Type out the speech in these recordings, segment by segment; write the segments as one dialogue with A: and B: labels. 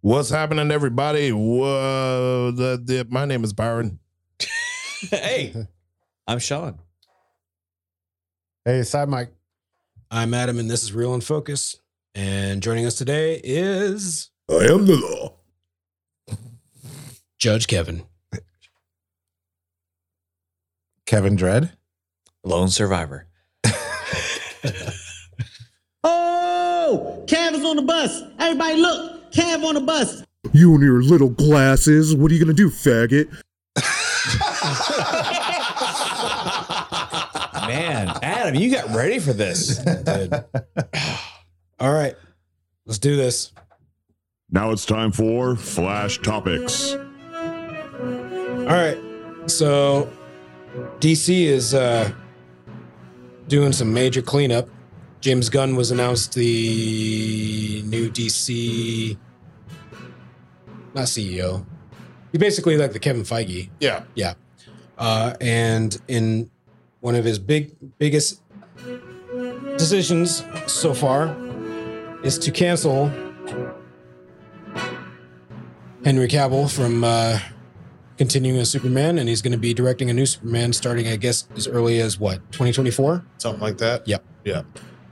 A: What's happening, everybody? Whoa, the, the, my name is Byron.
B: hey, I'm Sean.
C: Hey, side mic.
D: I'm Adam, and this is Real in Focus. And joining us today is
A: I am the law.
D: Judge Kevin.
C: Kevin Dredd.
B: Lone survivor.
E: Oh, Cav is on the bus. Everybody, look, Cav on the bus.
F: You and your little glasses. What are you gonna do, faggot?
B: Man, Adam, you got ready for this.
D: All right, let's do this.
G: Now it's time for Flash Topics.
D: All right, so DC is uh, doing some major cleanup. James Gunn was announced the new DC, not CEO. He's basically like the Kevin Feige
A: Yeah.
D: uh, and in one of his big biggest decisions so far is to cancel Henry Cavill from uh, continuing as Superman, and he's going to be directing a new Superman starting, I guess, as early as what 2024.
A: Something like that.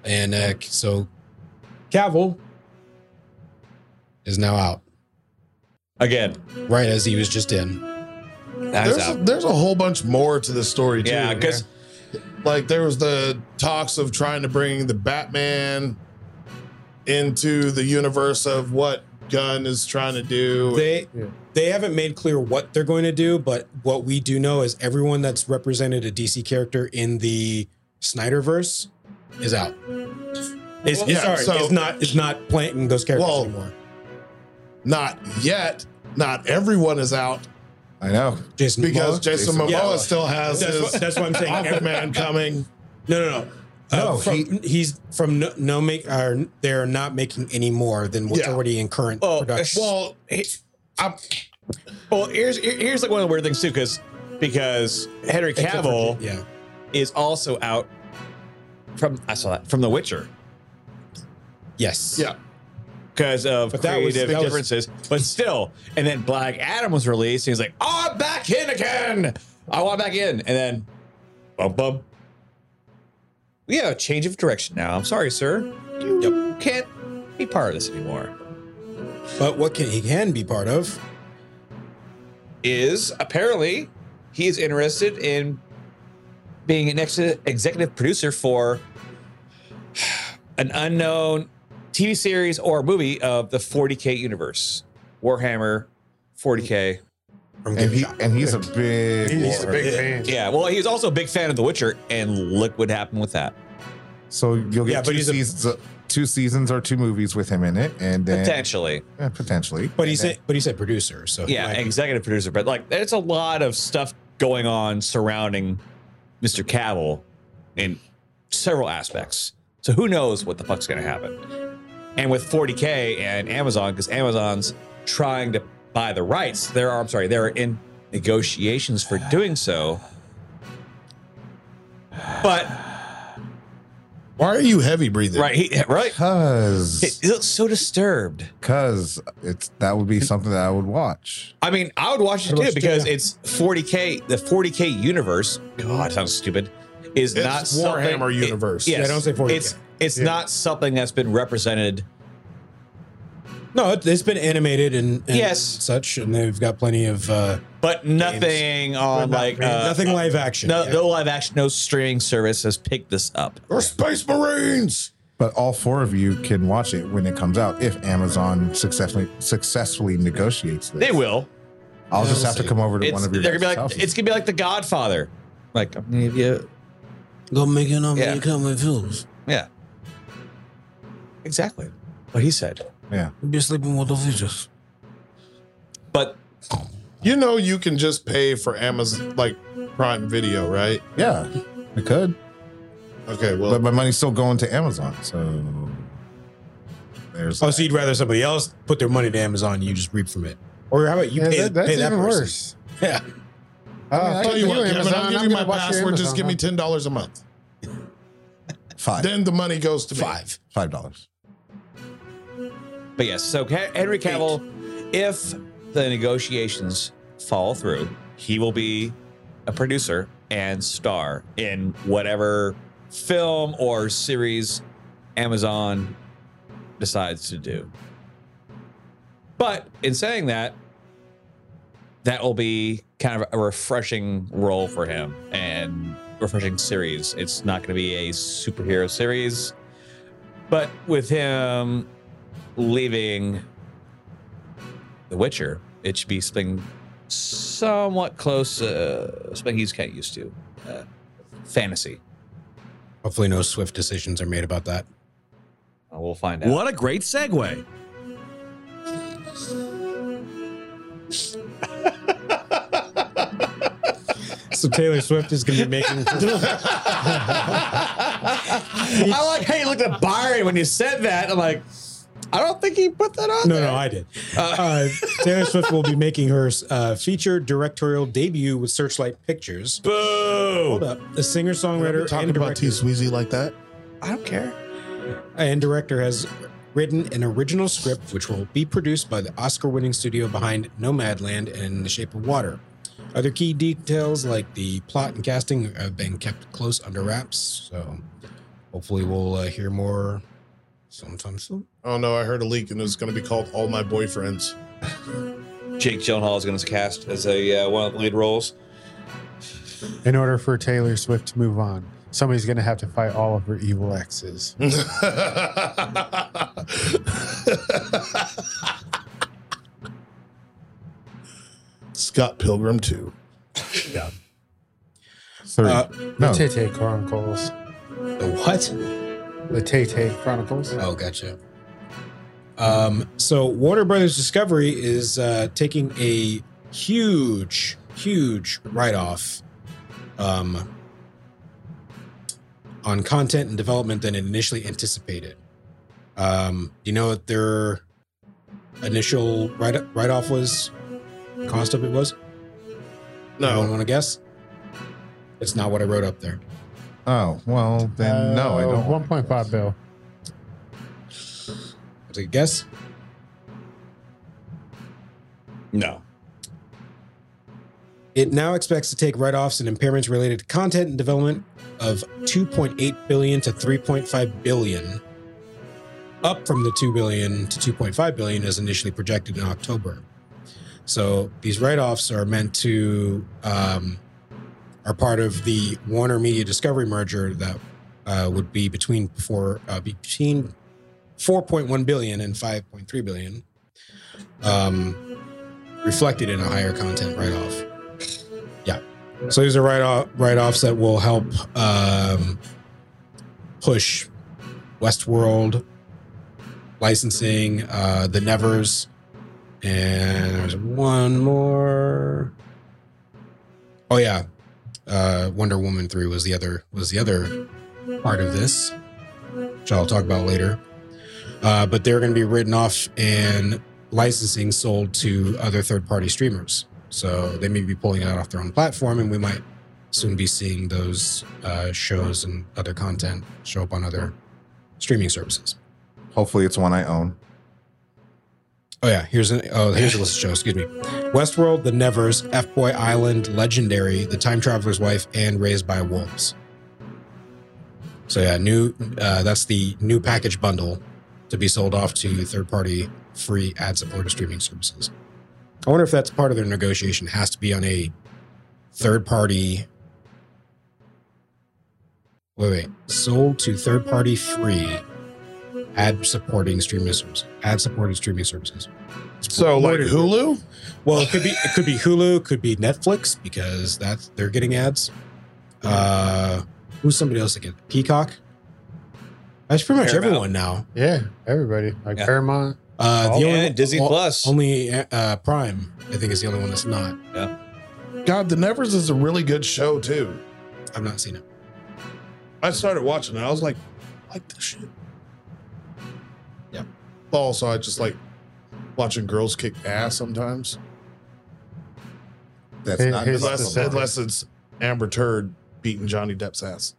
D: And uh, so Cavill is now out,
B: Again,
D: right as he was just in.
B: that
A: There's
B: is
A: a,
B: out.
A: there's a whole bunch more to this story, too.
B: Yeah, because
A: like there was the talks of trying to bring the Batman into the universe of what Gunn is trying to do.
D: They
C: Yeah.
D: they haven't made clear what they're going to do, but what we do know is everyone that's represented a DC character in the Snyderverse is out. It's,
A: Well,
D: it's-
A: yeah,
D: sorry,
A: so-
D: it's not it's not playing those characters
A: Well,
D: anymore.
A: not yet. Not everyone is out
C: I know.
D: Jason
A: because
D: Momoa?
A: Jason, Momoa
D: Yeah.
A: still has
D: that's, what,
A: his
D: that's what I'm saying. Every-
A: Aquaman coming.
D: no, no, no. Uh,
C: No,
D: from, he's from no, no make. Are they're not making any more than what's
A: Yeah.
D: already in current
B: Oh,
D: production.
A: Well, I'm-
B: well, here's here- here's like one of the weird things too, because because Henry
D: Except for-
B: Cavill
D: yeah,
B: is also out from I saw that from The Witcher
D: yes,
A: yeah,
B: because of
D: But that was-
B: creative
D: that was-
B: differences, but still. And then Black Adam was released, and he's like, oh, "I'm back in again. I want back in." And then, bum bum. We have a change of direction now. I'm sorry, sir. You can't be part of this anymore.
D: But what can he can be part of?
B: is apparently he is interested in being an ex- executive producer for an unknown TV series or movie of the 40k universe, Warhammer 40k.
D: From
C: And he
D: Gamershock.
C: and he's a big.
A: he's a big fan.
B: Yeah, well, he was also a big fan of The Witcher, and look what happened with that.
C: So you'll
D: Yeah,
C: get
D: but
C: two
D: he's a-
C: seasons, uh, two seasons or two movies with him in it, and then
B: Potentially,
C: Yeah, potentially.
D: but he
C: And
D: said, but he said producer. So he
B: yeah,
D: might-
B: executive producer, but like, there's a lot of stuff going on surrounding Mr. Cavill in several aspects. So who knows what the fuck's going to happen? And with 40k and Amazon, because Amazon's trying to buy the rights, there are I'm sorry, they're in negotiations for doing so. But
A: Why are you heavy breathing?
B: right, he, right, he,
C: Cause,
B: he looks so disturbed.
C: cause it's that would be something that I would watch.
B: I mean, I would watch it
D: I'd watch
B: too
D: it,
B: because
D: yeah.
B: it's 40k. The 40k universe. God, sounds stupid. Is
A: It's
B: not
A: Warhammer
B: something-
A: universe.
B: It, yes,
D: Yeah, don't say 40K.
B: It's it's not something that's been represented.
D: No, it, it's been animated and, and
B: Yes.
D: such, and they've got plenty of uh,
B: But nothing on like uh,
D: nothing live action.
B: No,
D: Yeah.
B: no live action. No streaming service has picked this up.
A: Or Space Marines.
C: But all four of you can watch it when it comes out if Amazon successfully successfully negotiates this.
B: They will.
C: I'll just
D: We'll
C: have to
D: see.
C: come over to
B: It's,
C: one of
B: they're
C: your
B: gonna be
C: guys'
B: like
C: houses.
B: it's gonna be like The Godfather. Like I'm gonna give you
E: Go make it on
B: me Yeah. and
E: come with films.
B: yeah, exactly what he said.
C: yeah.
E: Be sleeping with the features.
B: But
A: You know, you can just pay for Amazon, like Prime Video, right?
C: Yeah, I could,
A: Okay, well,
C: but my money's still going to Amazon. So there's
D: Oh, so you'd rather somebody else put their money to Amazon, you just reap from it, or how about you
H: Yeah,
D: pay,
H: that- that's
D: pay that
H: even
D: person?
H: worse.
D: Yeah,
H: Uh,
C: I mean,
H: I
A: I'll
H: can
A: tell you
H: do
A: what, Kevin,
H: Amazon.
A: I'll give
H: I'm
A: you my
H: gonna watch your
A: password. Just
H: Amazon,
A: give me
H: huh?
A: ten dollars a month.
C: five
A: Then the money goes to me.
D: five.
C: five dollars.
B: But yes, so Ca- Henry Cavill, if the negotiations fall through, he will be a producer and star in whatever film or series Amazon decides to do. But in saying that, that will be kind of a refreshing role for him and refreshing series. It's not going to be a superhero series, but with him leaving The Witcher, it should be something somewhat close, uh, something he's kind of used to. Uh, fantasy.
D: Hopefully, no swift decisions are made about that.
B: Uh, we'll find out.
I: What a great segue.
D: So Taylor Swift is going to be making.
B: I like how you looked at Byron when you said that. I'm like, I don't think he put that on
D: No,
B: there.
D: no, I did. Uh, Taylor Swift will be making her uh, feature directorial debut with Searchlight Pictures.
B: Boo!
D: Hold up. The singer songwriter
H: talking
D: and
H: about T
D: director,
H: Sweezy like that.
B: I don't care.
D: and director has written an original script which will be produced by the Oscar winning studio behind Nomadland and The Shape of Water. Other key details like the plot and casting have been kept close under wraps, so hopefully we'll uh, hear more sometime soon.
A: Oh no, I heard a leak and it's going to be called "All My Boyfriends."
B: Jake Gyllenhaal is going to cast as a uh, one of the lead roles.
H: In order for Taylor Swift to move on, somebody's going to have to fight all of her evil exes.
A: Scott Pilgrim too.
C: Three.
D: Uh,
C: no,
H: The Tay Tay Chronicles.
D: The what?
H: The Tay Tay Chronicles.
C: Uh,
D: Oh, gotcha. Um, so Warner Brothers Discovery is uh, taking a huge, huge write-off um, on content and development than it initially anticipated. Um, you know what their initial write write-off was? Cost of it was? Anyone
A: No,
D: want to guess? It's not what I wrote up there.
C: oh well, then no, I
H: Uh,
C: don't.
H: 1.5 bill.
D: Take a guess.
B: No.
D: It now expects to take write-offs and impairments related to content and development of 2.8 billion to 3.5 billion, up from the 2 billion to 2.5 billion as initially projected in October. So these write-offs are meant to um, are part of the Warner Media Discovery merger that uh, would be between four uh, between 4.1 billion and 5.3 billion, um, reflected in a higher content write-off. So these are write off write offs that will help um, push Westworld licensing, uh, the Nevers, and there's one more. Oh yeah, uh, Wonder Woman three was the other was the other part of this, which I'll talk about later. Uh, but they're going to be written off and licensing sold to other third party streamers. So they may be pulling it out off their own platform, and we might soon be seeing those uh, shows and other content show up on other streaming services.
C: Hopefully, it's one I own.
D: Oh yeah, here's an oh here's a list of shows. Excuse me, Westworld, The Nevers, F Boy Island, Legendary, The Time Traveler's Wife, and Raised by Wolves. So yeah, new uh, that's the new package bundle to be sold off to third party free ad supported streaming services. I wonder if that's part of their negotiation. It has to be on a third party. Wait, wait, sold to third party free ad supporting streaming services. Ad supported streaming services.
A: so like
D: Word.
A: Hulu.
D: Well, it could be it could be Hulu, it could be Netflix because that's they're getting ads. Uh, who's somebody else again? Peacock. That's pretty much
B: Paramount.
D: everyone now.
H: Yeah, everybody. Like
B: Yeah.
H: Paramount.
D: Uh,
B: Oh, yeah, Disney Plus.
D: Only uh, Prime, I think, is the only one that's not.
A: God, The Nevers is a really good show too.
D: I've not seen it.
A: I started watching it. I was like, I like this shit.
D: Yeah.
A: But also, I just like watching girls kick ass sometimes.
C: That's
H: Hey,
C: not
H: hey,
C: just
A: Unless,
H: the-
C: a-
A: unless it's Amber Turd beating Johnny Depp's ass.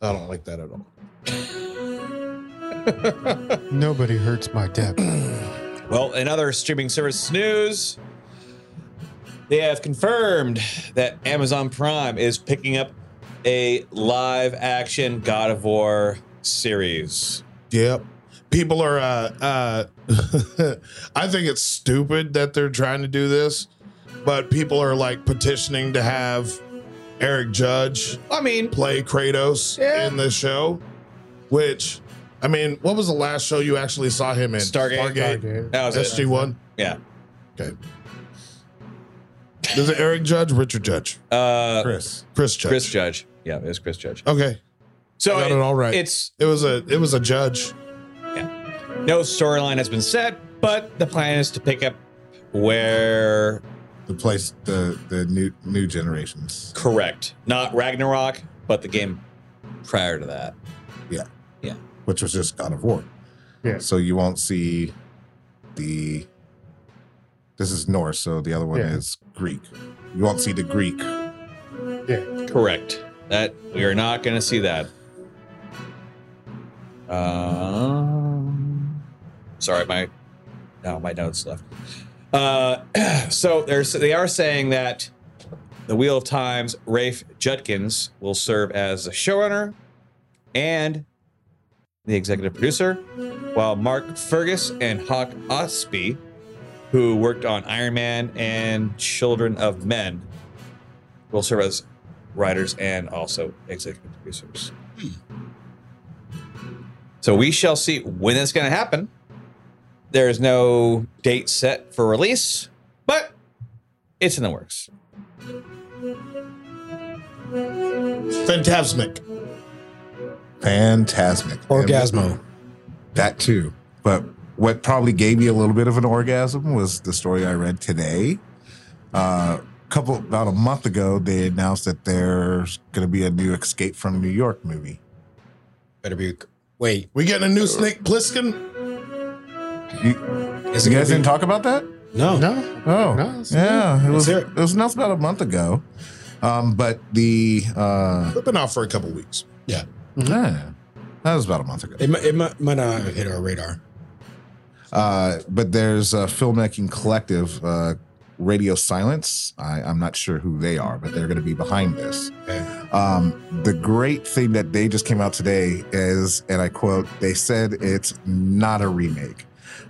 A: I don't like that at all.
H: Nobody hurts my depth.
B: Well, in other streaming service news, they have confirmed that Amazon Prime is picking up a live action God of War series.
A: Yep. People are uh uh I think it's stupid that they're trying to do this, but people are like petitioning to have Eric Judge
B: I mean,
A: play Kratos
B: Yeah.
A: in the show, which I mean, what was the last show you actually saw him in?
B: Stargate. that was it.
A: SG1.
B: Yeah.
A: Okay. Is it Eric Judge, Richard Judge,
B: Uh,
C: Chris.
A: Chris Judge?
B: Chris Judge. Yeah, it was Chris Judge.
A: Okay,
B: So
A: got it all right.
B: it's
A: it was a it was a judge.
B: no storyline has been set, but the plan is to pick up where
C: The place the the new new generations.
B: correct, not Ragnarok, but the game prior to that.
C: which was just God of War.
H: Yeah.
C: So you won't see the. This is Norse, so the other one
H: Yeah.
C: is Greek. You won't see the Greek.
B: Correct. That we are not going to see that. Um, sorry, my no, my notes left. Uh, so there's they are saying that the Wheel of Time's Rafe Judkins will serve as the showrunner and the executive producer, while Mark Fergus and Hawk Ospie, who worked on Iron Man and Children of Men, will serve as writers and also executive producers. Hmm. So we shall see when that's going to happen. There is no date set for release, but it's in the works.
A: Fantasmic.
C: Fantastic.
D: Orgasmo.
C: That too. But what probably gave me a little bit of an orgasm was the story I read today. A uh, couple, about a month ago, they announced that there's going to be a new Escape from New York movie.
D: Better be. Wait,
A: We getting a new Snake Plissken?
D: is
C: You
D: it
C: guys
D: gonna
C: didn't talk about that?
D: be- No.
H: No.
C: Oh,
H: No, it's-
C: yeah. It was,
D: hear
C: it
D: it.
C: was announced about a month ago. Um, but the. Uh,
A: We've been out for a couple weeks.
D: Mm-hmm.
C: Yeah. That was about a month ago.
D: It, mi- it might, might not have hit our radar.
C: Uh, but there's a filmmaking collective, uh, Radio Silence. I, I'm not sure who they are, but they're going to be behind this.
D: Okay.
C: Um, the great thing that they just came out today is, and I quote, they said it's not a remake.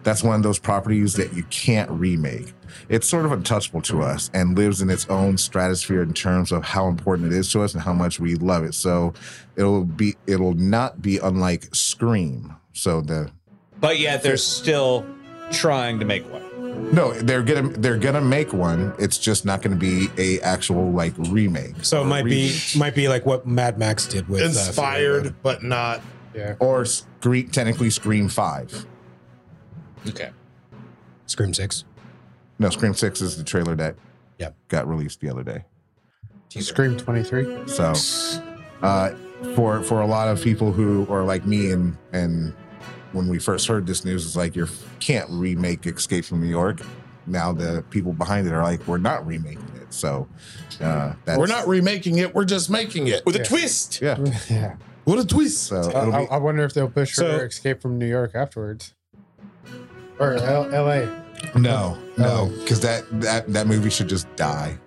C: That's one of those properties that you can't remake. It's sort of untouchable to us and lives in its own stratosphere in terms of how important it is to us and how much we love it. So it'll be it'll not be unlike Scream. So the
B: But yet they're still trying to make one.
C: no, they're gonna they're gonna make one. It's just not gonna be a actual like remake.
D: So it might be might be like what Mad Max did with uh, Fury
A: Inspired,
D: Road.
A: but not.
C: or Scream technically Scream Five.
B: Okay.
D: Scream Six.
C: No, Scream Six is the trailer that
D: Yep.
C: got released the other day.
H: Scream 23.
C: So, uh, for for a lot of people who are like me and and when we first heard this news, it's like you can't remake Escape from New York. Now the people behind it are like, we're not remaking it. So uh, that's,
A: We're not remaking it. We're just making it.
B: With
H: Yeah.
B: a twist.
C: yeah.
H: Yeah.
A: What a twist!
C: So
H: I,
C: it'll
H: I,
C: be,
H: I wonder if they'll push
D: So-
H: her escape from New York afterwards. Or L- LA.
C: no, no, because that that that movie should just die.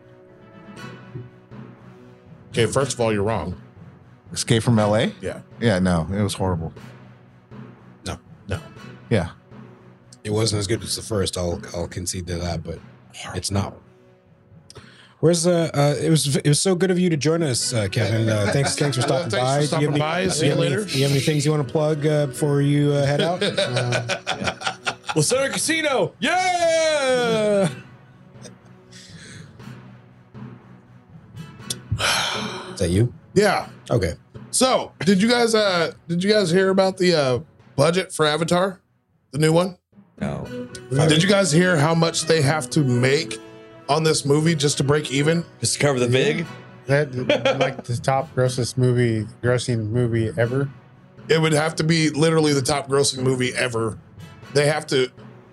A: Okay, first of all, you're wrong.
C: Escape from LA?
A: Yeah.
C: Yeah, no, it was horrible.
D: No.
A: No.
C: Yeah.
D: It wasn't as good as the first. I'll I'll concede to that, but it's not. Where's uh, uh it was it was so good of you to join us, uh, Kevin. Uh, thanks thanks for stopping
A: Thanks for
D: by. Do you
A: stopping
D: have any-
A: by.
D: do
A: See you
D: have any-
A: later.
D: do you have any things you want to plug uh, before you uh, head out?
B: Lucerne Casino. Yeah.
D: Is that you?
A: Yeah.
D: Okay.
A: So, did you guys uh did you guys hear about the uh budget for Avatar? The new one?
B: No.
A: Did you guys hear how much they have to make on this movie just to break even?
B: Just to cover the big?
H: That like the top grossest movie, grossing movie ever.
A: It would have to be literally the top grossing movie ever. They have to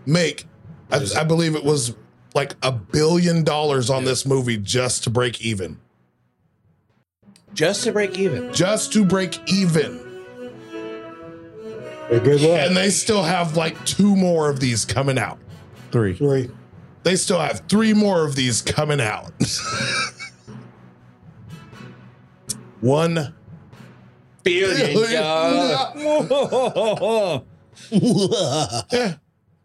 A: make, I, I believe it was like a billion dollars on this movie just to break even.
B: Just to break even.
A: Just to break even.
D: Hey, good luck.
A: And they still have like two more of these coming out.
C: Three.
D: Three.
A: They still have three more of these coming out. One
B: Billion dollars.
A: Yeah.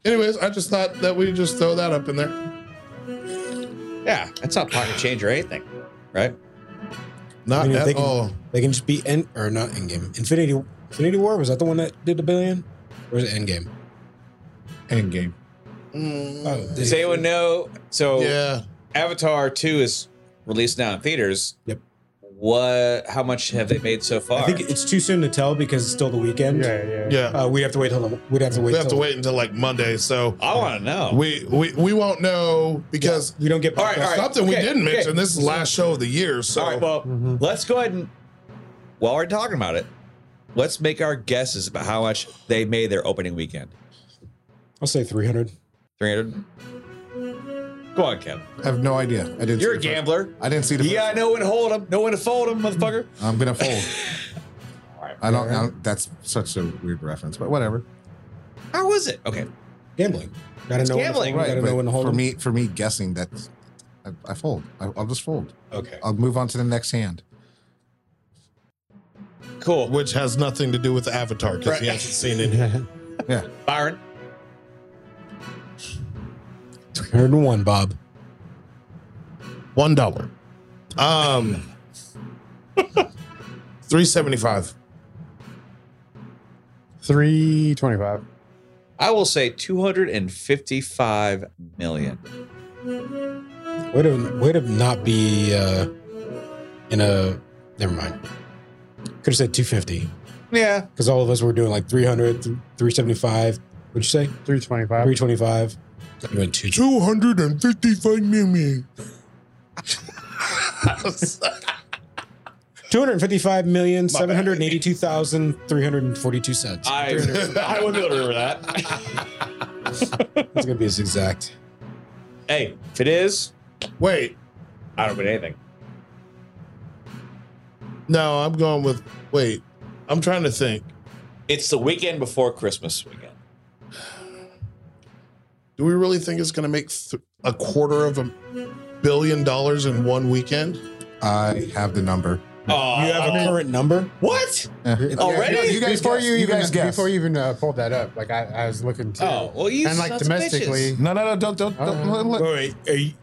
A: Anyways, I just thought that we just throw that up in there.
B: yeah, that's not pocket change or anything, right?
A: Not
D: I mean, if they
A: at
D: can-
A: all.
D: They can just be end or not Endgame. Infinity Infinity War was that the one that did the billion, or is it Endgame?
C: Endgame.
D: Oh,
A: Mm,
B: Does anyone know? So
A: yeah.
B: Avatar Two is released now in theaters.
D: Yep.
B: What? How much have they made so far?
D: I think it's too soon to tell because it's still the weekend.
H: yeah.
A: Yeah.
D: Uh, we have to wait till the, we'd have to wait.
A: we have to
D: till-
A: wait until like Monday. So
B: I want to know.
A: we, we we won't know because
D: We don't get.
B: All right, all right.
A: something we
B: okay,
A: didn't
B: okay.
A: mention. This is the last show of the year. So
B: All right. Well,
H: Mhm.
B: let's go ahead and while we're talking about it, let's make our guesses about how much they made their opening weekend.
D: I'll say three hundred.
B: Three hundred. Go on, Kevin.
C: I have no idea. I didn't.
B: You're a
C: see the first-
B: gambler.
C: I didn't see the.
B: Yeah, I know when to hold them, know when to fold them, motherfucker.
C: first- I'm gonna fold. I don't. I don't- that's such a weird reference, but whatever.
B: How was it? Okay.
D: Gambling. Gotta
B: It's
D: know. when to
B: gambling.
D: hold 'em,
C: Right.
D: Gotta know when to
C: But
D: hold
C: for
D: 'em.
C: me, for me, guessing that's. I, I fold. I, I'll just fold.
D: Okay.
C: I'll move on to the next hand.
B: Cool.
A: which has nothing to do with Avatar because he
B: Right.
A: hasn't seen it.
B: Byron.
D: Three hundred and one, Bob.
A: One dollar. Um three seventy five.
H: Three twenty-five.
B: I will say 255 million.
D: Way to way to not be uh, in a. Never mind. Could have said two fifty
B: Yeah.
D: because all of us were doing like 300, 375. What'd you say?
H: Three twenty-five.
D: 325. You went two.
A: Two hundred and fifty five million.
D: 255 million 782,342 cents.
B: I, I wouldn't be able to remember that.
D: That's gonna be his exact.
B: hey, if it is,
A: Wait,
B: I don't win anything.
A: no, I'm going with wait. I'm trying to think.
B: It's the weekend before Christmas weekend.
A: Do we really think it's going to make th- a quarter of a billion dollars in one weekend?
C: I have the number.
B: Oh,
D: you have a current number?
B: what?
C: Yeah.
A: Oh,
B: Already?
C: You guys
H: before
C: guess.
H: you,
C: You
H: even,
C: guys guess.
H: before you even uh, pulled that up, like I, I was looking too.
B: Oh, well, you
H: and like
B: sons of
H: domestically,
B: bitches.
C: No, no, no! Don't, don't, don't.
H: Uh-uh.
C: let- let-
D: Wait, are you,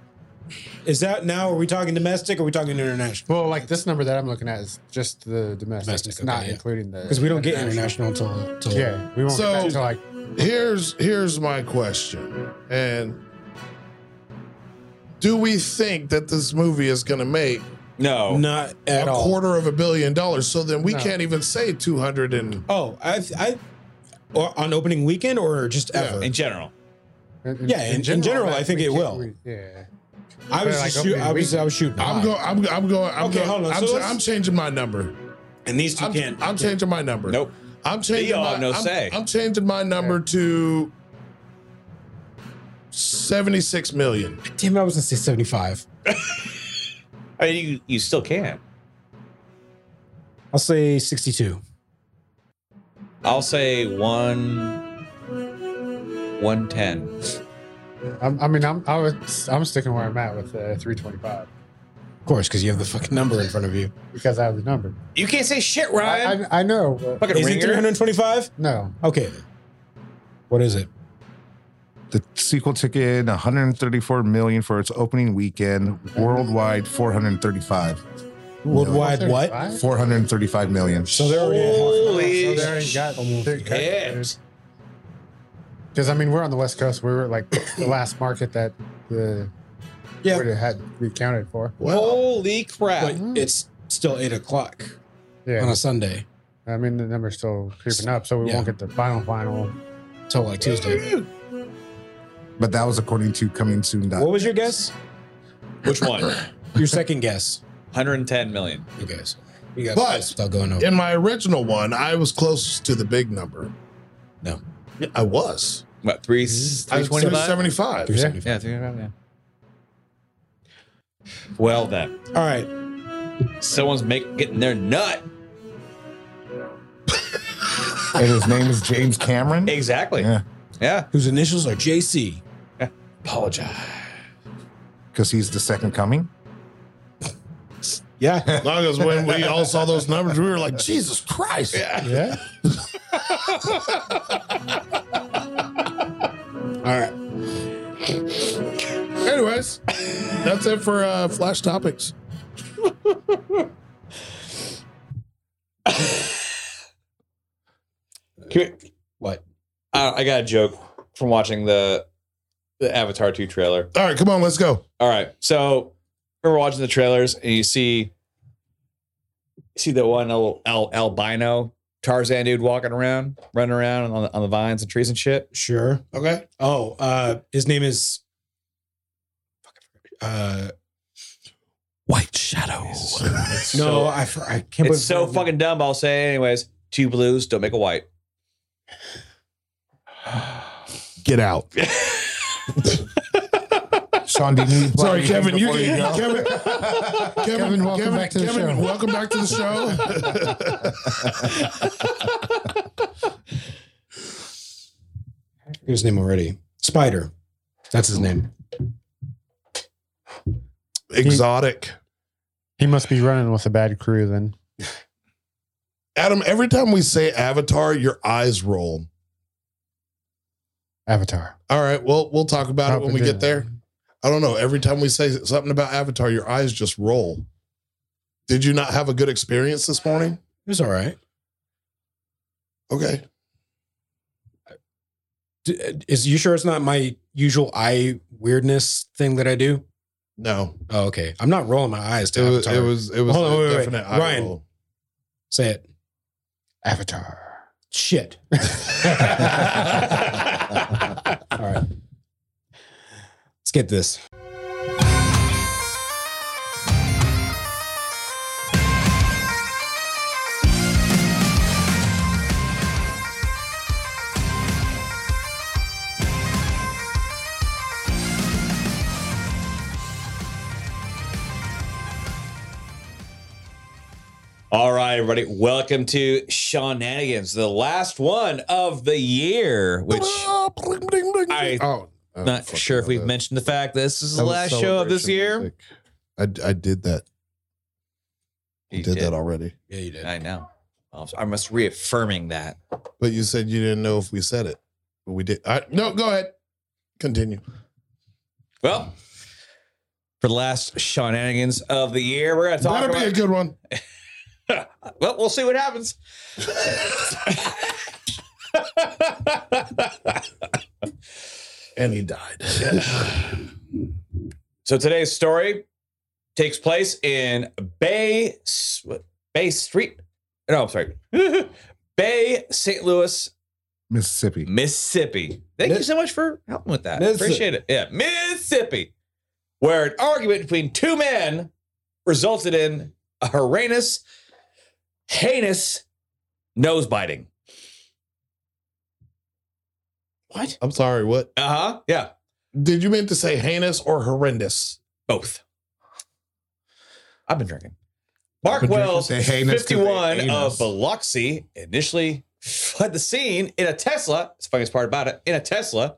D: is that now? Are we talking domestic or are we talking international?
H: well, like this number that I'm looking at is just the domestic,
D: Domestic,
H: it's not
D: okay, yeah.
H: including the
D: Because we don't get international until, till
H: Yeah, we won't
A: So-
H: get that until like
A: Here's here's my question. And do we think that this movie is going to make
B: No.
D: Oh. not at
A: a
D: all.
A: quarter of a billion dollars? So then we
H: No.
A: can't even say 200 and
D: Oh, I, I, or on opening weekend or just
A: Yeah,
D: ever.
B: In general.
D: Yeah, in- in general, I
H: that
D: think
H: we
D: it
H: can't-
D: will.
H: we- yeah,
D: I was just
H: But, like,
D: shoot,
H: opening
D: I was, I was shooting.
A: I'm
D: high.
A: going I'm I'm going I'm
D: Okay,
A: going
D: hold on.
A: I'm,
D: So
A: cha-
D: let's-
A: I'm changing my number.
D: and these 2
A: I'm,
D: can't.
A: I'm changing my number.
B: Nope.
A: I'm changing
B: They all
A: my
B: have no
A: I'm,
B: say.
A: I'm changing my number to 76 million.
D: Damn, it, I was gonna say seventy-five.
B: I mean, you, you still can.
D: I'll say sixty-two.
B: I'll say one. 110.
H: I'm, I mean, I'm I was I'm sticking where I'm at with uh, 325
D: Of course, because you have the fucking number in front of you.
H: because I have the number.
B: You can't say shit,
H: I,
B: Ryan.
H: I, I know. but-
B: Fucking
D: Is it three
B: ringer.
D: hundred twenty-five?
H: no,
D: Okay. then. What is it?
C: The sequel took in 134 million for its opening weekend. Worldwide, 435.
D: Worldwide what?
H: 435?
C: 435 million.
D: So they're already at half.
H: So
B: Holy
H: they already got
B: shit.
H: Because I mean, we're on the West Coast. We were like the last market that the
D: Yeah.
H: where it had recounted for.
B: Holy crap.
D: But it's still eight o'clock on
H: Yeah,
D: a Sunday
H: I mean the number's still creeping up, so we
D: Yeah.
H: won't get the final final.
D: till like Tuesday.
C: But that was according to coming soon.
D: What was your guess?
B: Which one?
D: Your second guess.
B: 110 million.
D: You guys. You got
A: But-
D: this without going over.
A: In my original one, I was closest to the big number.
D: No.
A: Yeah, I was.
B: What, three,
D: Mm-hmm.
A: I was
B: 325?
A: 75.
D: Three
A: Yeah.
D: seventy five.
B: Yeah, 325, yeah. Well, then,
D: All right.
B: someone's make, getting their nut.
C: And his name is James Cameron.
B: Exactly.
C: Yeah,
B: Yeah.
D: Whose initials are JC.
B: Apologize.
C: because he's the second coming.
D: Yeah.
A: Long as when we all saw those numbers, we were like, Jesus Christ.
H: Yeah.
D: All right.
A: Anyways, that's it for uh, Flash Topics.
D: What?
B: I, I got a joke from watching the the Avatar 2 trailer.
A: All right, come on, let's go.
B: All right. So remember watching the trailers and you see you see that one little al, albino Tarzan dude walking around, running around on the, on the vines and trees and shit.
D: Sure.
A: Okay.
D: Oh, uh, his name is. Uh,
B: White shadow.
D: no, I, for- I can't
B: It's so fucking dumb. I'll say it anyways. Two blues don't make a white.
A: Get out.
C: Sean, do you need
A: Sorry,
C: anything
A: Kevin. You,
C: before
A: can,
C: go?
A: Kevin, Kevin,
C: Kevin, welcome
A: Kevin,
C: back to the
A: Kevin,
C: show.
A: Welcome back to the show.
D: His name already. Spider. That's his name. Mm-hmm.
A: Exotic.
H: He must be running with a bad crew then.
A: Adam, every time we say Avatar, your eyes roll.
H: Avatar.
A: All right. Well, we'll talk about it when we get there.
H: Propaganda.
A: I don't know. Every time we say something about Avatar, your eyes just roll. Did you not have a good experience this morning?
D: It was all right.
A: Okay.
D: D- is you sure it's not my usual eye weirdness thing that I do?
A: No,
D: Oh, okay. I'm not rolling my eyes
A: it
D: to
A: was
D: Avatar.
A: it was it was
D: Hold on,
A: a
D: wait, wait, wait.
A: definite eye
D: Ryan.
A: roll.
D: Say it.
H: Avatar.
D: Shit. All right. Let's get this.
B: All right, everybody. Welcome to Shenanigans, the last one of the year, which I'm
A: Oh, oh,
B: not
A: fuck,
B: sure if
A: no,
B: we've
A: that-
B: mentioned the fact that this is
A: that
B: the
A: was
B: last show of this
A: celebration
B: year.
A: music. I I did that. I
B: You
A: did, that already.
D: Yeah, you did.
B: I know. I'm just reaffirming that.
A: But you said you didn't know if we said it, but we did. I, no, go ahead. Continue.
B: Well, for the last shenanigans of the year, we're going to talk
A: That'll be
B: about.
A: a good one.
B: well, we'll see what happens.
A: And he died.
B: so today's story takes place in Bay S- what? Bay Street. No, I'm sorry. Bay St. Louis,
C: Mississippi.
B: Mississippi. Thank you so much for helping with that.
D: Mississippi.
B: Appreciate it. Yeah, Mississippi, where an argument between two men resulted in a horrendous, heinous nose biting. What?
A: I'm sorry. What
B: Uh huh. Yeah,
A: did you mean to say? Heinous or horrendous?
B: both. I've been drinking. Mark
C: I've been drinking.
B: Wells,
C: Say heinous 'cause they
B: 51
C: heinous.
B: of Biloxi, initially fled the scene in a Tesla. It's the funniest part about it in a Tesla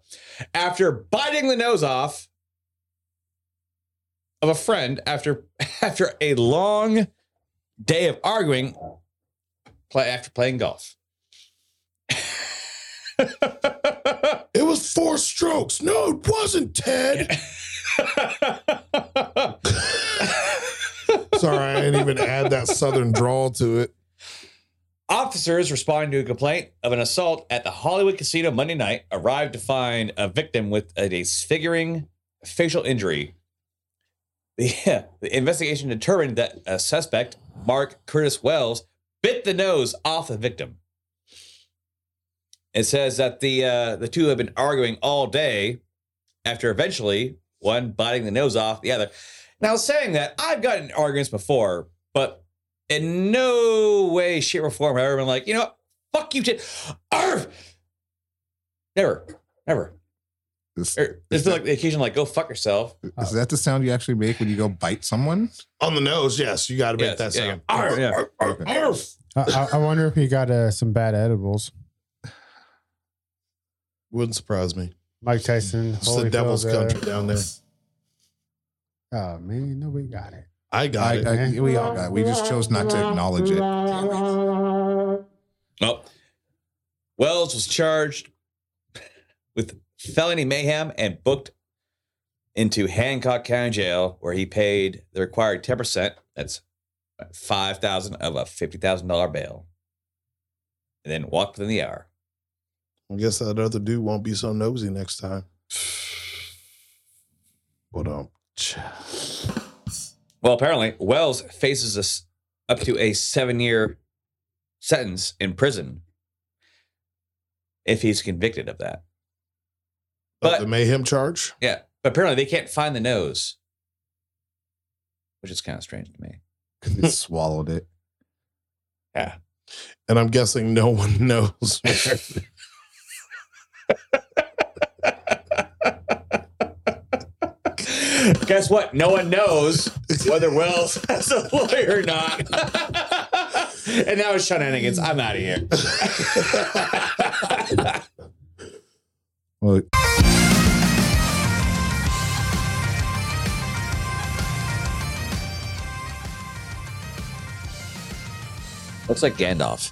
B: after biting the nose off of a friend after after a long day of arguing play, after playing golf.
A: It was four strokes. No, it wasn't, Ted. Sorry, I didn't even add that southern drawl to it.
B: Officers responding to a complaint of an assault at the Hollywood Casino Monday night arrived to find a victim with a disfiguring facial injury. The, the investigation determined that a suspect, Mark Curtis Wells, bit the nose off the victim. It says that the uh, the two have been arguing all day after eventually one biting the nose off the other. Now, saying that, I've gotten in arguments before, but in no way, shape, or form have I ever been like, you know what? Fuck you, Ted. Arf! Never. Never.
C: Is,
B: Or, It's like the occasion, like, go fuck yourself.
C: is that the sound you actually make when you go bite someone?
A: On the nose, yes, you got to make that
B: Yes, yeah,
A: sound.
B: yeah.
A: Arf,
B: Yeah.
A: arf, arf,
C: Okay.
A: arf.
H: I, I, I wonder if he got uh, some bad edibles.
A: Wouldn't surprise me.
H: Mike Tyson.
A: It's the
H: Holyfield,
A: devil's
H: uh,
A: country down there.
H: Oh man, nobody got it.
A: I got
C: I,
A: it.
C: I, we all got. it. We just chose not to acknowledge it. Damn it.
B: Oh. Wells was charged with felony mayhem and booked into Hancock County Jail, where he paid the required 10%. That's 5000 of a $50,000 bail. And then walked within the hour.
A: I guess that other dude won't be so nosy next time. But um,
B: Well, apparently, Wells faces a s up to a seven year sentence in prison if he's convicted of that. But-
A: the mayhem charge.
B: Yeah, but apparently they can't find the nose, which is kind of strange to me.
C: It swallowed it.
A: And I'm guessing no one knows. where-
B: Guess what? No one knows whether Wells has a lawyer or not. and now it's shenanigans. I'm out of here.
C: Well,
B: Looks like Gandalf.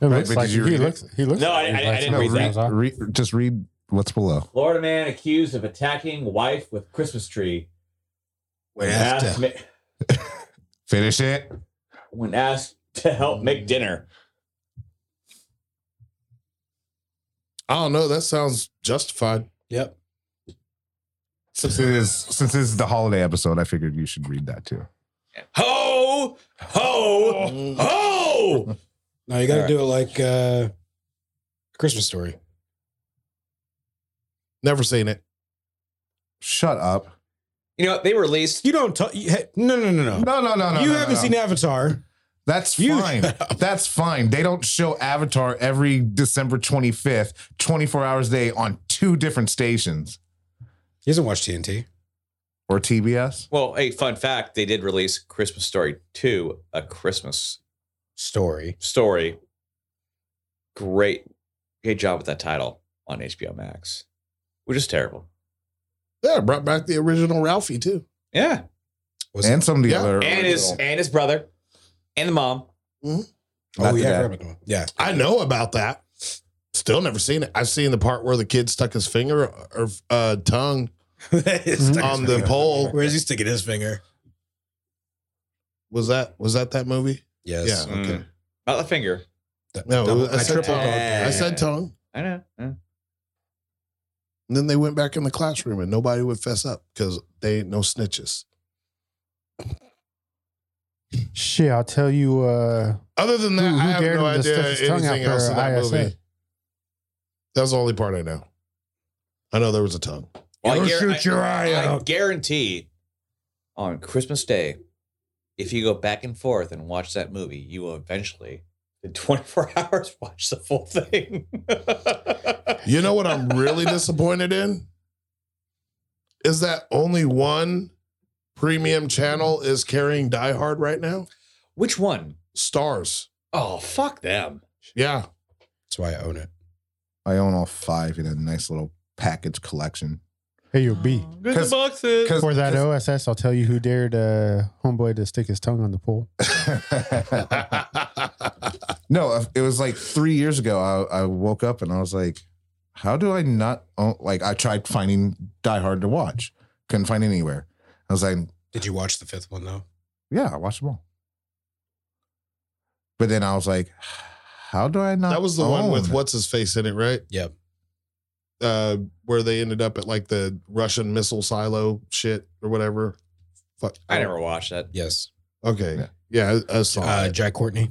H: It
C: Right,
H: looks
C: but
H: like
C: did you
H: he
C: read it?
H: looks. He looks.
B: No, I-
H: like
B: I- I
H: Mike
B: didn't
C: no,
B: read
H: Tyson.
C: read, read, just read what's below.
B: Florida man accused of attacking wife with Christmas tree. When asked, to,
C: Finish it.
B: when asked to help make dinner.
A: I don't know. That sounds justified.
D: Yep.
C: Since it is since this is the holiday episode, I figured you should read that too.
B: Ho, ho, ho!
D: No, you got to
B: Oh. All right.
D: do it like uh, Christmas story.
A: Never seen it.
C: Shut up.
B: You know, they released.
D: You don't. T- no, no, no, no.
C: No, no, no, no.
D: you
C: no,
D: haven't
C: no.
D: seen Avatar.
C: That's
D: You-
C: fine. That's fine. They don't show Avatar every December 25th, 24 hours a day on two different stations
D: He hasn't watched TNT.
C: or TBS.
B: Well, hey, fun fact they did release Christmas Story 2, a Christmas
D: Story.
B: story. Great, great job with that title on HBO Max, which is terrible.
A: Yeah, it brought back the original Ralphie too.
B: Yeah.
D: Was
C: And some of the
A: Yeah.
C: other
B: And his, and his brother and the mom.
D: Oh
C: Not
D: yeah, I
C: that.
D: forgot about that. yeah.
A: I know about that. Still never seen it. I've seen the part where the kid stuck his finger or uh, tongue
D: Mm-hmm.
A: on the pole.
D: Where's he sticking his finger?
A: Was that was that that movie?
D: Yes.
A: Yeah. Okay.
B: Mm. Not the finger.
A: No,
D: Double-
A: I said
D: triple
A: tongue. I said tongue.
B: I know. Yeah.
A: And then they went back in the classroom and nobody would fess up because they ain't no snitches.
H: Shit, I'll tell you. Uh,
A: Other than that,
H: Who- who
A: I have
H: dared
A: no
H: him to stick
A: idea
H: his tongue out
A: anything
H: for
A: else in that
H: ISA?
A: movie. That's the only part I know. I know there was a tongue.
B: Well, I
C: You'll
B: guar-
C: shoot
B: I-
C: your eye
B: I
C: out.
B: guarantee on Christmas Day, if you go back and forth and watch that movie, you will eventually, in 24 hours, watch the full thing.
A: You know what I'm really disappointed in? Is that only one premium channel is carrying Die Hard right now?
B: Which one?
A: Stars.
B: Oh, fuck them.
A: Yeah.
D: That's why I own it.
C: I own all five in a nice little package collection.
H: hey, you B.
B: Good
C: 'Cause-
B: boxes.
H: For that OSS, I'll tell you who dared uh, homeboy to stick his tongue on the pole.
C: no, it was like three years ago. I, I woke up and I was like, how do I not own? Like, I tried finding Die Hard to watch, couldn't find it anywhere. I was like,
D: Did you watch the fifth one though?
C: yeah, I watched them all. But then I was like, how do I not?
A: That was the one with
C: own?
A: what's his face in it, right?
D: Yep.
A: Uh, where they ended up at like the Russian missile silo shit or whatever. Fuck.
B: I never watched that.
D: Yes.
A: Okay.
C: Yeah.
A: Yeah, I, I saw
D: Uh,
A: it.
D: Jack Courtney.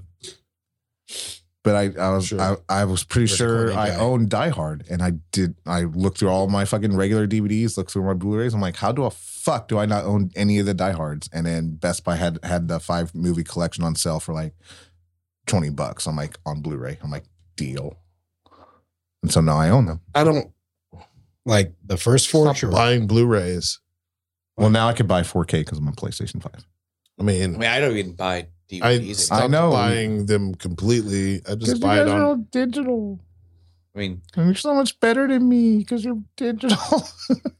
C: but I, I was
D: Sure.
C: I, I was pretty
D: You're a
C: sure
D: corny
C: I
D: guy.
C: owned Die Hard, and I did. I looked through all my fucking regular DVDs, looked through my Blu-rays. I'm like, how do I fuck do I not own any of the Die Hards? And then Best Buy had had the five movie collection on sale for like twenty bucks. I'm like on Blu-ray. I'm like deal, and so now I own them.
A: I don't
D: Like the first four,
A: stop
D: sure.
A: buying Blu-rays.
C: Well, now I could buy 4K because I'm on PlayStation Five.
A: I
B: I
A: mean,
B: mean, I don't even buy
A: I
B: DVDs.
A: stopped
B: anymore.
C: I know.
A: buying them completely. I just buy it on.
C: digital.
B: I mean,
C: And you're so much better than me because you're digital.
B: I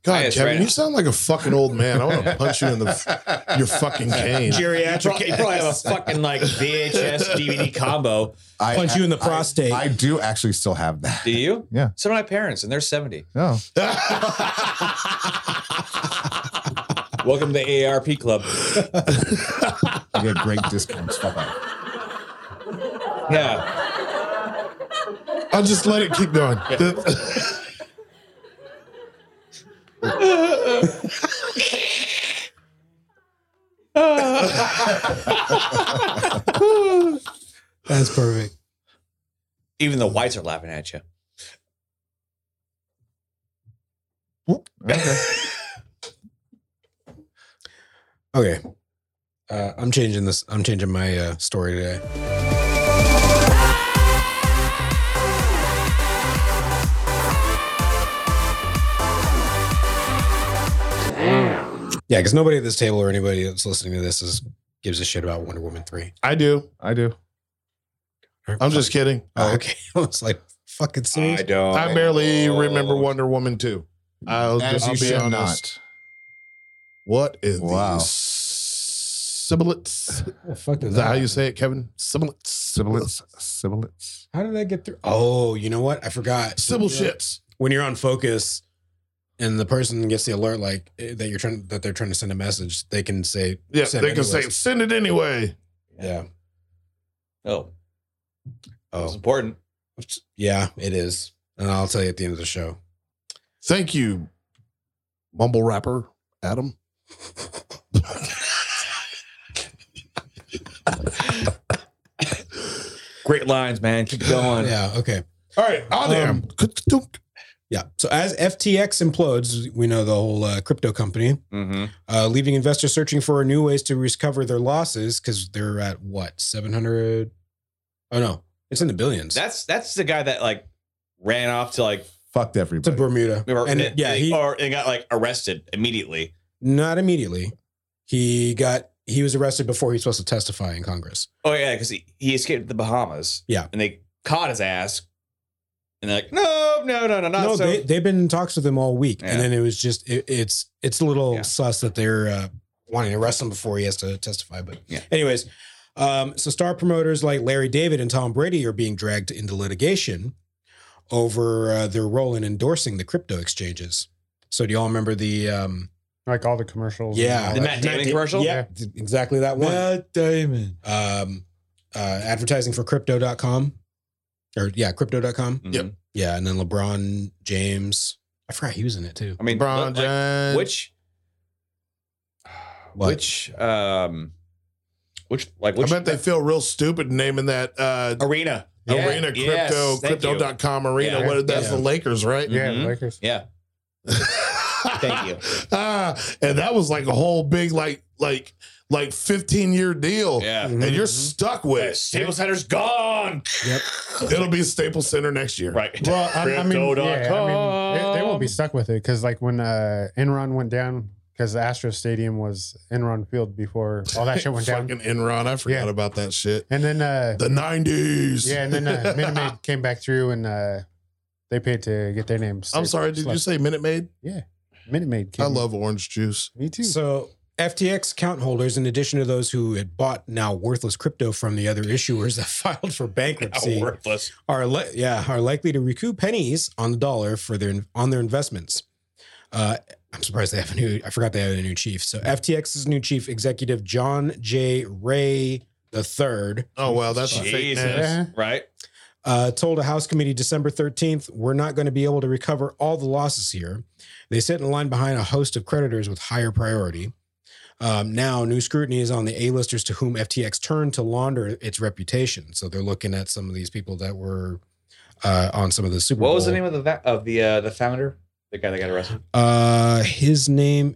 A: God,
B: just
A: Kevin,
B: ran
A: you
B: out.
A: sound like a fucking old man. I want to punch you in the your fucking cane.
J: Geriatric. You probably have a fucking like VHS DVD combo.
C: I,
D: Punch you in the
C: I-
D: prostate.
C: I, do actually still have that.
J: Do you?
C: Yeah.
J: So do my parents, and they're seventy.
C: No.
J: Welcome to the AARP club.
C: I get great discounts. Fuck off.
J: Yeah.
A: I'll just let it keep going.
D: That's perfect.
J: Even the whites are laughing at you.
C: Okay.
D: Okay. Uh, I'm changing this. I'm changing my uh, story today. Yeah, because nobody at this table or anybody that's listening to this is gives a shit about Wonder Woman three.
A: I do.
C: I do.
A: I'm just kidding.
D: Oh, okay. I was like, fucking serious.
J: don't.
A: I barely remember Wonder Woman 2. I'll
C: As
A: just
C: you
A: I'll be
C: should
A: honest.
C: not.
A: What is
C: Wow.
A: the sibilance?
D: Oh, fuck
A: Is
D: did
A: that how you say it, Kevin? Sibilance.
C: Sibilance. Sibilance.
D: How did I get through? Oh, you know what? I forgot.
A: Sibil
D: Yeah.
A: shits.
D: when you're on focus and the person gets the alert like eh, that you're trying that they're trying to send a message they can say
A: Yeah,
D: Send
A: they can
D: anyways.
A: say send it anyway.
D: yeah
J: Oh, that was
D: oh
J: important.
D: yeah it is and i'll tell you at the end of the show
A: Thank you, mumble rapper Adam.
J: Great lines, man. Keep going.
D: yeah okay
A: All right,
C: Ah,
A: oh damn.
D: Um, yeah so as ftx implodes we know the whole uh, crypto company
J: Mm-hmm.
D: uh, leaving investors searching for new ways to recover their losses because they're at what 700 oh no it's in the billions
J: That's that's the guy that like ran off to like
C: Fucked
D: it's in
C: everybody.
D: bermuda
J: or,
D: and it- yeah he,
J: or and got like arrested immediately.
D: Not immediately. He got he was arrested before he was supposed to testify in Congress.
J: Oh yeah, because he, he escaped the Bahamas.
D: Yeah.
J: and they caught his ass, and they're like, no, no, no, no, not
D: no,
J: so.
D: they they've been in talks with him all week,
J: Yeah.
D: and then it was just it, it's it's a little
J: Yeah.
D: sus that they're uh, wanting to arrest him before he has to testify. But
J: Yeah.
D: anyways, um, so star promoters like Larry David and Tom Brady are being dragged into litigation over uh, their role in endorsing the crypto exchanges. So do y'all remember the um,
H: Like all the commercials. and
D: yeah
H: all
J: The
H: that.
J: Matt Damon
D: Da-
J: commercial?
D: Yeah, exactly that one.
J: Damon.
D: um, uh, advertising for crypto.com or yeah, crypto.com.
J: Mhm.
A: Yep.
D: Yeah. And then LeBron James, I forgot he was in it too.
J: I mean,
A: LeBron
J: look, like,
A: James.
J: which
D: What?
J: which um which like
A: I
J: which
A: bet they feel real stupid naming that uh,
J: arena
A: arena
J: Yeah,
A: crypto
J: yes, thank you.
A: crypto.com arena.
J: Yeah.
A: What that's
D: Yeah.
A: the Lakers, right?
H: Yeah,
J: Mhm.
H: Lakers.
J: Yeah, Thank you.
A: Ah, and that was like a whole big like like like 15 year deal.
J: yeah. Mm-hmm.
A: And you're stuck with it.
J: Stable Center's gone.
A: It'll be Staples Center next year.
J: Right.
H: Well, I, I mean, yeah, I mean, they, they
J: Crypto.com.
H: won't be stuck with it because, like, when uh, Enron went down, because the Astro Stadium was Enron Field before all that shit went down,
A: Fucking Enron. I forgot
H: Yeah.
A: about that shit.
H: and then uh,
A: The 90s.
H: yeah, and then uh, Minute Maid came back through and uh, they paid to get their names.
A: I'm sorry. Did you say Minute Maid?
H: Minute Maid? Came
A: I love orange juice.
H: me too.
D: So FTX account holders, in addition to those who had bought now worthless crypto from the other issuers that filed for
J: How
D: bankruptcy,
J: worthless.
D: are li- yeah are likely to recoup pennies on the dollar for their on their investments. Uh, I'm surprised they have a new. I forgot they have a new chief. So FTX's new chief executive John J. Ray the third
A: Oh, well, that's a fake
J: Jesus.
A: name.
D: Eh?
J: Right.
D: uh, told a House committee December 13th, we're not going to be able to recover all the losses here. They sit in line behind a host of creditors with higher priority. Um, now, new scrutiny is on the A-listers to whom FTX turned to launder its reputation. So they're looking at some of these people that were uh, on some of the Super
J: What was the
D: Bowl.
J: name of the va- of the uh, the founder? The guy that got arrested.
D: Uh, his name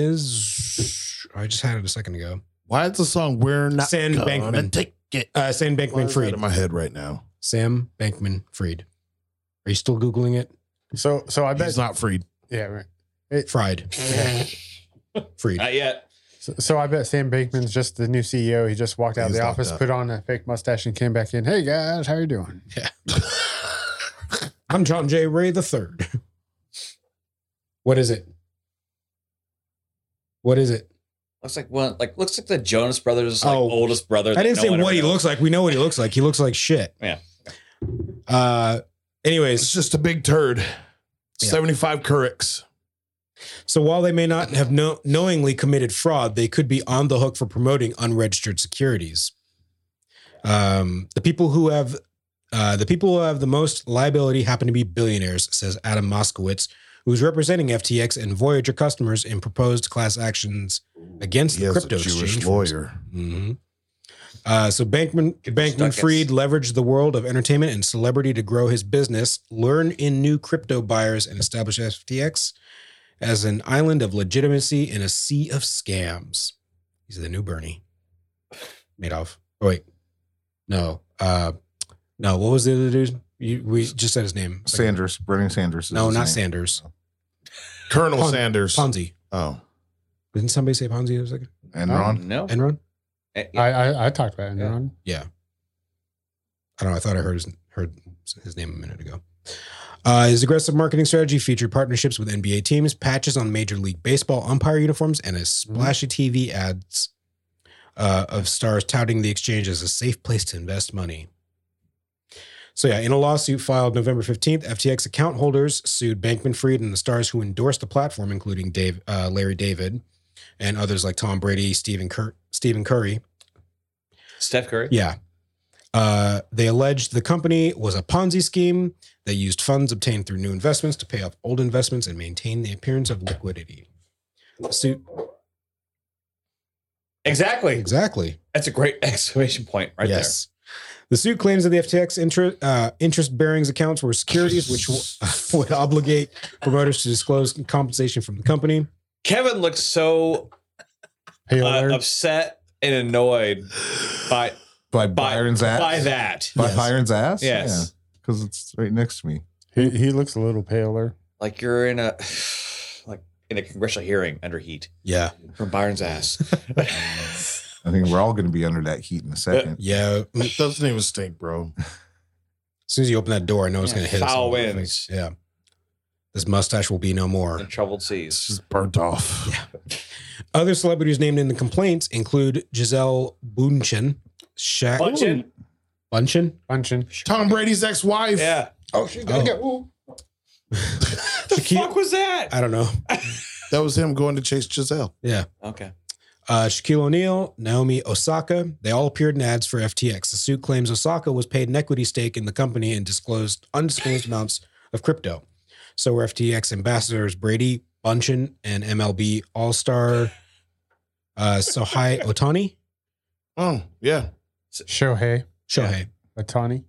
D: is. I just had it a second ago.
A: Why is the song "We're Not
D: Sam
A: Gonna
D: Bankman.
A: Take It"?
D: Uh, Sam
A: Why
D: Bankman
A: is that
D: Fried.
A: in my head right now.
D: Sam Bankman Fried. Are you still Googling it?
H: So, so I bet.
A: He's not freed.
H: yeah, right.
D: Fried. Fried.
J: Not yet.
H: So, so I bet Sam Bankman's just the new CEO. He just walked out
A: He's
H: of the
A: locked
H: office,
A: up.
H: put on a fake mustache, and came back in. Hey guys, how you doing?
D: I'm John J. Ray the third. What is it? What is it?
B: Looks like one, like looks like the Jonas Brothers, like
D: Oh.
B: oldest brother.
D: I
B: that
D: didn't
B: no
D: say
B: one
D: what
B: ever
D: he
B: knows.
D: looks like. We know what he looks like. He looks like shit.
B: Yeah.
D: Uh anyways,
A: It's just a big turd.
D: Yeah.
A: 75 Curricks.
D: so while they may not have no- knowingly committed fraud, they could be on the hook for promoting unregistered securities. Um, the people who have uh, the people who have the most liability happen to be billionaires, says Adam Moskowitz, who's representing FTX and Voyager customers in proposed class actions against the crypto exchange.
A: lawyer.
D: hmm Uh, so Bankman Bankman
B: stuck
D: Freed
B: as-
D: leveraged the world of entertainment and celebrity to grow his business, learn in new crypto buyers, and establish FTX as an island of legitimacy in a sea of scams. He's the new Bernie Madoff. Oh wait, no, uh, no. What was the other dude? You, we just said his name.
C: Sanders, Bernie Sanders. is
D: No,
C: his
D: not
C: name.
D: Sanders.
A: Colonel
D: Pon-
A: Sanders.
D: Ponzi.
A: oh. Um,
D: Didn't somebody say Ponzi a second?
C: And Ron.
B: No,
D: Enron.
B: Eh,
H: I, I I talked about it. Enron.
D: I don't know. I thought I heard his, heard his name a minute ago. Uh, his aggressive marketing strategy featured partnerships with NBA teams, patches on Major League Baseball umpire uniforms, and his splashy TV ads uh, of stars touting the exchange as a safe place to invest money. So, yeah, in a lawsuit filed November 15th, FTX account holders sued Bankman Fried and the stars who endorsed the platform, including Dave, uh, Larry David and others like Tom Brady, Stephen, Cur- Stephen Curry.
B: Steph Curry.
D: Yeah. Uh, they alleged the company was a Ponzi scheme that used funds obtained through new investments to pay off old investments and maintain the appearance of liquidity. So,
J: Exactly.
D: exactly.
J: That's a great exclamation point right
D: yes. The suit claims that the FTX interest uh, interest bearings accounts were securities, which w- would obligate promoters to disclose compensation from the company.
J: there. Kevin looked so
H: Hey,
J: uh,
H: alert.
J: upset and annoyed by
C: By
J: by,
C: Byron's ass.
J: by that.
C: By
D: Yes.
C: Byron's ass?
J: Yes.
C: Because it's right next to me.
H: he, he looks a little paler.
B: Like you're in a, like in a congressional hearing under heat
D: Yeah,
B: from Byron's ass.
C: I think we're all going to be under that heat in
A: Uh,
C: a second.
D: yeah. As
A: It doesn't even stink, bro.
D: soon as you open that door, I know it's
B: Yeah,
D: going to hit
J: foul
D: us. in the
J: winds.
D: face. Yeah. This mustache will be no more.
B: in troubled
A: It's
B: seas.
A: just burnt off.
D: Other celebrities named in the complaints include Giselle Bundchen, Shaq
J: Bunchen.
D: Bunchen?
H: Punching.
A: Tom Brady's ex wife.
J: Yeah.
H: Oh, she's
D: gonna get-
J: The
D: Shaquille-
J: fuck was that?
D: I don't know.
A: That was him going to chase Giselle.
B: Okay.
D: Uh, Shaquille O'Neal, Naomi Osaka, they all appeared in ads for FTX. The suit claims Osaka was paid an equity stake in the company and disclosed undisclosed amounts of crypto. So were FTX ambassadors Brady Bunchen and MLB All Star uh, Sohai Otani.
A: Oh, yeah.
H: Shohei
D: Shohei.
H: Atani.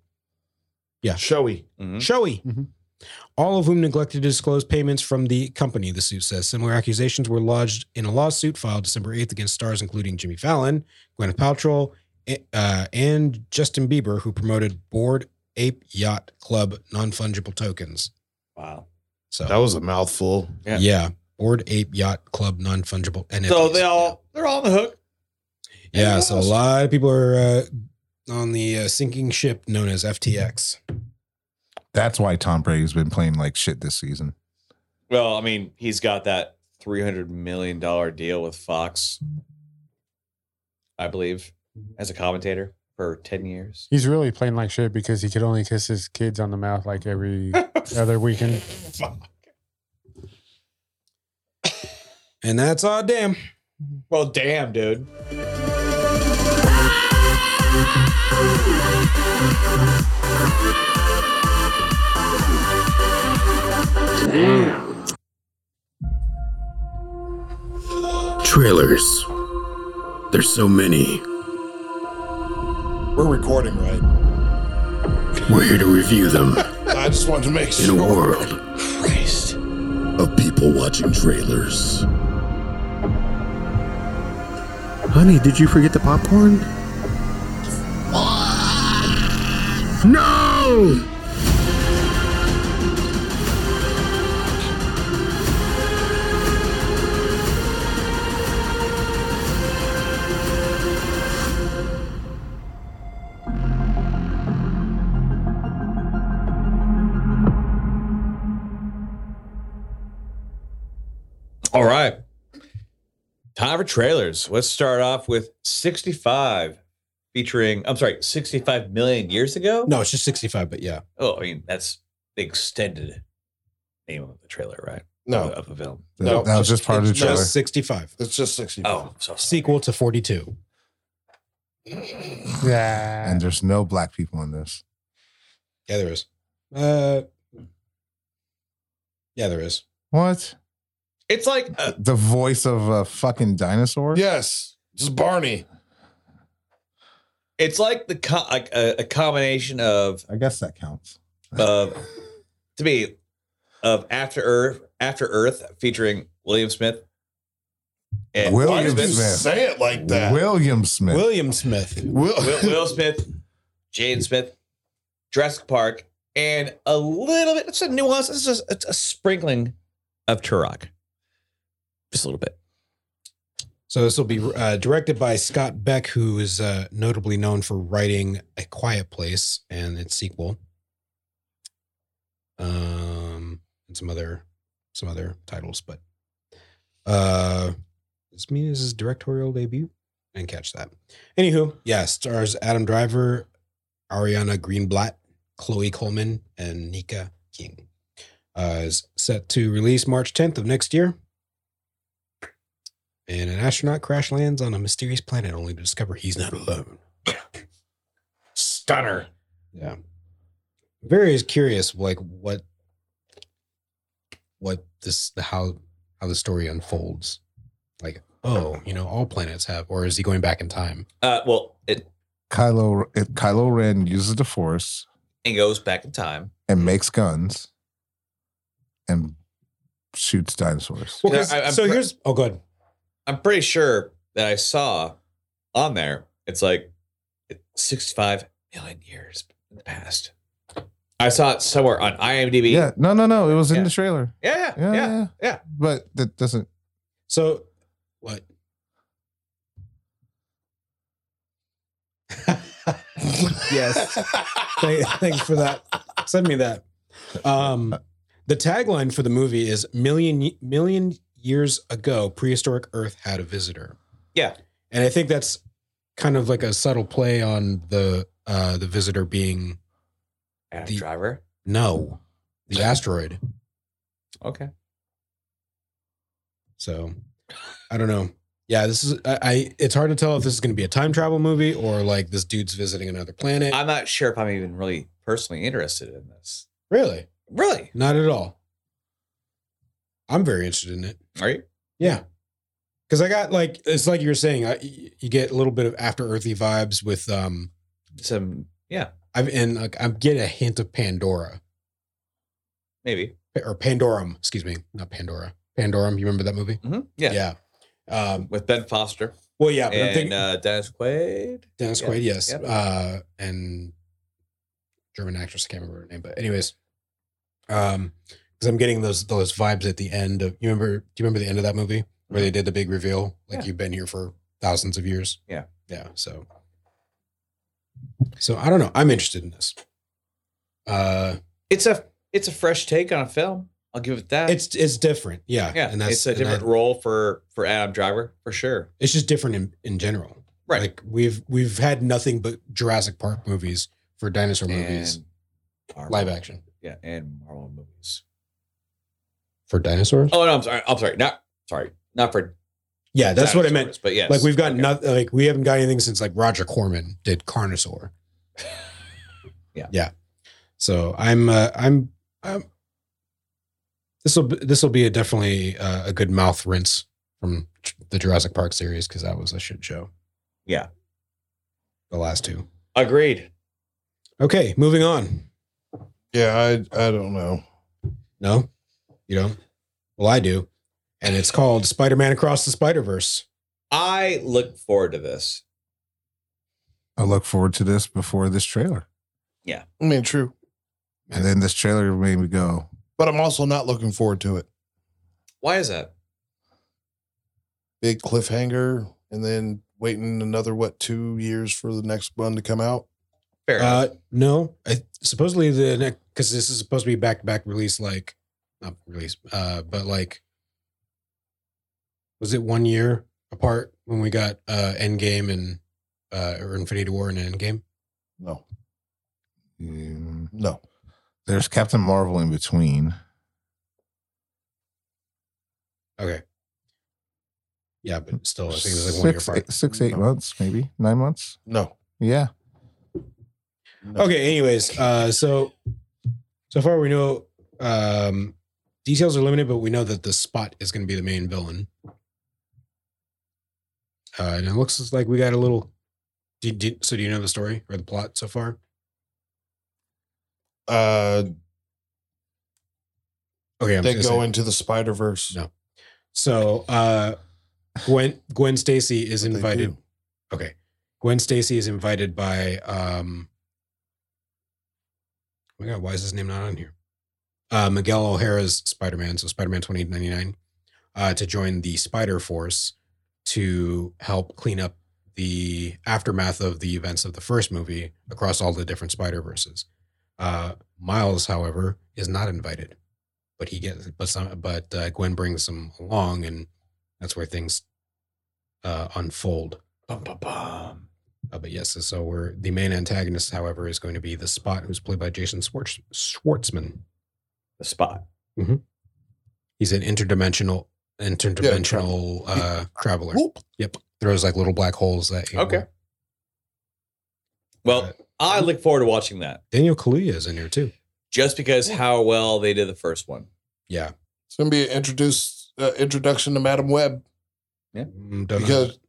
A: Showy.
J: Mm-hmm.
B: Mhm.
D: Showy.
A: Mm-hmm.
H: Mhm.
D: All of whom neglected to disclose payments from the company, the suit says. Similar accusations were lodged in a lawsuit filed December 8th against stars including Jimmy Fallon, Gwyneth Paltrow, eh, uh, and Justin Bieber, who promoted Board Ape Yacht Club non fungible tokens.
B: Wow.
D: So,
A: That was a mouthful.
B: yeah.
D: yeah, Board Ape Yacht Club non fungible NFTs.
J: So they all they're all on the hook.
D: yeah,
J: Everyone
D: so a
J: else.
D: lot of people are uh, on the uh, sinking ship known as FTX.
C: That's why Tom Brady's been playing like shit this season.
J: Well, I mean, he's got that three hundred million dollar deal with Fox, I believe, as a commentator for ten years.
H: He's really playing like shit because he could only kiss his kids on the mouth like every other weekend.
D: And that's all damn.
J: Well, damn, dude.
F: Trailers. There's so many.
A: We're recording, right?
F: We're here to review them
A: I just wanted to make
F: in
A: sure.
F: a world of people watching trailers.
K: Honey, did you forget the popcorn?
F: No!
B: All right. Time for trailers. Let's start off with 65 featuring, I'm sorry, 65 million years ago?
D: No, it's just 65, but yeah.
B: Oh, I mean, that's the extended name of the trailer, right?
A: No,
B: Of the film.
A: No,
C: that was just part of the
A: it's
C: trailer.
D: Just 65.
A: it's just 60.
B: Oh, so
D: Sequel to 42.
H: Yeah.
C: and uh, there's no black people in this.
D: Yeah, there is. Uh, yeah, there is.
C: What?
B: It's like uh, a,
C: The voice of a fucking dinosaur?
A: Yes. Just Barney.
B: it's like the co- like a, a combination of
C: I guess that counts.
B: of to me of After Earth After Earth featuring William Smith. And
C: Will-
A: Why
C: William
A: did you
C: Smith.
A: say it like that?
C: William Smith.
D: William Smith.
A: Will-
B: Will, Will Smith, Jane Smith, Jurassic Park, and a little bit. It's a nuance. It's just it's a sprinkling of Turok, just a little bit.
D: So this will be uh, directed by Scott Beck, who is uh, notably known for writing A Quiet Place and its sequel, um, and some other some other titles. But uh, this means his directorial debut. I didn't catch that. Anywho, yeah, stars Adam Driver, Ariana Greenblatt, Chloe Coleman, and Nika King. Uh, is set to release March 10th of next year. And an astronaut crash lands on a mysterious planet only to discover he's not alone.
B: Stunner.
D: Yeah. Very is curious like what what this how how the story unfolds. Like, oh, you know, all planets have or is he going back in time?
B: Uh, well, it,
C: Kylo, it, Kylo Ren uses the force
B: it goes back in time.
C: and makes guns and shoots dinosaurs.
B: Well, 'cause- Yeah, I- I'm
D: so
B: pre-
D: here's oh good.
B: I'm pretty sure that I saw on there. It's like 65 million years in the past. I saw it somewhere on IMDb.
C: Yeah, no, no, no. It was in
B: Yeah.
C: the trailer.
B: yeah, yeah.
C: Yeah,
B: yeah.
C: yeah,
B: yeah.
C: But that doesn't.
D: So what? yes. Thank- Thanks for that. Send me that. Um, the tagline for the movie is million million years ago, prehistoric Earth had a visitor.
B: Yeah.
D: and I think that's kind of like a subtle play on the uh, the visitor being
B: Adam
D: The-
B: Driver.
D: no, the asteroid.
B: Okay.
D: So I don't know. Yeah, this is I, I. It's hard to tell if this is going to be a time travel movie or like this dude's visiting another planet.
B: I'm not sure if I'm even really personally interested in this.
D: really,
B: Really?
D: not at all. I'm very interested in it.
B: Are you?
D: Yeah. Cause I got like it's like you were saying, I, you get a little bit of after earthy vibes with um
B: Some, yeah,
D: I've and like I'm getting a hint of Pandora.
B: maybe.
D: Or Pandorum, excuse me, not Pandora. Pandorum, you remember that movie?
B: hmm Yeah.
D: Um
B: With Ben Foster
D: well yeah, but I'm
B: and
D: thinking
B: uh, Dennis Quaid.
D: Dennis
B: yeah,
D: Quaid, yes.
B: yeah.
D: Uh and German actress, I can't remember her name, but anyways. Um because I'm getting those those vibes at the end of you remember do you remember the end of that movie where they did the big reveal? Like
B: Mm-hmm. Yeah.
D: you've been here for thousands of years.
B: Yeah.
D: Yeah. So So I don't know. I'm interested in this. Uh
B: It's a it's a fresh take on a film. I'll give it that.
D: it's it's different. Yeah.
B: Uh, yeah,
D: And that's
B: it's a
D: and I-
B: different role for for Adam Driver for sure.
D: it's just different in, in general.
B: Right.
D: Like we've we've had nothing but Jurassic Park movies for dinosaur movies.
B: and Marvel.
D: Live action.
B: Yeah, and Marvel movies.
D: For dinosaurs?
B: Oh no, I'm sorry. I'm sorry. Not sorry. Not for
D: yeah, that's what I meant.
B: dinosaurs, But yes,
D: Like we've got
B: Okay.
D: nothing. Like we haven't got anything since like Roger Corman did Carnosaur.
B: Yeah.
D: yeah. So I'm, uh, I'm, I'm. This will this will be a definitely uh, a good mouth rinse from tr- the Jurassic Park series because that was a shit show.
J: Yeah.
D: The last two.
J: Agreed.
D: Okay, moving on.
A: Yeah, I I don't know.
D: No, you don't. Well, I do, and it's called Spider-Man Across the Spider-Verse.
J: I look forward to this.
C: I look forward to this before this trailer.
A: I mean, true,
C: And then this trailer made me go,
A: but I'm also not looking forward to it.
J: Why is that?
A: Big cliffhanger, and then waiting another what two years for the next one to come out.
J: Fair enough.
D: Uh, no, I, supposedly the next because this is supposed to be back-to-back release, like not release, uh, but like was it one year apart when we got uh Endgame and uh or Infinity War and Endgame?
A: No,
C: mm,
A: no.
C: there's Captain Marvel in between.
D: Okay. Yeah, but still, Oh, I think it's like one year
C: Six,
D: apart.
C: eight, six, eight months, maybe nine months.
A: No.
C: Yeah.
A: no.
D: Okay. Anyways, uh, so so far we know um, details are limited, but we know that the spot is going to be the main villain. Uh, and it looks like we got a little. Do, do, so do you know the story or the plot so far?
A: Uh,
D: Okay, I'm
A: they
D: just
A: go
D: gonna say-
A: into the Spider Verse.
D: No. So uh, Gwen Gwen Stacy is
A: They
D: invited.
A: do.
D: Okay, Gwen Stacy is invited by. Um, oh my God, why is his name not on here? Uh, Miguel O'Hara's Spider Man, so Spider Man twenty ninety nine, uh, to join the Spider Force to help clean up the aftermath of the events of the first movie across all the different Spider Verses. Uh, Miles, however, is not invited but he gets but some but uh, Gwen brings him along, and that's where things uh, unfold.
J: Bum, bum, bum.
D: Uh, but yes, so we're the main antagonist, however, is going to be the Spot, who's played by Jason Schwartz, Schwartzman.
J: The spot.
D: He's an interdimensional interdimensional uh, traveler.
A: Whoop.
D: Yep, throws like little black holes that.
J: Okay. Well,
D: Uh,
J: I look forward to watching that
D: Daniel Kaluuya is in here too.
J: just because how well they did the first one.
D: Yeah,
A: It's gonna be an introduced uh, introduction to Madam Web
D: Mm, don't know.
A: because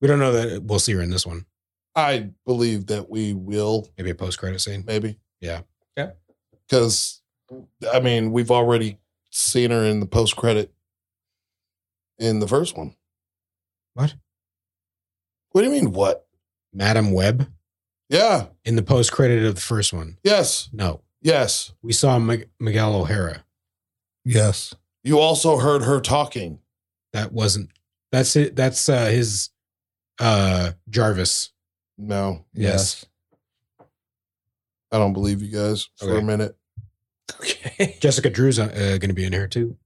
D: we don't know that we'll see her in this one.
A: I believe that we will
D: Maybe a post credit scene.
A: maybe.
D: Yeah.
J: Yeah.
A: Because I mean, we've already seen her in the post credit in the first one.
D: What?
A: What do you mean? What?
D: Madam Web
A: Yeah.
D: in the post credit of the first one.
A: Yes.
D: No,
A: Yes.
D: we saw Mig- Miguel O'Hara.
C: Yes.
A: You also heard her talking.
D: That wasn't. That's it. That's uh, his uh, Jarvis.
A: No,
D: Yes.
A: I don't believe you guys for a
D: Okay.
A: minute.
J: Okay.
D: Jessica Drew's uh, going to be in here too.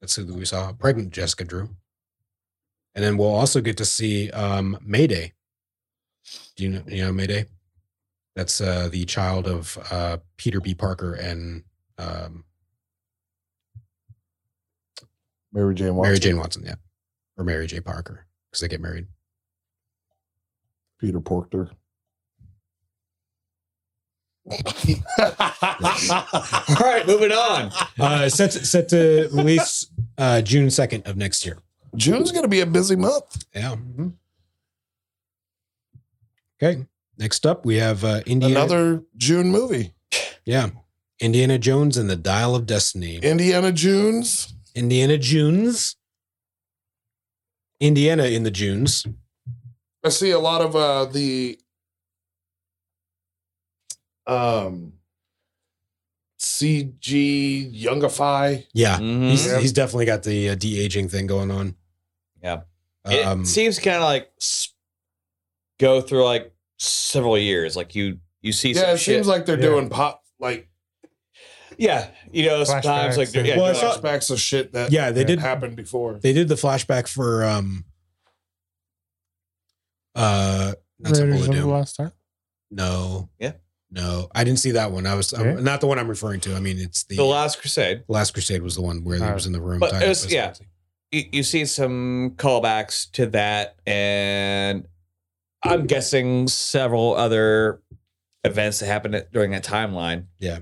D: That's who we saw. Pregnant Jessica Drew. And then we'll also get to see um, Mayday. Do you know, you know Mayday? That's uh, the child of uh, Peter B. Parker and um,
A: Mary Jane Watson,
D: Mary Jane Watson. Yeah. Or Mary J. Parker because they get married.
A: Peter Porter.
J: All right, moving on.
D: Uh, set, set to release uh, June 2nd of next year.
A: June's going to be a busy month.
D: Yeah.
H: Mm-hmm.
D: Okay. Next up, we have uh, Indiana.
A: Another June movie.
D: yeah, Indiana Jones and the Dial of Destiny.
A: Indiana Junes.
D: Indiana Jones. Indiana in the Junes.
A: I see a lot of uh the um CG youngify.
D: Yeah,
J: Mhm.
D: he's, he's definitely got the uh, de aging thing going on.
J: Yeah.
D: Um,
J: it seems kind of like s- go through like several years. Like you, you see
A: Yeah,
J: some
A: it
J: shit.
A: seems like they're
H: Yeah.
A: doing pop like
J: yeah, you know, sometimes like
H: Flashbacks
J: they're-
H: and-
J: yeah,
D: Well, I
J: you're
D: saw-
J: like,
A: flashbacks of shit that
D: yeah, they
A: had
D: did.
A: happened before.
D: They did the flashback for um, uh, not Temple
H: Raiders
D: of
H: of the
D: Doom.
H: Lost Ark.
D: No.
J: Yeah.
D: No, I didn't see that one. I was I'm-
H: Yeah.
D: not the one I'm referring to. I mean, it's the,
J: the Last Crusade.
D: Last Crusade was the one where he was in the room.
J: But
D: tied
J: it
D: up
J: was-
D: as-
J: yeah. You, you see some callbacks to that, and I'm guessing several other events that happened at- during that timeline.
D: Yeah.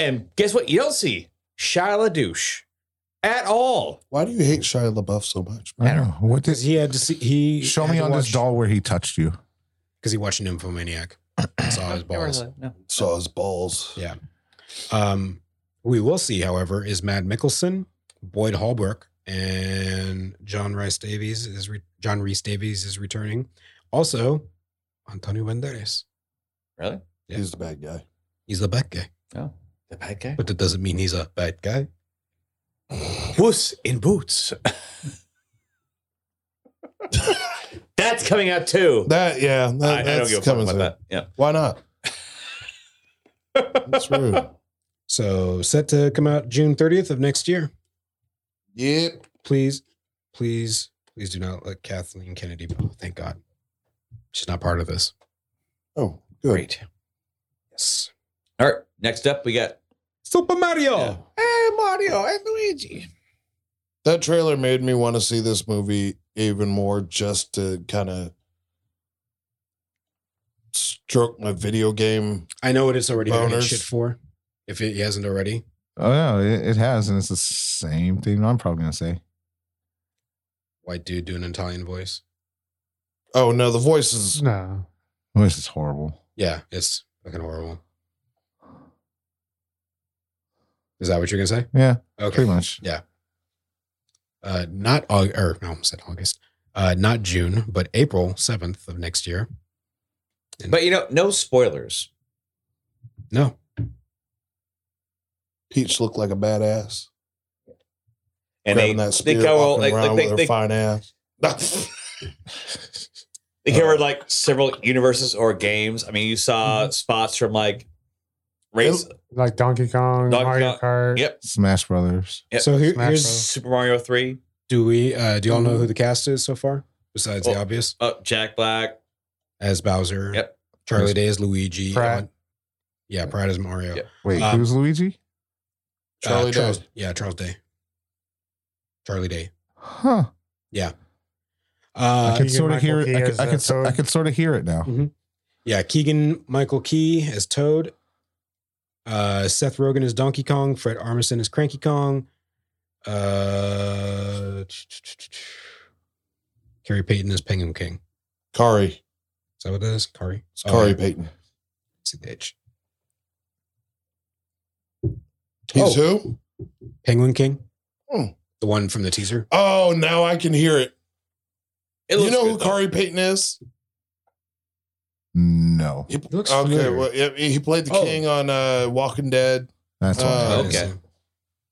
J: and guess what? You don't see Shia LaDouche
B: at all.
L: Why do you hate Shia LaBeouf so much?
C: I don't know. What
D: Because
C: did
D: he had to see he
C: show me on this doll where he touched you?
D: because he watched Nymphomaniac. and saw his balls.
B: No.
L: Saw his balls.
D: Yeah. Um, we will see, however, is Matt Mickelson, Boyd Hallbrook, and John Rice Davies is re- John Reese Davies is returning. Also, Antonio Banderas.
B: Really?
D: Yeah.
L: He's the bad guy.
D: He's the bad guy,
B: No. The bad guy?
D: but that doesn't mean he's a bad guy.
B: Puss in Boots. That's coming out too.
L: That yeah, that,
B: I, I don't
L: that's
B: give a fuck
L: coming
B: about
L: soon.
B: that. Yeah.
L: Why not? That's rude.
D: So set to come out June 30th of next year.
L: Yep.
D: Please, please, please do not let Kathleen Kennedy. Oh, thank God, she's not part of this.
L: Oh, good.
D: Yes.
B: All right. Next up, we got
D: Super Mario.
B: Hey Mario, hey Luigi.
L: That trailer made me want to see this movie even more just to kind of stroke my video game.
D: I know what it's already getting
L: Boners.
D: shit for. If it hasn't already,
C: Oh no, it, it has, and it's the same thing. I'm probably gonna say.
D: white dude doing an Italian voice.
L: Oh no, the voice is
H: No.
C: Oh, this is horrible.
D: Yeah, it's fucking horrible. Is that what you're gonna say?
C: Yeah,
D: Okay.
C: pretty much.
D: Uh, not August, or no, I said August. Uh, not June, but April seventh of next year.
B: But you know, no spoilers.
D: No,
L: Peach looked like a badass.
B: And they,
L: grabbing that
B: they
L: spear,
B: go
L: walking
B: like,
L: around
B: like
L: with
B: they,
L: her
B: they,
L: fine ass.
B: they covered like several universes or games. I mean, you saw
L: Mm-hmm.
B: spots from like race,
H: Like Donkey Kong,
B: Donkey
H: Mario
B: Kong.
H: Kart.
B: yep,
C: Smash Brothers.
B: Yeah.
D: So here,
H: Smash
D: here's
H: Bros.
B: Super Mario Three,
D: do we uh, do y'all know who the cast is so far besides the
B: Oh.
D: obvious
B: uh, Jack Black,
D: as Bowser?
B: Yep.
D: Charlie Day is Luigi.
H: Pratt.
D: Ellen- yeah, Pratt is Mario.
B: Yep.
C: Wait,
D: Um,
C: who's Luigi?
L: Charlie
D: uh,
L: Day.
D: Charles, Yeah, Charles Day. Charlie Day.
C: Huh.
D: Uh,
C: I could sort of hear
H: Keegan-Michael Key
C: it. I
H: as
C: could, I
H: that
C: could, s- I
H: Toad.
C: could sort of hear it now.
D: Yeah, Keegan Michael Key as Toad. Uh, Seth Rogen is Donkey Kong. Fred Armisen is Cranky Kong. Uh, Carrie Payton is Penguin King. Is
L: Kari.
D: that what that is? Kari.
L: It's Kari Payton.
D: It's the H.
B: Oh.
L: He's who?
D: Oh, Penguin King.
L: Hmm.
D: The one from the teaser.
L: Oh, now I can hear it.
B: It
L: you
B: looks
L: know
B: good,
L: who
B: though.
L: Kari Payton is?
D: Mm.
C: No,
L: He,
D: looks
L: okay,
D: familiar.
L: well, yeah, he played the
B: Oh.
L: king on uh, Walking Dead,
C: that's what
L: Uh,
C: it is.
B: okay.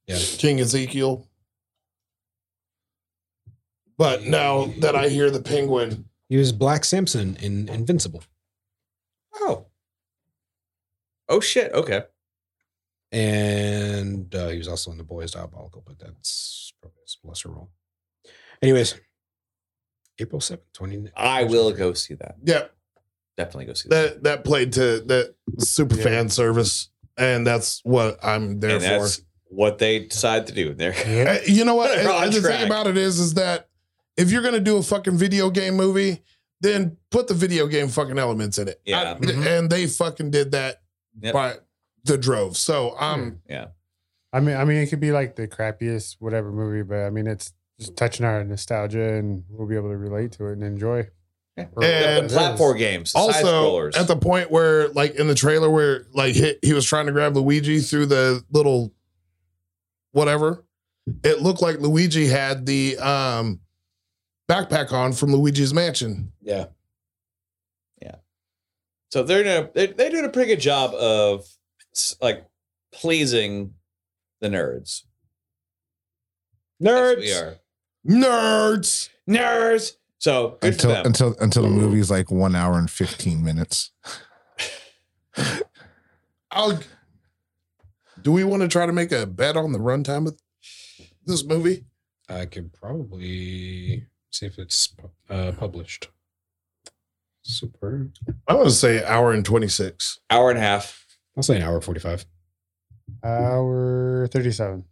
D: Yeah.
L: King Ezekiel. But now that I hear the penguin,
D: He was Black Samson in Invincible.
B: Oh, oh shit. Okay,
D: and uh, he was also in the boys diabolical but that's probably his lesser role anyways april 7th 20
B: I will go see that.
L: yeah,
B: Definitely go see that.
A: that that played to that super fan service, and that's what I'm there
B: and
A: for.
B: that's what they decide to do. There,
A: Uh, You know what?
B: We're on
A: And the
B: track.
A: thing about it is, is that if you're gonna do a fucking video game movie, then put the video game fucking elements in it.
B: Yeah.
A: I-
D: Mm-hmm.
A: and they fucking did that
B: Yep. Hmm.
A: by the drove. So um, I'm
B: yeah.
H: I mean, I mean, it could be like the crappiest whatever movie, but I mean, it's just touching our nostalgia, and we'll be able to relate to it and enjoy. Or-
B: The,
A: And-
B: the platform games, the side
A: also
B: scrollers.
A: at the point where, like in the trailer, where like he, he was trying to grab Luigi through the little whatever. It looked like Luigi had the um backpack on from Luigi's Mansion.
B: Yeah. Yeah. So they're gonna they're, they're doing a pretty good job of s- like pleasing the nerds. Yes, we are
A: Nerds.
B: nerds. So good
C: until
B: for them.
C: until until the movie's like one hour and fifteen minutes.
A: I'll, do we want to try to make a bet on the runtime of this movie?
D: i could probably see if it's uh, published super
A: I want to say hour and twenty six.
B: Hour and a half.
D: i'll say an hour 45
H: Hour thirty-seven.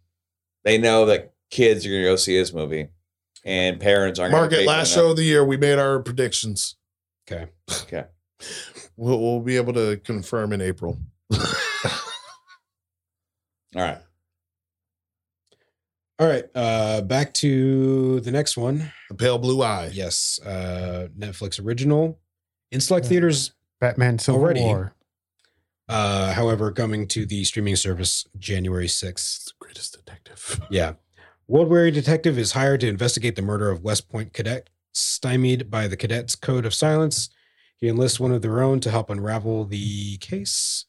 B: They know that kids are gonna go see this movie, and parents aren't. gonna
A: Market
B: pay for
A: last
B: that.
A: show of the year. We made our predictions.
D: Okay.
B: Okay.
A: We'll, we'll be able to confirm in April.
B: All right.
D: All right, uh, back to the next one.
A: The Pale Blue Eye.
D: Yes, uh, Netflix original in select theaters
H: Batman Civil
D: Already.
H: War.
D: Uh, however, coming to the streaming service January 6th.
M: Greatest detective.
D: Yeah. World weary detective is hired to investigate the murder of West Point cadet, stymied by the cadet's code of silence. He enlists one of their own to help unravel the case.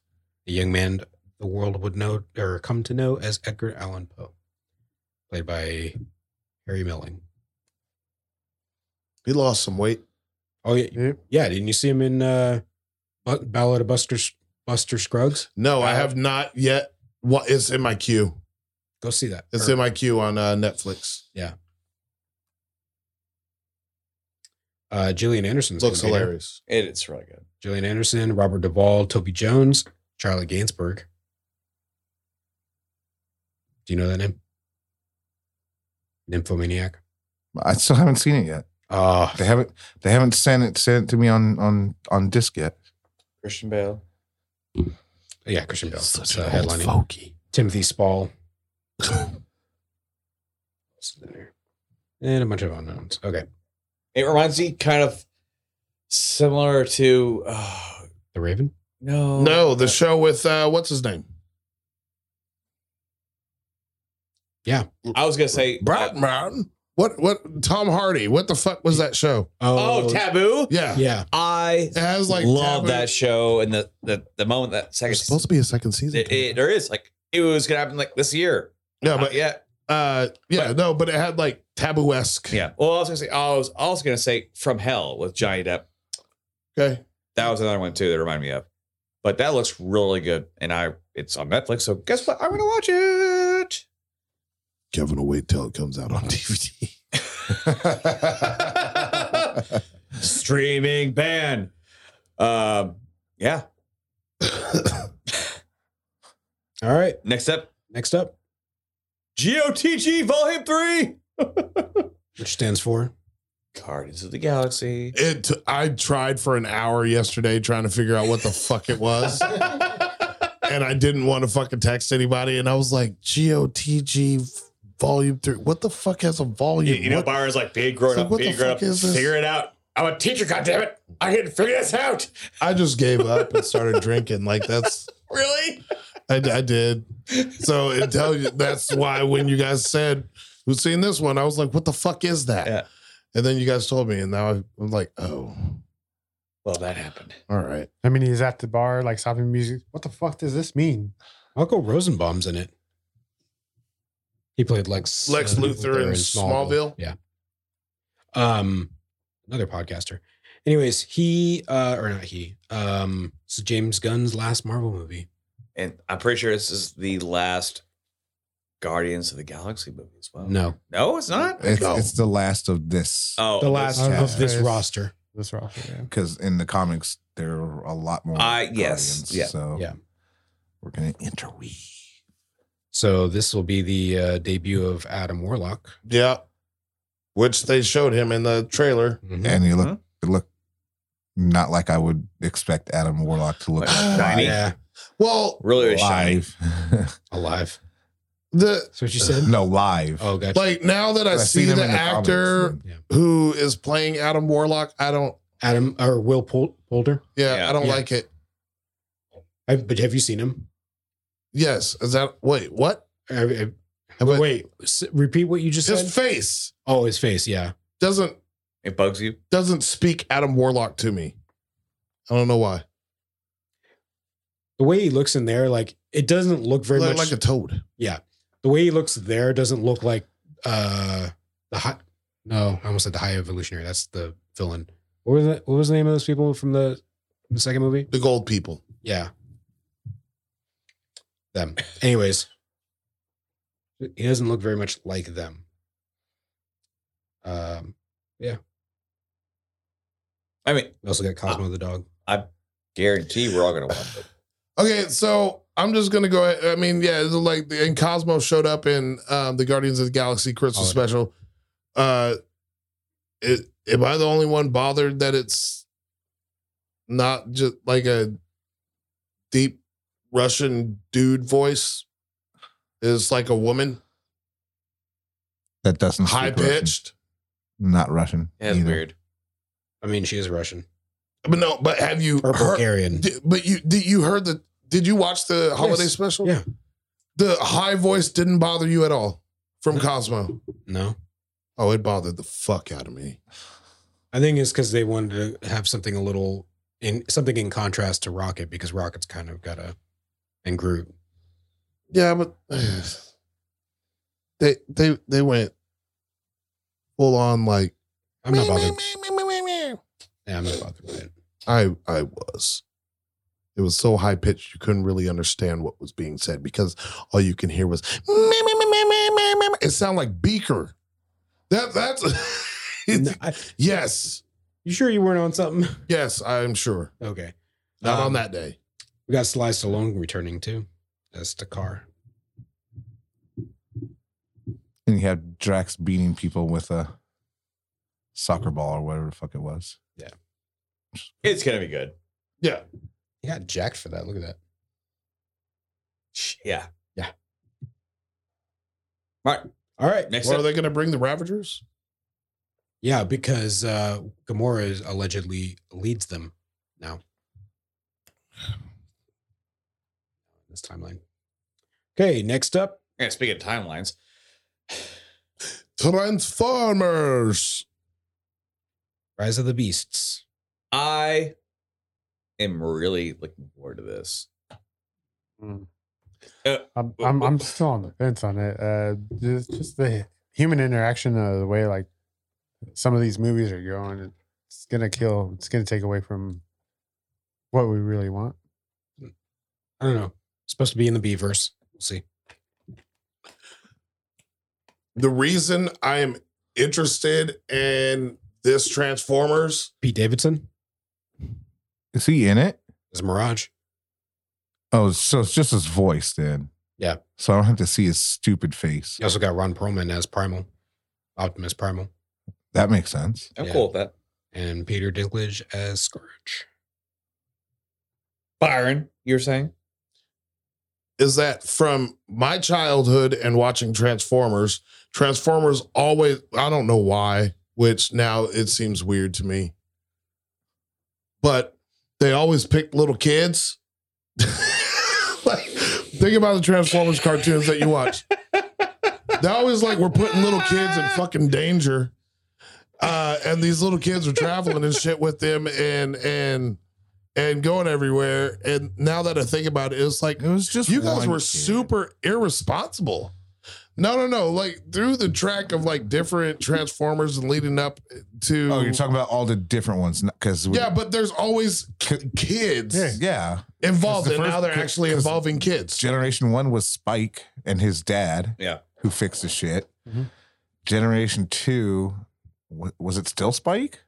D: The young man the world would know or come to know as Edgar Allan Poe, played by Harry Melling.
A: He lost some weight.
D: Oh yeah,
H: Yep.
D: yeah. Didn't you see him in uh, Bu- Ballad of Buster Buster Scruggs?
A: No, I have not yet. What it's in my queue.
D: Go see that.
A: It's
D: Or-
A: in my queue on uh, Netflix.
D: uh, Gillian Anderson's
A: Looks
D: gonna be there.
A: hilarious.
B: It, it's really good.
D: Gillian Anderson, Robert Duvall, Toby Jones, Charlie Gainsbourg. Do you know that name? Nymphomaniac.
C: I still haven't seen it yet.
D: Oh,
C: They haven't they haven't sent it sent it to me on on on disc yet.
B: Christian Bale.
D: yeah, Christian Bell.
M: Such
D: Such
M: an old
D: headlining.
M: folky.
D: Timothy Spall. What's in there? and a bunch of unknowns. Okay.
B: It reminds me kind of similar to uh,
D: The Raven?
M: Oh,
B: no
A: No, the show with uh, what's his name?
B: I was gonna say uh,
A: Brad Brown. What? What? Tom Hardy. What the fuck was that show?
B: oh taboo.
A: Yeah,
D: yeah.
B: I
A: it has like
B: love
A: Taboo-
B: that show and the the, the moment that second
M: There's supposed to be a second season.
B: it, it- there is like it was gonna happen like this year.
A: Yeah,
B: Not
A: but
B: yet.
A: uh, yeah, no, but it had like taboo esque.
B: Yeah. Well, I was gonna say I was also gonna say From Hell with Johnny Depp.
A: Okay.
B: That was another one too that reminded me of. But that looks really good, and I it's on Netflix. So guess what? I'm gonna watch it.
M: Kevin will wait till it comes out on DVD.
B: Streaming ban. Um. Yeah.
D: All right.
B: Next up,
D: Next up,
B: GOTG Volume Three.
D: which stands for
B: Guardians of the Galaxy.
A: It. T- I tried for an hour yesterday trying to figure out what the fuck it was, and I didn't want to fucking text anybody. And I was like, GOTG Volume Three. What the fuck has a
J: You,
A: volume?
J: you know,
A: What-
J: Byron's like, being grown
A: So
J: up,
A: what
J: being
A: the
J: grown
A: fuck
J: up,
A: is this?
J: figure it out. I'm a teacher, goddammit. I can figure this out.
A: I just gave up and started drinking. Like that's
J: Really?
A: I, I did. So it tells you that's why when you guys said who's seen this one, I was like, what the fuck is that?
B: Yeah.
A: And then you guys told me, and now I- I'm like, oh,
B: Well, that happened.
A: all right.
H: I mean, he's at the bar, like stopping music. What the fuck does this mean?
D: Michael Rosenbaum's in it. He played Lex uh,
A: Lex Luthor in Smallville?
D: Yeah. Um, another podcaster. Anyways, he uh or not he. Um, it's James Gunn's last Marvel movie.
B: And I'm pretty sure this is the last Guardians of the Galaxy movie as well.
D: No,
B: no, it's not.
C: It's,
A: No.
C: it's the last of this
B: Oh,
D: the last
H: I
D: of
H: was
D: this
H: gonna say-
D: roster.
H: This roster, yeah.
C: because in the comics there are a lot more.
B: I- yes,
C: Guardians,
B: yeah,
C: So
D: yeah.
C: we're gonna interweave.
D: So this will be the uh, debut of Adam Warlock.
A: Yeah. Which they showed him in the trailer.
B: Mm-hmm.
C: and he looked it looked not like I would expect Adam Warlock to look
B: Like
A: Ah.
C: like
B: shiny.
C: live.
D: Yeah,
A: Well,
B: really, really shiny.
C: live.
D: alive.
A: the
D: That's what you said.
C: no, live.
D: Oh, gotcha.
A: like now that I,
C: I've
A: see
C: seen him
A: the
C: in the comics.
A: actor
D: yeah.
A: who is playing Adam Warlock, I don't.
D: Adam or Will Pol- Polder.
A: Yeah,
B: Yeah.
A: I don't
D: Yeah.
A: like it.
D: I, but have you seen him?
A: Yes, is that wait? What?
D: I, I,
A: But
D: wait, s- repeat what you just said.
A: His face
D: oh, his face. Yeah.
A: doesn't
B: It bugs you.
A: doesn't speak Adam Warlock to me. I don't know why.
D: the way he looks in there, like it doesn't look very
A: Like,
D: much.
A: like a toad.
D: the way he looks there doesn't look like uh the high. No, I almost said the high evolutionary. That's the villain. What was the, what was the name of those people from the, from the second movie?
A: The gold people.
D: Yeah, them. Anyways, he doesn't look very much like them. Um,
B: I mean,
D: we also got Cosmo
A: Ah.
D: the dog.
B: guarantee we're all gonna watch it.
A: Okay, so I'm just gonna go. Ahead. I mean, yeah, it's like and Cosmo showed up in um, the Guardians of the Galaxy Christmas
D: Oh, yeah.
A: special. Uh, it, am I the only one bothered that it's not just like a deep Russian dude voice? It's like a woman.
C: that doesn't speak
A: High
C: Russian.
A: pitched.
C: Not Russian.
B: Yeah, it's
C: either.
B: weird.
D: I mean, she is Russian
A: But no, but have you
D: or
A: heard?
D: Bulgarian.
A: Di- but you did you heard the did you watch the holiday
D: Yes.
A: special?
D: Yeah.
A: The high voice didn't bother you at all from Cosmo.
D: No,
A: Oh, it bothered the fuck out of me.
D: I think it's because they wanted to have something a little in something in contrast to Rocket because Rocket's kind of got a and Groot.
A: Yeah, but they they they went full on like
D: I'm not bothered. Yeah, I'm not bothered by it.
A: I I was. It was so high pitched you couldn't really understand what was being said because all you can hear was "Meh, meh, meh, meh, meh, meh, meh, meh." it sounded like Beaker. That that's
D: No, I-
A: yes.
D: you sure you weren't on something?
A: Yes, I'm sure.
D: Okay.
A: Not on
D: Um,
A: that day.
D: We got Sly Stallone returning too. That's the car.
C: And you had Drax beating people with a soccer ball or whatever the fuck it was.
B: It's gonna be good.
A: Yeah.
D: He got jacked for that. Look at that.
B: Sh- Yeah.
D: All right.
B: Next
A: Well,
B: up,
A: are they going to bring the Ravagers?
D: Yeah, because uh Gamora is allegedly leads them now. This timeline. Okay, next up,
B: yeah, speaking of timelines,
A: Transformers.
D: Rise of the Beasts.
B: I am really looking forward to this.
H: Mm.
B: Uh,
H: I'm, I'm I'm still on the fence on it. Uh, just, just the human interaction, uh, the way like some of these movies are going, it's gonna kill. It's gonna take away from what we really want.
D: I don't know. It's supposed to be in the Beavers. We'll see.
A: The reason I am interested in this Transformers,
D: Pete Davidson
C: Is he in it?
D: is Mirage.
C: Oh, so it's just his voice then.
D: Yeah.
C: So I don't have to see his stupid face.
D: You also got Ron Perlman as Primal, Optimus Primal,
C: That makes sense.
B: I'm
D: Yeah.
B: cool with that.
D: and Peter Dinklage as Scourge.
B: Byron, you were saying?
A: is that from my childhood and watching Transformers, Transformers always, I don't know why, which now it seems weird to me, but they always picked little kids. like, think about the Transformers cartoons that you watch. They're always like, we're putting little kids in fucking danger. Uh, and these little kids are traveling and shit with them and, and, and going everywhere. And now that I think about it, it's like,
C: It was just
A: you guys
C: one
A: were
C: kid.
A: super irresponsible. No, no, no. Like through the track of like different Transformers and leading up to.
C: Oh, you're talking about all the different ones because
A: yeah, but there's always ki- kids
C: yeah, yeah.
A: involved,
C: It's the
A: and
C: first-
A: now they're actually
C: 'cause-
A: involving kids.
C: Generation one was Spike and his dad.
B: Yeah.
C: who fixed the shit.
H: Mhm.
C: Generation two, wa- was it still Spike?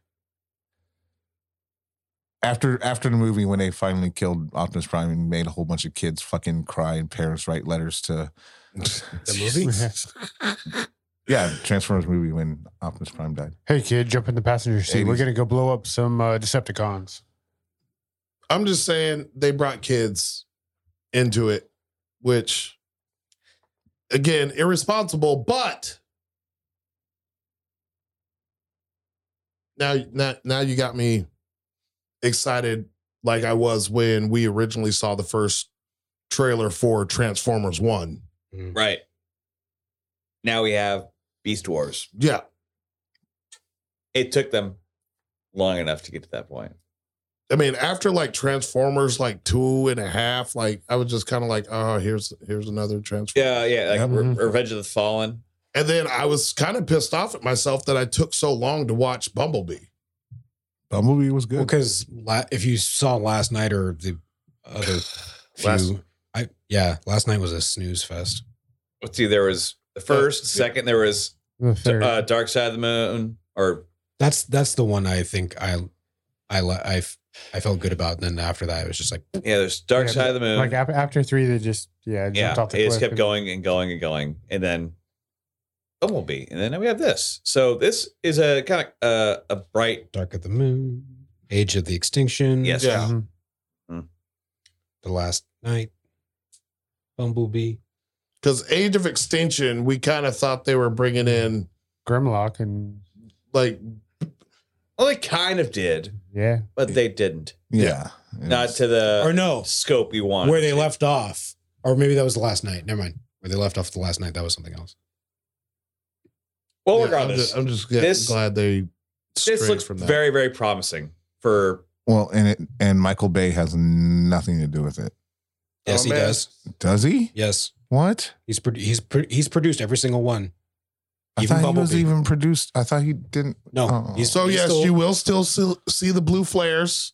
C: After after the movie, when they finally killed Optimus Prime and made a whole bunch of kids fucking cry and parents write letters to
D: The movie?
C: yeah Transformers movie when Optimus Prime died.
H: Hey kid, jump in the passenger seat. We're
C: 80s.
H: gonna go blow up some uh, Decepticons.
A: I'm just saying they brought kids into it, which again, irresponsible, but now now, now you got me excited like I was when we originally saw the first trailer for Transformers 1.
B: Right. Now we have Beast Wars.
A: Yeah.
B: It took them long enough to get to that point.
A: I mean, after like Transformers like two and a half, like I was just kind of like, oh, here's here's another Transformers.
B: Yeah, yeah. Like
C: Yep.
H: mhm.
B: Re- Revenge of the Fallen.
A: And then I was kind of pissed off at myself that I took so long to watch Bumblebee.
C: Bumblebee was
D: Well,
C: good.
D: because la- if you saw last night or the other few,
A: Last-
D: I yeah, last night was a snooze fest.
B: Let's see, there was the first, second, there was
H: The
B: d-
H: third.
B: uh, Dark Side of the Moon, or
D: That's that's the one I think I I li- I f- I felt good about. And then after that, it was just like
B: yeah, there's Dark
H: Yeah,
B: Side of the Moon.
H: like af- after three, they just yeah jumped
B: yeah,
H: off the
B: it just kept
H: cliff and-
B: going and going and going, and then Bumblebee, and then we have this. So this is a kind of uh, a bright
D: Dark of the Moon, Age of the Extinction,
B: yes.
A: Yeah.
H: Mhm.
D: The Last Night, Bumblebee.
A: Because Age of Extinction, we kind of thought they were bringing in
H: Grimlock and
A: like.
B: Well, they kind of did,
H: yeah,
B: but they didn't.
C: Yeah.
B: Not to the
D: Or no,
B: scope you want.
D: where they left off, or maybe that was the last night. Never mind. Where they left off the last night, that was something else.
B: Well,
A: Yeah, I'm
B: regardless,
A: just, I'm just get-
B: This-
A: glad they.
B: this
A: strayed
B: looks
A: from that.
B: very, very promising for.
C: Well, and it and Michael Bay has nothing to do with it.
D: Yes,
A: Oh,
D: he
A: man.
D: does.
C: Does he?
D: Yes,
C: What?
D: he's pro- he's pro- he's produced every single one.
C: I
D: Even
C: thought he was
D: Bumblebee.
C: even produced. I thought he didn't
D: No,
C: Oh.
D: he's
A: So
D: he's
A: yes,
D: still-
A: you will still see, see the blue flares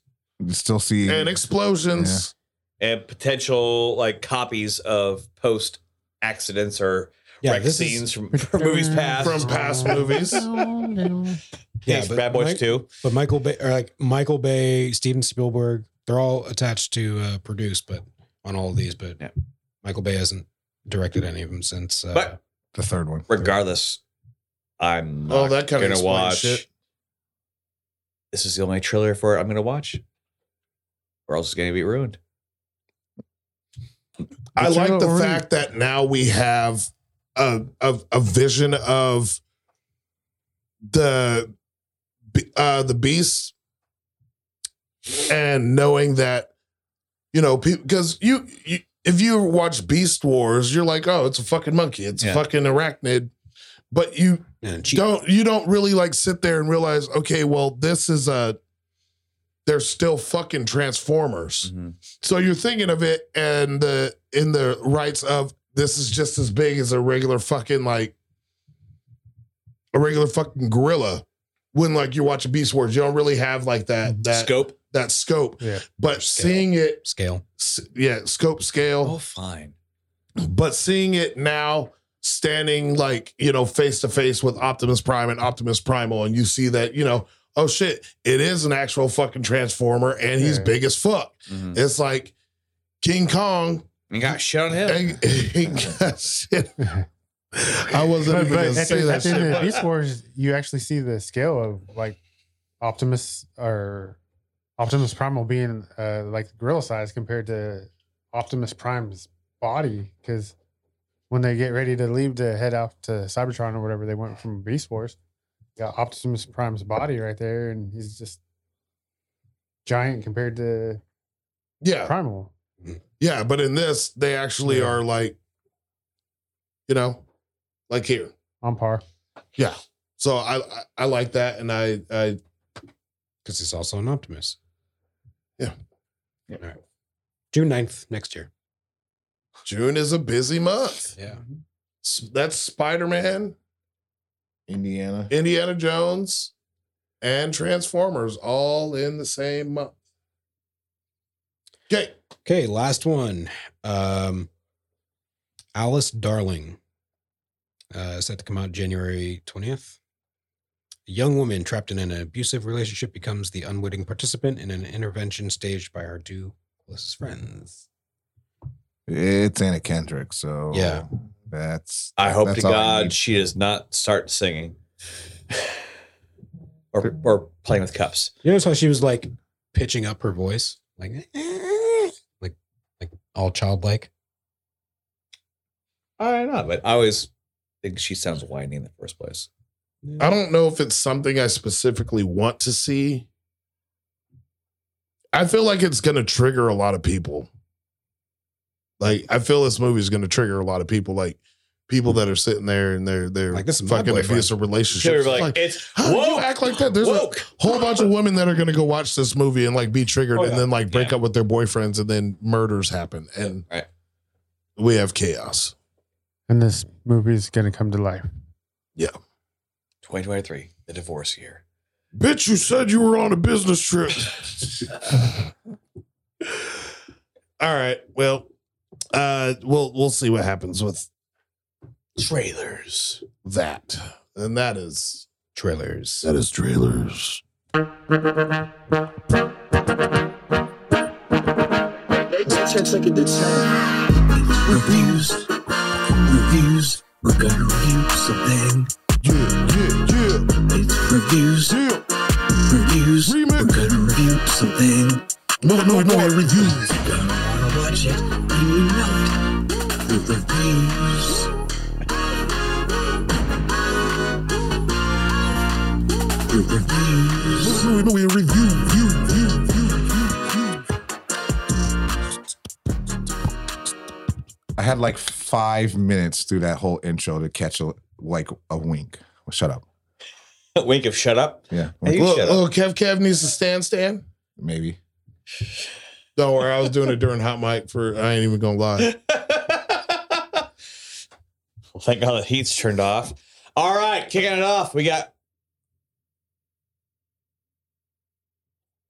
C: still see
A: and explosions.
B: and potential like copies of post accidents or
D: yeah,
B: wreck
D: this is-
B: scenes from, from movies past.
A: From past movies.
B: yeah,
D: yeah, but
B: Bad Boys
D: Mike-
B: too.
D: But Michael Bay, or like Michael Bay, Steven Spielberg, they're all attached to uh, produce, but on all of these, but
B: Yeah.
D: Michael Bay hasn't directed any of them since. Uh,
B: But-
C: the third one.
B: Regardless, I'm not
A: Oh, that kinda
B: gonna
A: explains
B: watch.
A: shit.
B: This is the only trailer for it I'm gonna watch, or else it's gonna be ruined.
A: I
C: But you
A: like
C: know,
A: the
C: already-
A: fact that now we have a a, a vision of the be- uh the beast and knowing that you know because you, you if you watch Beast Wars you're like oh it's a fucking monkey it's
B: Yeah.
A: a fucking arachnid but you
D: and cheap.
A: don't you don't really like sit there and realize okay well this is a they're still fucking transformers so you're thinking of it and the in the rights of this is just as big as a regular fucking like a regular fucking gorilla when like you're watching beast wars you don't really have like that that scope.
B: Scope.
A: that scope
H: yeah.
A: but
D: Scale.
A: seeing it
D: scale.
A: s- yeah scope scale
B: Oh, fine.
A: but seeing it now standing like you know face to face with optimus prime and optimus primal and you see that you know oh shit it is an actual fucking transformer and he's
H: Yeah.
A: big as fuck
B: Mhm.
A: it's like king kong
B: You got shit on him.
A: and- and- shit. i wasn't
H: But,
A: even gonna
H: but at,
A: say
H: the,
A: that
H: at the end
A: shit
H: of Beast Wars, you actually see the scale of like Optimus or Optimus Primal being uh, like gorilla size compared to Optimus Prime's body. Because when they get ready to leave to head out to Cybertron or whatever, they went from Beast Wars. Got Optimus Prime's body right there, and he's just giant compared to
A: yeah
H: Primal.
A: yeah but in this they actually
H: Yeah.
A: are like you know like here
H: On par.
A: so i i, I like that and i i
D: because he's also an optimist.
A: Yeah.
D: All right. June 9th next year.
A: june is a busy month
D: Yeah.
A: S- that's spider-man
C: Indiana.
A: Indiana Jones, and Transformers all in the same month. Okay.
D: Okay, last one. Um, Alice Darling uh, set to come out January 20th. A young woman trapped in an abusive relationship becomes the unwitting participant in an intervention staged by her two closest friends.
C: It's Anna Kendrick, so
D: Yeah.
C: That's
B: I hope
C: That's
B: to
C: all I
B: God
C: need.
B: she does not start singing or, or playing with cups.
D: You notice how she was like pitching up her voice, like, eh, like, like all childlike.
B: I don't know, but I always think she sounds whiny in the first place.
A: I don't know if it's something I specifically want to see. I feel like it's going to trigger a lot of people. Like I feel this movie is going to trigger a lot of people, like people that are sitting there and they're they're
D: Like, this is my
A: fucking
D: boyfriend.
A: abusive
B: She'll
A: relationships.
B: be like, "Eh,
A: Like,
B: it's
A: how do you
B: woke,
A: act like that? There's a
B: woke.
A: whole bunch of women that are going to go watch this movie and like be triggered
B: Oh, yeah.
A: and then like break
B: Yeah.
A: up with their boyfriends and then murders happen and
B: Right.
A: we have chaos.
H: And this movie is going to come to life.
B: 2023, the divorce year.
A: Bitch, you said you were on a business trip. All right. Well, uh we'll we'll see what happens with trailers. That. And that is
D: Trailers.
A: that is trailers.
N: Reviews. Reviews. We're gonna review something.
A: Yeah, yeah, yeah,
N: It's reviews.
A: yeah.
N: Reviews. We're
A: Remix.
N: gonna review something.
A: No, no, no, reviews.
N: You're gonna wanna watch it when you know it. The reviews.
F: Movie, movie review, you, you,
C: I had like five minutes through that whole intro to catch a, like a wink. Well, shut up.
B: Wink of shut up.
C: Yeah.
B: Hey, you
A: Look,
B: shut up.
A: look, uh, Kev Kev needs to stand stand.
C: Maybe.
A: Don't worry, I was doing it during hot mic for I ain't even gonna lie.
B: Well, thank God the heat's turned off. All right, kicking it off. We got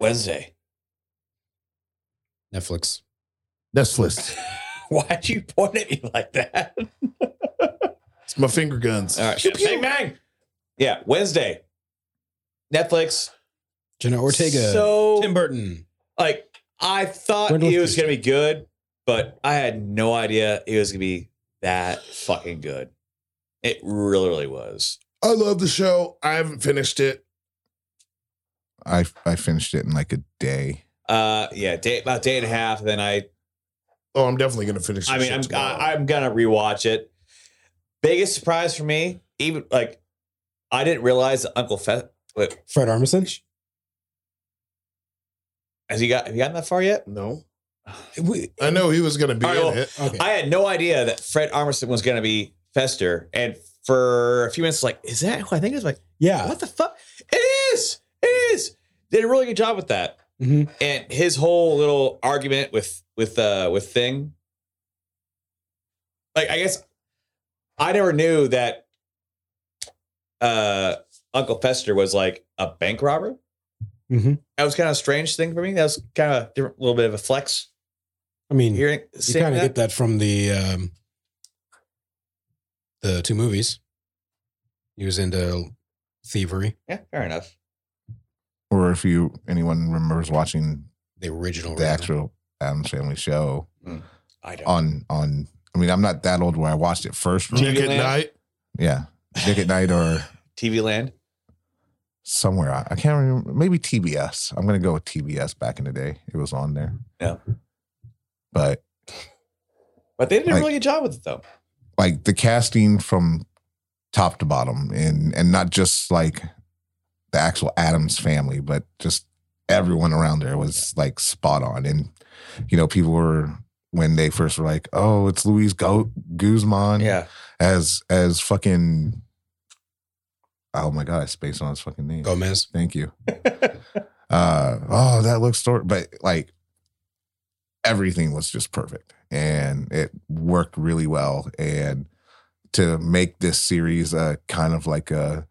B: Wednesday.
D: Netflix.
A: Netflix.
B: Why'd you point at me like that?
A: It's my finger guns.
B: All right. Bang, bang. Yeah, Wednesday. Netflix.
D: Jenna Ortega.
B: So
D: Tim Burton.
B: like I thought
D: Gwendolyn
B: it was
D: Christie.
B: gonna be good, but I had no idea it was gonna be that fucking good. It really, really was.
A: I love the show. I haven't finished it.
C: I I finished it in like a day.
B: Uh, yeah, day, about day and a half. Then I,
A: Oh, I'm definitely gonna finish.
B: I
A: this
B: mean,
A: shit
B: I'm
A: tomorrow.
B: I, I'm gonna rewatch it. Biggest surprise for me, even like I didn't realize that Uncle Fest. Wait,
D: Fred Armisen.
B: has he got? Have you gotten that far yet?
A: no.
D: We,
A: I know he was gonna be
B: All right,
A: in
B: well,
A: it.
D: okay.
B: I had no idea that Fred Armisen was gonna be Fester, and for a few minutes, like, is that who I think it's like?
D: yeah.
B: What the fuck? It is. It is. Did a really good job with that.
D: Mhm.
B: And his whole little argument with with uh with thing. Like I guess I never knew that uh Uncle Fester was like a bank robber.
D: Mhm.
B: That was kind of a strange thing for me. That was kind of a different little bit of a flex.
D: I mean,
B: Hearing
D: Mm-hmm. you
B: seeing
D: kind of
B: that.
D: get that from the um, the two movies. He was into thievery,
B: Yeah, fair enough.
C: Or if you anyone remembers watching
D: the original.
C: the actual Adams Family show
B: I
D: Uh,
B: don't
C: on on I mean, I'm not that old where I watched it first.
A: Nick at
B: Land?
A: night.
C: Yeah. Nick at Night or
B: TV land.
C: somewhere. I, I can't remember. Maybe TBS. I'm gonna go with TBS. Back in the day, it was on there.
B: Mm-hmm. Yeah.
C: But
B: But they did a
C: Like-
B: really good job with it though.
C: like the casting from top to bottom, and and not just like the actual Adams family, but just everyone around there was like spot on. And you know, people were when they first were like, "Oh, it's Luis Go- Guzman."
B: Yeah.
C: As as fucking. Oh my god! I spaced on his fucking name.
D: Gomez.
C: Thank you. uh, oh, that looks sort, but like everything was just perfect, and it worked really well. And to make this series a kind of like a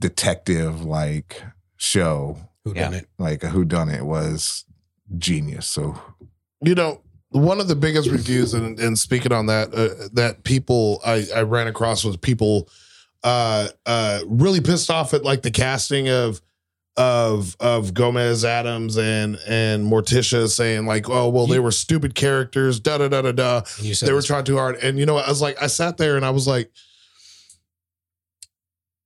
C: detective like show,
D: Who
B: Yeah.
D: done it?
C: like a whodunit, was genius. So
A: you know one of the biggest reviews and, and speaking on that uh, that people I, I ran across was people uh uh really pissed off at like the casting of of of Gomez Adams and and Morticia saying like oh well they were stupid characters da da da da da
D: You said
A: they were
D: this-
A: trying too hard and you know what? I was like I sat there and I was like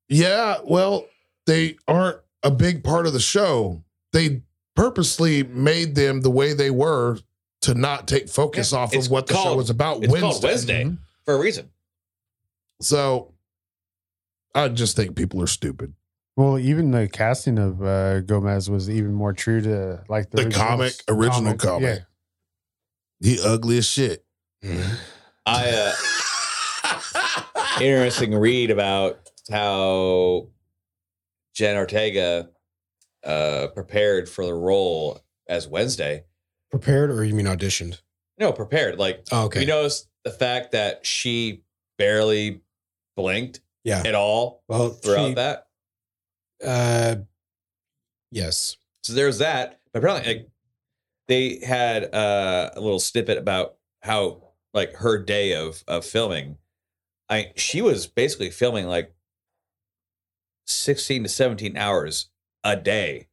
A: yeah well they aren't a big part of the show they purposely made them the way they were to not take focus
B: Yeah,
A: off
B: it's
A: of what the show
B: called-
A: was about
B: It's called
A: Wednesday.
B: Wednesday
D: Mm-hmm.
B: for a reason.
A: So I just think people are stupid.
H: Well, even the casting of uh, Gomez was even more true to like
A: The
H: original-
A: comic, original comic. He ugly as shit.
D: Mhm.
B: I uh interesting read about how Jen Ortega uh, prepared for the role as Wednesday.
D: Prepared, or you mean auditioned?
B: No, prepared. Like
D: Oh, okay.
B: you notice the fact that she barely blinked
D: yeah.
B: at all
D: Well,
B: throughout
D: she-
B: that.
D: Uh, yes.
B: So there's that. But apparently, like, they had uh, a little snippet about how like her day of of filming. I she was basically filming like sixteen to seventeen hours a day,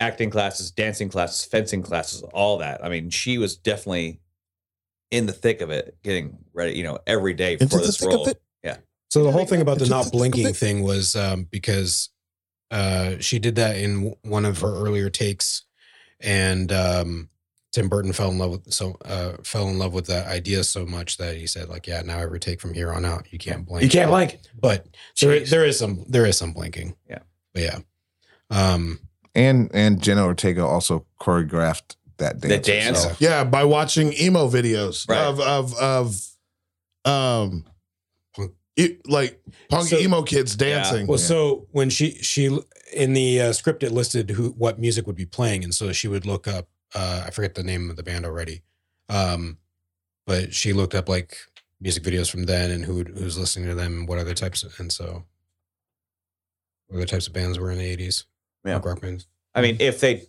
B: acting classes, dancing classes, fencing classes, all that. I mean, she was definitely in the thick of it, getting ready. You know, every day for this role.
D: So the whole thing about the not blinking thing was um, because uh, she did that in w- one of her earlier takes, and um, Tim Burton fell in love with so uh, fell in love with that idea so much that he said like, yeah, now every take from here on out, you can't blink.
B: blink.
D: But there,
B: Jeez.
D: there is some there is some blinking.
B: Yeah.
D: But yeah, Um,
C: and and Jenna Ortega also choreographed that dance.
B: The dance?
C: herself.
A: Yeah, by watching emo videos
B: Right.
A: of of of um e- like punk
D: So-
A: emo kids dancing.
D: well, so when she she in the uh, script it listed who what music would be playing, and so she would look up. Uh, I forget the name of the band already, um, but she looked up like music videos from then and who who's listening to them, and what other types, of, and so what other types of bands were in the eighties.
B: Yeah.
D: rock bands.
B: I mean, if they,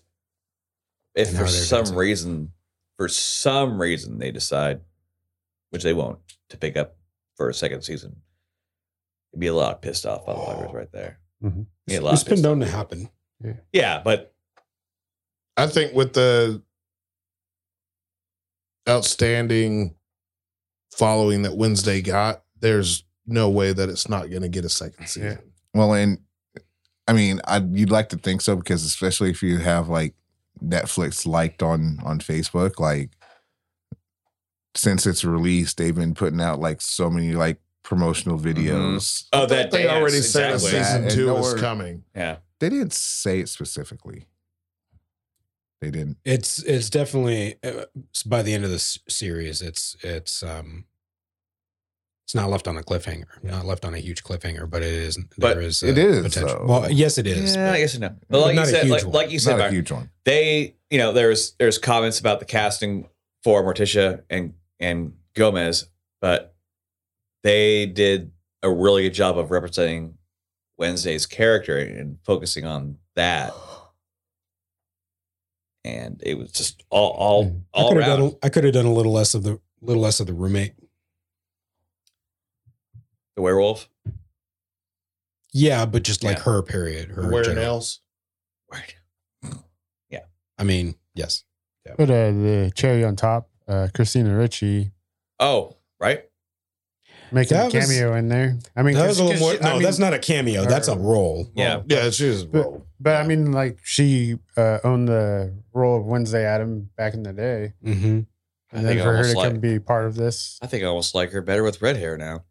D: And
B: if
D: how
B: for
D: they're
B: some
D: dancing.
B: reason, for some reason they decide, which they won't, to pick up for a second season, it'd be a lot of pissed off
D: Oh.
B: motherfuckers right there.
D: Mm-hmm.
H: Mhm.
B: Yeah, a lot
D: It's
B: of
D: been
B: pissed
D: known to happen.
B: Yeah, but
A: I think with the outstanding following that Wednesday got, there's no way that it's not going to get a second season.
H: Yeah.
C: Well, and I mean, I you'd like to think so because especially if you have like Netflix liked on on Facebook, like since it's released, they've been putting out like so many like promotional
B: Mm-hmm.
C: videos.
B: oh,
A: That
B: that
A: they
B: dance,
A: already
B: exactly.
A: said a
C: That
A: season
C: and
A: two
C: no
A: is
C: word.
A: coming.
B: Yeah,
C: They didn't say it specifically. They didn't.
D: It's it's definitely uh, s- by the end of this series, it's it's um, it's not left on a cliffhanger, not left on a huge cliffhanger, but it is.
B: But
D: there is
C: it
D: uh,
C: is, though.
D: Well, yes, it is.
B: yeah,
D: but-
B: I guess no.
D: but
B: But like you
D: not a
B: said,
D: huge
B: like,
D: one.
B: like you
C: It's
B: said,
C: not a
B: Mark,
C: huge one.
B: they you know there's there's comments about the casting for Morticia and and Gomez, but they did a really good job of representing Wednesday's character and focusing on that. And it was just all all
D: Mm. I
B: all
D: could have
B: around.
D: done. I could have done a little less of the little less of the roommate.
B: the werewolf.
D: Yeah, but just like
B: Yeah.
D: her period. Her
A: Wear
D: general-
A: nails.
D: I mean, yes.
H: But uh, the cherry on top, uh, Christina Ricci
B: Oh, right.
H: making
D: That
H: a
D: was-
H: cameo in there. I mean,
D: That was
H: 'cause-
D: a little
H: 'cause
D: more.
H: she-
D: No,
H: I mean,
D: that's not a cameo. That's a
H: her-
D: role.
B: Yeah.
A: Yeah, it's just oh,
H: But-
A: roll.
H: But I mean, like she uh, owned the role of Wednesday Adam back in the day,
D: Mm-hmm.
B: I
H: and then
B: think
H: for her
B: almost
H: to
B: like
H: come be part of this,
B: I think I almost like her better with red hair now.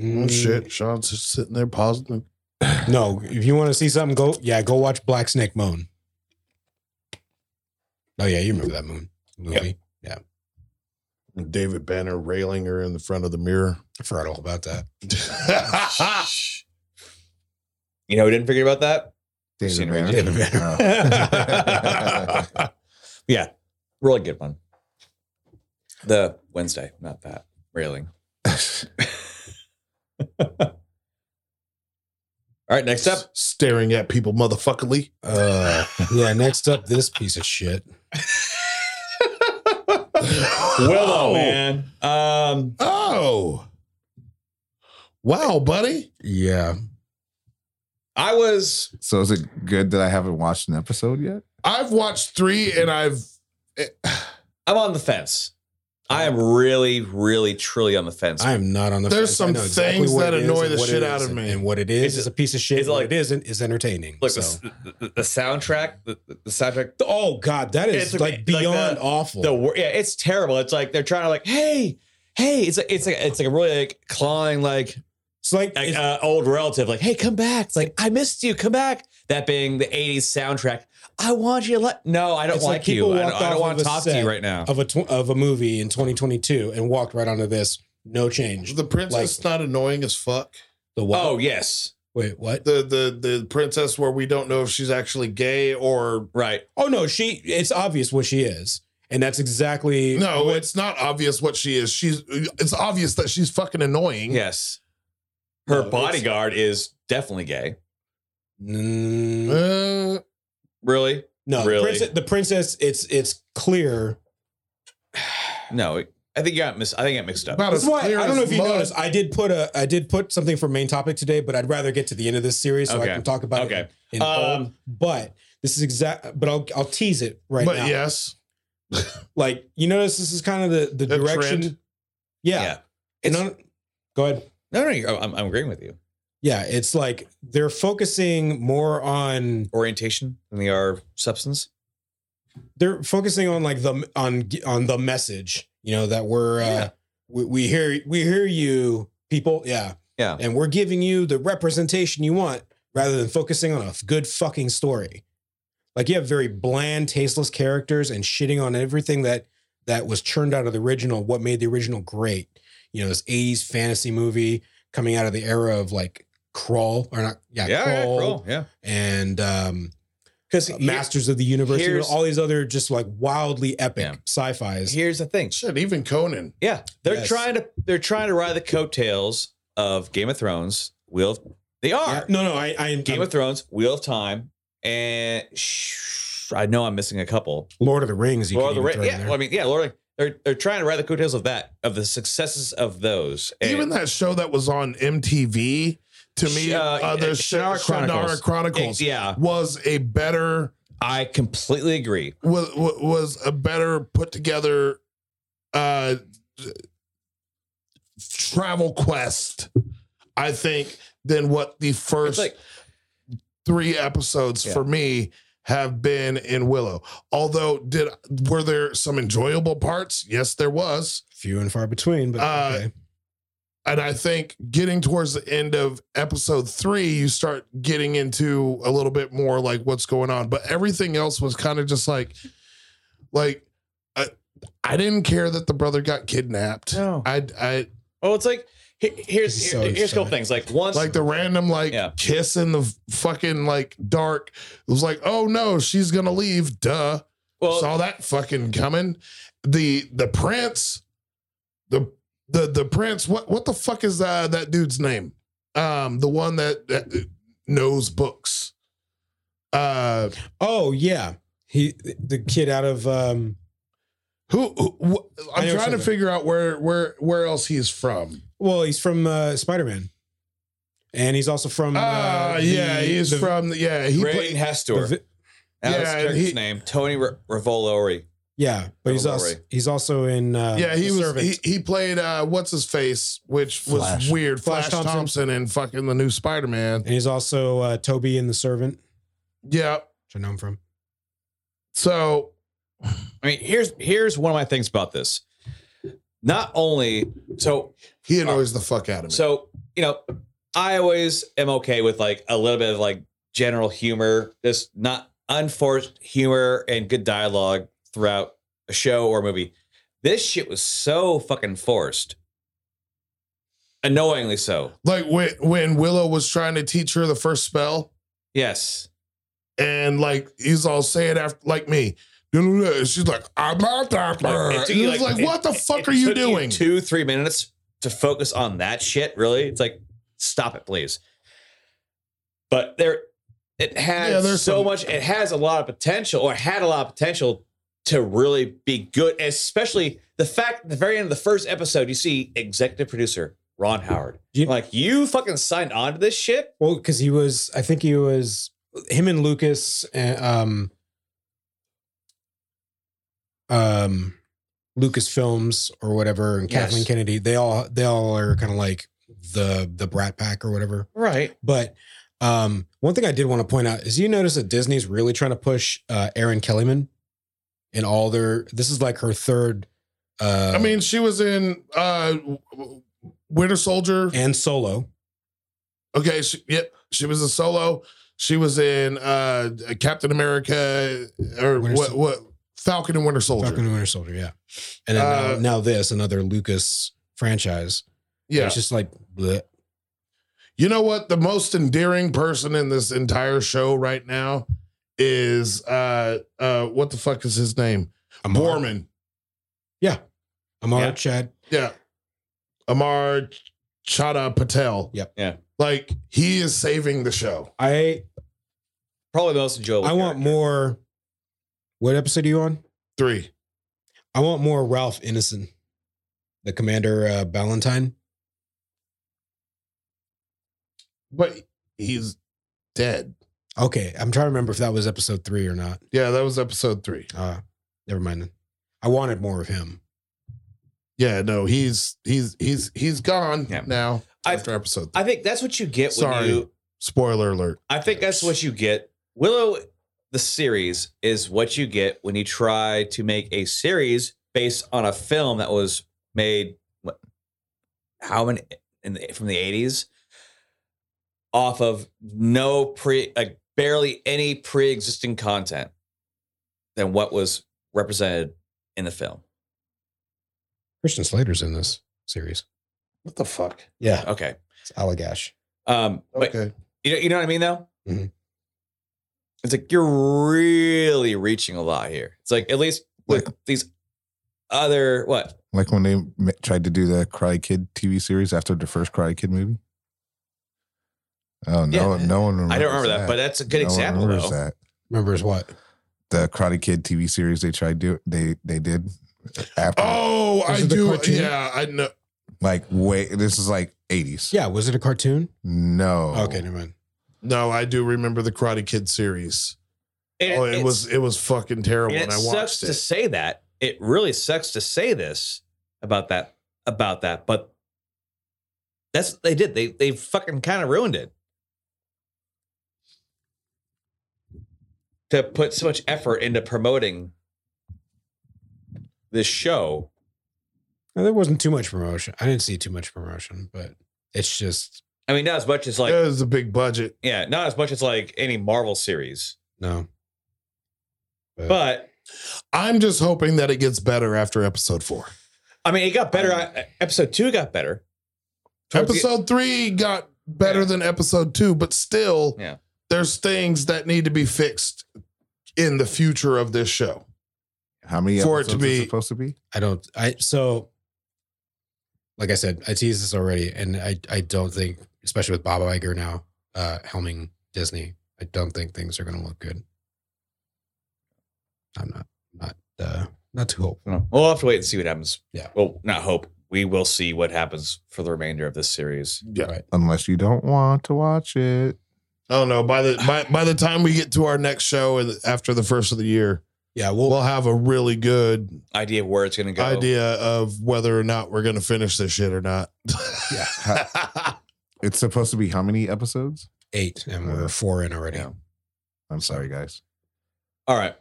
A: Oh shit, Sean's just sitting there positive.
D: Mm. No, if you want to see something, go. Yeah, go watch Black Snake Moan. Oh yeah, you remember that moon movie?
A: David Banner railing her in the front of the mirror.
D: I forgot all about that.
B: You know, we didn't forget about that.
C: David
B: Christina
C: Banner.
B: Ricci.
D: David Banner.
C: Oh.
B: yeah, really good one. The Wednesday, not that railing. All right, next up,
A: staring at people motherfuckerly.
D: Uh, yeah. Next up, this piece of shit. Oh,
B: Willow, man. Um,
A: Oh. Wow, buddy.
D: Yeah.
B: I was
C: So is it good that I haven't watched an episode yet?
A: I've watched three and I've
B: I'm on the fence. I am really, really, truly on the fence.
D: I am not on the.
A: There's
D: fence.
A: some
D: I know
A: things
D: what
A: that
D: it is
A: annoy
D: and
A: the
D: what it
A: shit
D: is
A: out of
D: and-
A: me.
D: And what it is
B: It's-
D: is a piece of shit.
B: it's
D: What
B: like-
D: it isn't is entertaining.
B: Look,
D: so.
B: the, the, the soundtrack, the, the- the soundtrack
D: Oh God, that is
B: It's okay.
D: like
B: Like
D: beyond
B: the-
D: awful.
B: the wor- yeah, it's terrible. It's like they're trying to like, hey, hey, it's like it's like it's like a really like clawing like
D: it's like
B: like
D: it's-
B: uh, old relative, like, hey, come back. It's like, I missed you. Come back. That being the 80s soundtrack. I want you to let. No, I don't
D: It's like
B: like, you.
D: people
B: I don't,
D: walked
B: I
D: off
B: don't want
D: of
B: to
D: a
B: talk to
D: set
B: you right now.
D: of a tw- of a movie in 2022 and walked right onto this. No change.
A: the princess not annoying as fuck.
D: The what?
B: Oh, yes.
D: wait, what?
A: The the the princess where we don't know if she's actually gay or
B: Right.
D: Oh no, she. It's obvious what she is, and that's exactly
A: no,
D: what-
A: it's not obvious what she is. She's it's obvious that she's fucking
B: Mm-hmm.
A: annoying.
B: Yes. Her
A: No,
B: bodyguard is definitely gay.
D: Mm,
A: Uh,
B: Really?
D: no, the
B: really?
D: princess, the princess. It's it's clear.
B: No. I think you got mis- I think I got mixed up.
A: about
D: That's
A: as
D: why I
A: clear
D: don't know
A: as
D: if you
A: mud.
D: noticed. I did put a I did put something for main topic today, but I'd rather get to the end of this series so
B: Okay.
D: I can talk about
B: Okay.
D: it. in- in
B: Um,
D: full. but this is exact. But I'll I'll tease it right
A: but
D: now.
A: yes,
D: like you notice this is kind of the the
A: A
D: direction.
A: trend.
D: Yeah,
B: Yeah.
D: and
B: It's-
D: on- go ahead.
B: no, no, you're, I'm, I'm agreeing with you.
D: Yeah, it's like they're focusing more on
B: Orientation and the R substance.
D: they're focusing on like the on on the message. You know that we're uh,
B: Yeah.
D: we, we hear we hear you people. Yeah,
B: Yeah.
D: and we're giving you the representation you want rather than focusing on a good fucking story. Like you have very bland, tasteless characters and shitting on everything that that was churned out of the original, what made the original great. You know, this 80s fantasy movie coming out of the era of like Crawl or not, yeah,
B: Yeah, yeah,
D: Crawl,
B: Crawl, yeah.
D: and um
B: Because
D: uh, Masters of the Universe, you know,
B: here's-
D: all these other just like wildly epic
B: Yeah.
D: sci-fis.
B: here's the thing.
A: Shit, even Conan.
B: Yeah, they're
D: Yes.
B: trying to they're trying to ride the coattails of Game of Thrones. Wheel, of, they are
D: Yeah, No, no, I, I am
B: Game of Thrones, Wheel of Time, and sh- I know I'm missing a couple.
D: Lord of the Rings. You
B: Lord of
D: can even
B: the Ring,
D: throw in
B: yeah.
D: there.
B: Well, I mean, yeah, Lord, of the- they're they're trying to ride the coattails of that of the successes of those. And
A: Even that show that was on MTV to me,
B: Uh,
A: uh, the
B: Shannara
A: Shannara Chronicles,
B: Chronicles. yeah,
A: was a better
B: I completely agree.
A: was wa- was a better put together uh travel quest, I think, than what the
B: It's
A: first
B: like
A: three episodes
B: Yeah.
A: for me have been in Willow. Although did were there some enjoyable parts? Yes, there was.
D: few and far between, but
A: Uh,
D: okay.
A: And I think getting towards the end of episode three, you start getting into a little bit more like what's going on. But everything else was kind of just like, like, I, I didn't care that the brother got kidnapped.
B: No.
A: I, I
B: oh, it's like he- here's
D: This is so
B: here- here's a couple
D: sad.
B: things like once
A: like the random like
B: Yeah.
A: kiss in the fucking like dark. It was like, oh no, she's gonna leave. Duh.
B: well,
A: saw that fucking coming. The the prince, the the the prince. What what the fuck is uh, that dude's name? Um, the one that, that knows books. Uh,
D: oh yeah, he the kid out of um,
A: who? who wh-
D: I
A: I'm
D: know
A: trying to
D: something.
A: figure out where where where else he's from.
D: well, he's from uh, Spider Man, and he's also from
A: Ah,
D: uh,
A: yeah,
D: the-
A: he is
D: the-
A: from. The, yeah, he
B: Ray
A: played.
B: Hestor.
D: the vi-
A: Yeah,
B: That was his
A: and
B: character's
A: he-
B: name Tony R- Revolori.
D: yeah, but he's
B: Don't
D: also
B: worry.
D: he's also in uh,
A: Yeah, he
D: The
A: was.
D: Servant.
A: He, he played. Uh, what's his face? Which was
D: Flash.
A: weird.
D: Flash
A: Flash,
D: Thompson.
A: Thompson. and fucking the new Spider Man.
D: and he's also uh, Toby in the Servant,
A: Yeah.
D: which I know him from.
A: So
B: I mean, here's here's one of my things about this. Not only so
A: he annoys the fuck out of me.
B: so you know, I always am okay with like a little bit of like general humor, this not unforced humor and good dialogue throughout a show or movie. This shit was so fucking forced, annoyingly so.
A: like when when Willow was trying to teach her the first spell,
B: Yes,
A: and like he's all saying after like me, she's like, I'm not that.
B: Like, it
A: Like,
B: took you,
A: was like,
B: it-
A: what the
B: it-
A: fuck
B: it
A: are you
B: took
A: doing?
B: two, three minutes to focus on that shit. Really, it's like stop it, please. But there, it has
A: Yeah,
B: so
A: there's some-
B: much. It has a lot of potential, or had a lot of potential to really be good. Especially the fact at the very end of the first episode, you see executive producer Ron Howard.
D: You-
B: like you fucking signed on to this shit.
D: Well, because he was, I think he was him and Lucas, and, um, um, Lucas Films or whatever, and Kathleen
B: Yes.
D: Kennedy. They all they all are kind of like the the Brat Pack or whatever.
B: Right.
D: But um, one thing I did want to point out is you notice that Disney's really trying to push uh, Aaron Kellyman in all their. This is like her third. Uh,
A: I mean, she was in uh w- w- Winter Soldier.
D: and solo.
A: Okay, she, yep, she was a solo. She was in uh Captain America or
D: Winter
A: what
D: Sol-
A: what Falcon and Winter Soldier.
D: Falcon and Winter Soldier, yeah. And then
A: Uh,
D: now, now this another Lucas franchise.
A: yeah.
D: It's just like bleh.
A: You know what? The most endearing person in this entire show right now is uh uh what the fuck is his name?
D: Amar,
A: Borman.
D: Amar
B: Yeah.
D: Chad.
A: Yeah. Amar Chada Patel.
D: Yep.
B: Yeah.
A: Like he is saving the show.
D: I
B: Probably the most enjoyable.
D: I want
B: character.
D: more. What episode are you on?
A: Three.
D: I want more Ralph Innocent, the Commander uh, Ballantyne.
A: But he's dead.
D: Okay, I'm trying to remember if that was episode three or not.
A: Yeah, that was episode three.
D: Uh, never mind. Then. I wanted more of him.
A: Yeah, no, he's he's he's he's gone
B: Yeah.
A: now
B: I-
A: after episode three.
B: I think that's what you get
A: Sorry.
B: when you
A: Spoiler alert.
B: I think that's what you get. Willow, the series, is what you get when you try to make a series based on a film that was made what, how many in the, from the eighties. off of no pre, like barely any pre existing content than what was represented in the film.
D: Christian Slater's in this series.
M: What the fuck?
D: Yeah,
B: Okay.
D: it's Allagash.
B: Um, but
M: Okay.
B: you know, you know what I mean though?
D: Mhm.
B: It's like you're really reaching a lot here. It's like at least with these other what?
C: Like when they m- tried to do the Cry Kid TV series after the first Cry Kid movie. Oh no!
B: Yeah.
C: no one.
B: I don't
C: remembers
B: remember that, but that's a good
C: No one
B: example
C: remembers
B: though.
C: That.
D: Remembers what?
C: The Karate Kid TV series they tried to they they did uh, after
A: Oh,
D: Was
A: I
D: it the
A: do.
D: cartoon?
A: Yeah, I know.
C: like wait this is like eighties.
D: Yeah, was it a cartoon?
C: No.
D: Okay, never mind.
A: No, I do remember the Karate Kid series.
B: And
A: oh, it
B: it's-
A: was it was fucking terrible,
B: and
A: and,
B: it
A: I
B: sucks
A: watched
B: to
A: it.
B: say that. It really sucks to say this about that about that, but that's what they did. They they fucking kind of ruined it. To put so much effort into promoting this show
D: No, there wasn't too much promotion. I didn't see too much promotion, but it's just
B: I mean, not as much as like,
A: it was a big budget.
B: yeah, not as much as like any Marvel series,
D: no. But,
B: but
A: I'm just hoping that it gets better after episode four.
B: I mean, it got better.
A: Um,
B: I- episode two got better. Towards the-
A: episode three got better
B: Yeah.
A: than episode two, but still,
B: Yeah.
A: there's things that need to be fixed in the future of this show.
C: How many
A: For it
C: episodes
A: to
C: is
A: be-
C: supposed to be?
D: I don't. I so, like I said, I teased this already, and I I don't think, especially with Bob Iger now uh, helming Disney, I don't think things are going to look good. I'm not not uh, not too hopeful.
B: No. We'll have to wait and see what happens.
D: Yeah.
B: Well, not hope. We will see what happens for the remainder of this series.
A: Yeah.
C: Unless you don't want to watch it.
A: I don't know. By the by, by the time we get to our next show and after the first of the year,
D: Yeah,
A: we'll,
D: well,
A: have a really good
B: Idea of where it's going to go.
A: idea of whether or not we're gonna finish this shit or not.
C: Ha- it's supposed to be how many episodes?
D: eight, and we're four in already.
B: Yeah.
C: I'm sorry, guys.
B: All right.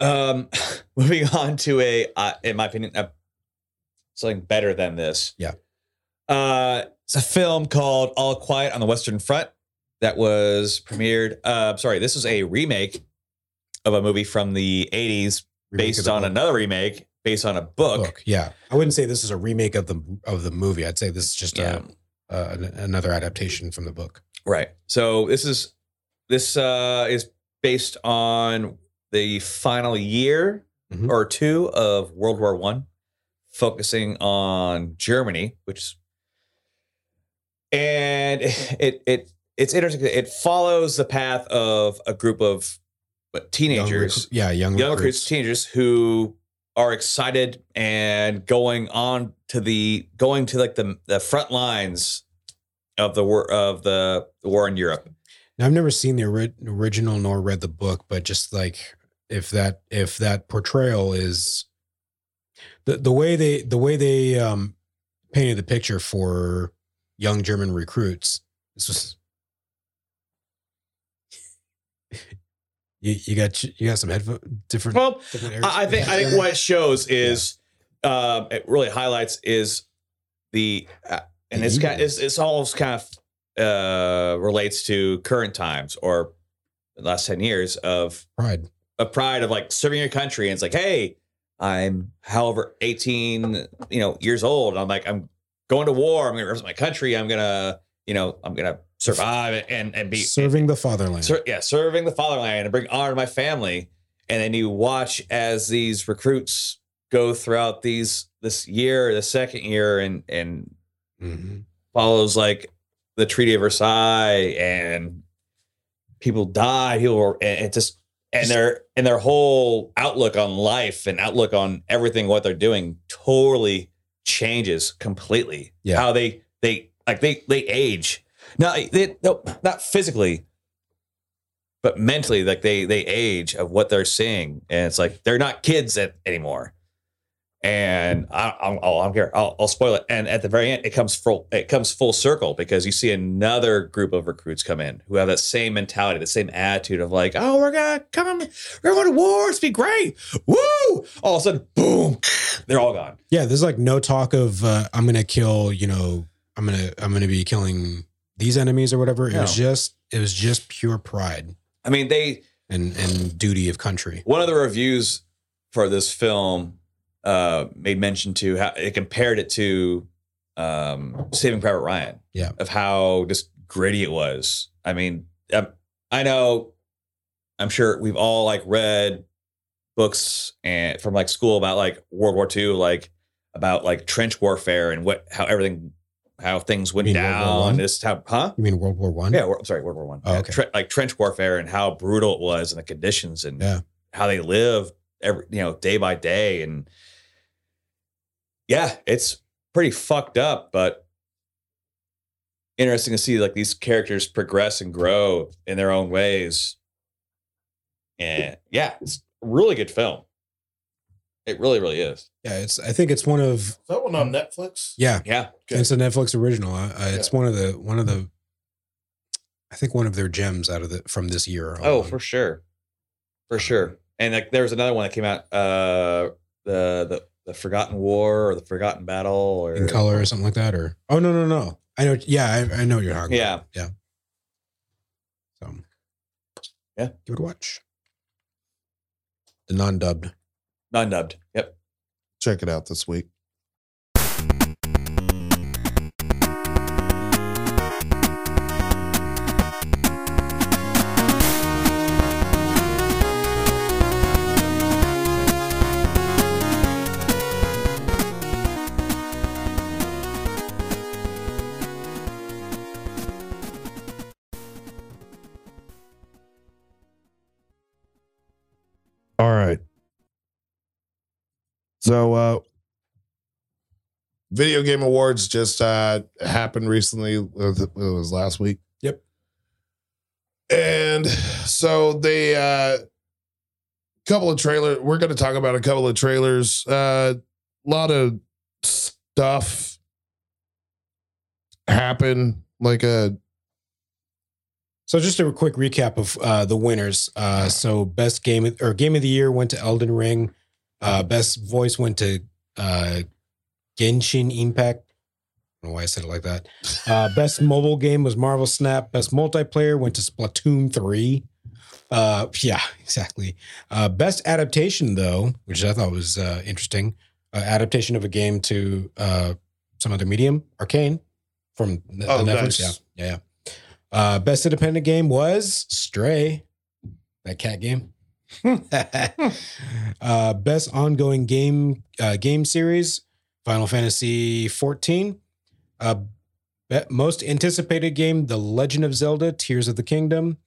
B: Um, moving on to a, uh, in my opinion, a, something better than this.
D: Yeah.
B: Uh, it's a film called All Quiet on the Western Front that was premiered. Uh, sorry, this is a remake of a movie from the 80s
D: Remake of
B: based
D: the
B: on
D: book.
B: another remake based on a book.
D: book. Yeah, I wouldn't say this is a remake of the of the movie. I'd say this is just
B: Yeah.
D: a, uh, an- another adaptation from the book.
B: Right. So this is this uh is based on the final year
D: Mhm.
B: or two of World War One, focusing on Germany, which is- and it it it's interesting. It follows the path of a group of what,
D: Young
B: teenagers,
D: recru- yeah, young,
B: young recruits, teenagers who are excited and going on to the going to like the the front lines of the war of the, the war in Europe.
D: Now, I've never seen the ori- original nor read the book, but just like if that if that portrayal is the the way they the way they um painted the picture for young German recruits, this was you, you got you got some headphone different.
B: Well,
D: different
B: I, I think I think what it shows is um, it really highlights is the uh, and it's kind it's, it's almost kind of uh, relates to current times or the last ten years of
D: pride.
B: a pride of like serving your country and it's like hey i'm however 18 you know years old i'm like i'm going to war i'm gonna represent my country i'm gonna you know i'm gonna survive and and be
D: Serving the fatherland.
B: ser- yeah serving the fatherland and bring honor to my family and then you watch as these recruits go throughout these this year the second year and and
D: Mhm.
B: follows like the Treaty of Versailles and people die, people were, and it just and their and their whole outlook on life and outlook on everything what they're doing totally changes completely.
D: Yeah.
B: How they they like they they age. Now they no not physically but mentally like they they age of what they're seeing and it's like they're not kids at, anymore and I, I'm, oh, I'm here. I'll, I'll spoil it. And at the very end, it comes full. It comes full circle because you see another group of recruits come in who have that same mentality, the same attitude of like, "Oh, we're gonna come. We're going to war. It's be great. Woo!" All of a sudden, boom, they're all gone.
D: Yeah, there's like no talk of uh, I'm gonna kill. You know, I'm gonna I'm gonna be killing these enemies or whatever. It
B: No.
D: was just it was just pure pride
B: I mean, they
D: and and duty of country.
B: One of the reviews for this film uh, made mention to how it compared it to um, Saving Private Ryan.
D: Yeah.
B: Of how just gritty it was. I mean, I, I know, I'm sure we've all like read books and from like school about like World War II, like about like trench warfare and what how everything how things went
D: You mean World War
B: down.
D: One?
B: This how huh?
D: You mean World War One?
B: Yeah, wor- I'm sorry, World War One.
D: Oh,
B: Yeah,
D: okay.
B: tre- like trench warfare and how brutal it was, and the conditions, and
D: Yeah.
B: how they lived every you know day by day, and yeah, it's pretty fucked up, but interesting to see like these characters progress and grow in their own ways. And yeah, it's a really good film. It really, really is.
D: Yeah, it's I think it's one of
A: that one on Netflix?
D: yeah.
B: Yeah,
A: Okay.
D: It's a Netflix original. Uh, uh, it's one of the one of the I think one of their gems out of the from this year. Um,
B: Oh,
D: alone.
B: for sure, for sure. And like, there was another one that came out, uh, the the the Forgotten War or the Forgotten Battle or
D: in color or something like that or oh no no no I know yeah I, I know what you're talking
B: Yeah,
D: about so
B: Yeah.
D: give it a watch the non dubbed
B: non dubbed. Yep.
A: Check it out this week. All right. So, uh, Video Game Awards just uh, happened recently. uh, th- It was last week.
D: Yep.
A: And so they, uh, couple of trailers. We're going to talk about a couple of trailers. A uh, lot of stuff happen. Like uh, a
D: so just a quick recap of uh, the winners uh, so best game of- or game of the year went to Elden Ring uh, best voice went to uh, Genshin Impact I don't know why I said it like that uh, best mobile game was Marvel Snap best multiplayer went to Splatoon three uh, yeah exactly Uh, best adaptation, though, which I thought was uh, interesting, uh, adaptation of a game to uh, some other medium, Arcane, from N-
A: Oh,
D: Netflix.
A: nice.
D: Yeah, yeah. yeah. Uh, best independent game was Stray, that cat game. uh, best ongoing game uh, game series, Final Fantasy XIV. Uh, be- most anticipated game, The Legend of Zelda: Tears of the Kingdom.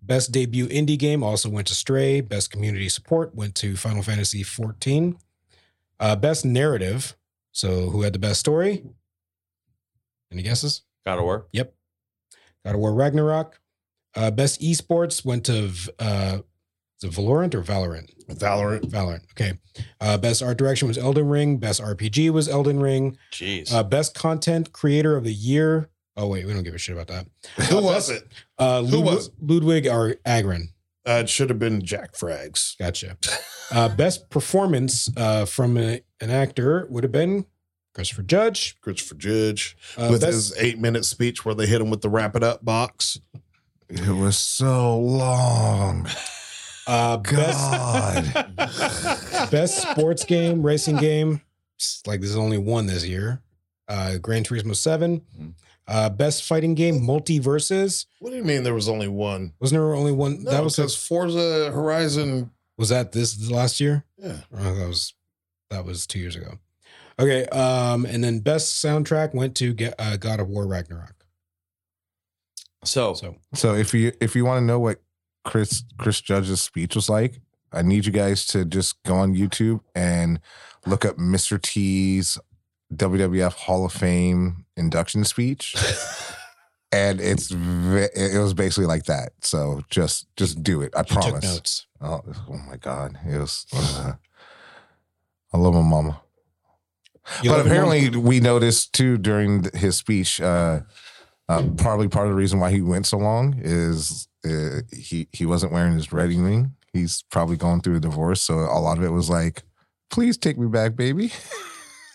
D: Best debut indie game also went to Stray. Best community support went to Final Fantasy XIV. Uh, best narrative. So, who had the best story? Any guesses?
B: God of War.
D: Yep. God of War Ragnarok. Uh, best esports went to v- uh, is it Valorant or Valorant?
A: Valorant.
D: Valorant. Okay. Uh, best art direction was Elden Ring. Best RPG was Elden Ring.
B: Jeez.
D: Uh, best content creator of the year. Oh wait, we don't give a shit about that.
A: Who was it?
D: Uh,
A: Who
D: Ludw-
A: was it?
D: Ludwig or Agron?
A: Uh, it should have been Jack Frags.
D: Gotcha. Uh, best performance uh, from a- an actor would have been Christopher Judge.
A: Christopher Judge
D: Uh,
A: with
D: best-
A: his eight minute speech where they hit him with the wrap it up box.
C: It was so long.
D: uh, best,
C: God.
D: best sports game, racing game. It's Like there's only one this year. Uh, Gran Turismo 7.
A: Mm-hmm.
D: Uh, best fighting game, Multiverses.
A: What do you mean there was only one?
D: Wasn't there only one?
A: No,
D: that was
A: because Forza Horizon.
D: was that this last year?
A: Yeah.
D: Oh, that was that was two years ago. Okay, um, and then best soundtrack went to Ga- uh, God of War Ragnarok.
B: so,
D: So
C: So if you if you want to know what Chris Chris Judge's speech was like, I need you guys to just go on YouTube and look up Mr. T's WWF Hall of Fame induction speech. And it's ve- it was basically like that. So just just do it. I
D: you took
C: promise.
D: notes.
C: Oh, oh my God! It was. uh, I love my mama.
D: You
C: but
D: love your mom?
C: apparently, we noticed too during th- his speech. Uh, uh, probably part of the reason why he went so long is uh, he he wasn't wearing his wedding ring. He's probably going through a divorce, so a lot of it was like, "Please take me back, baby."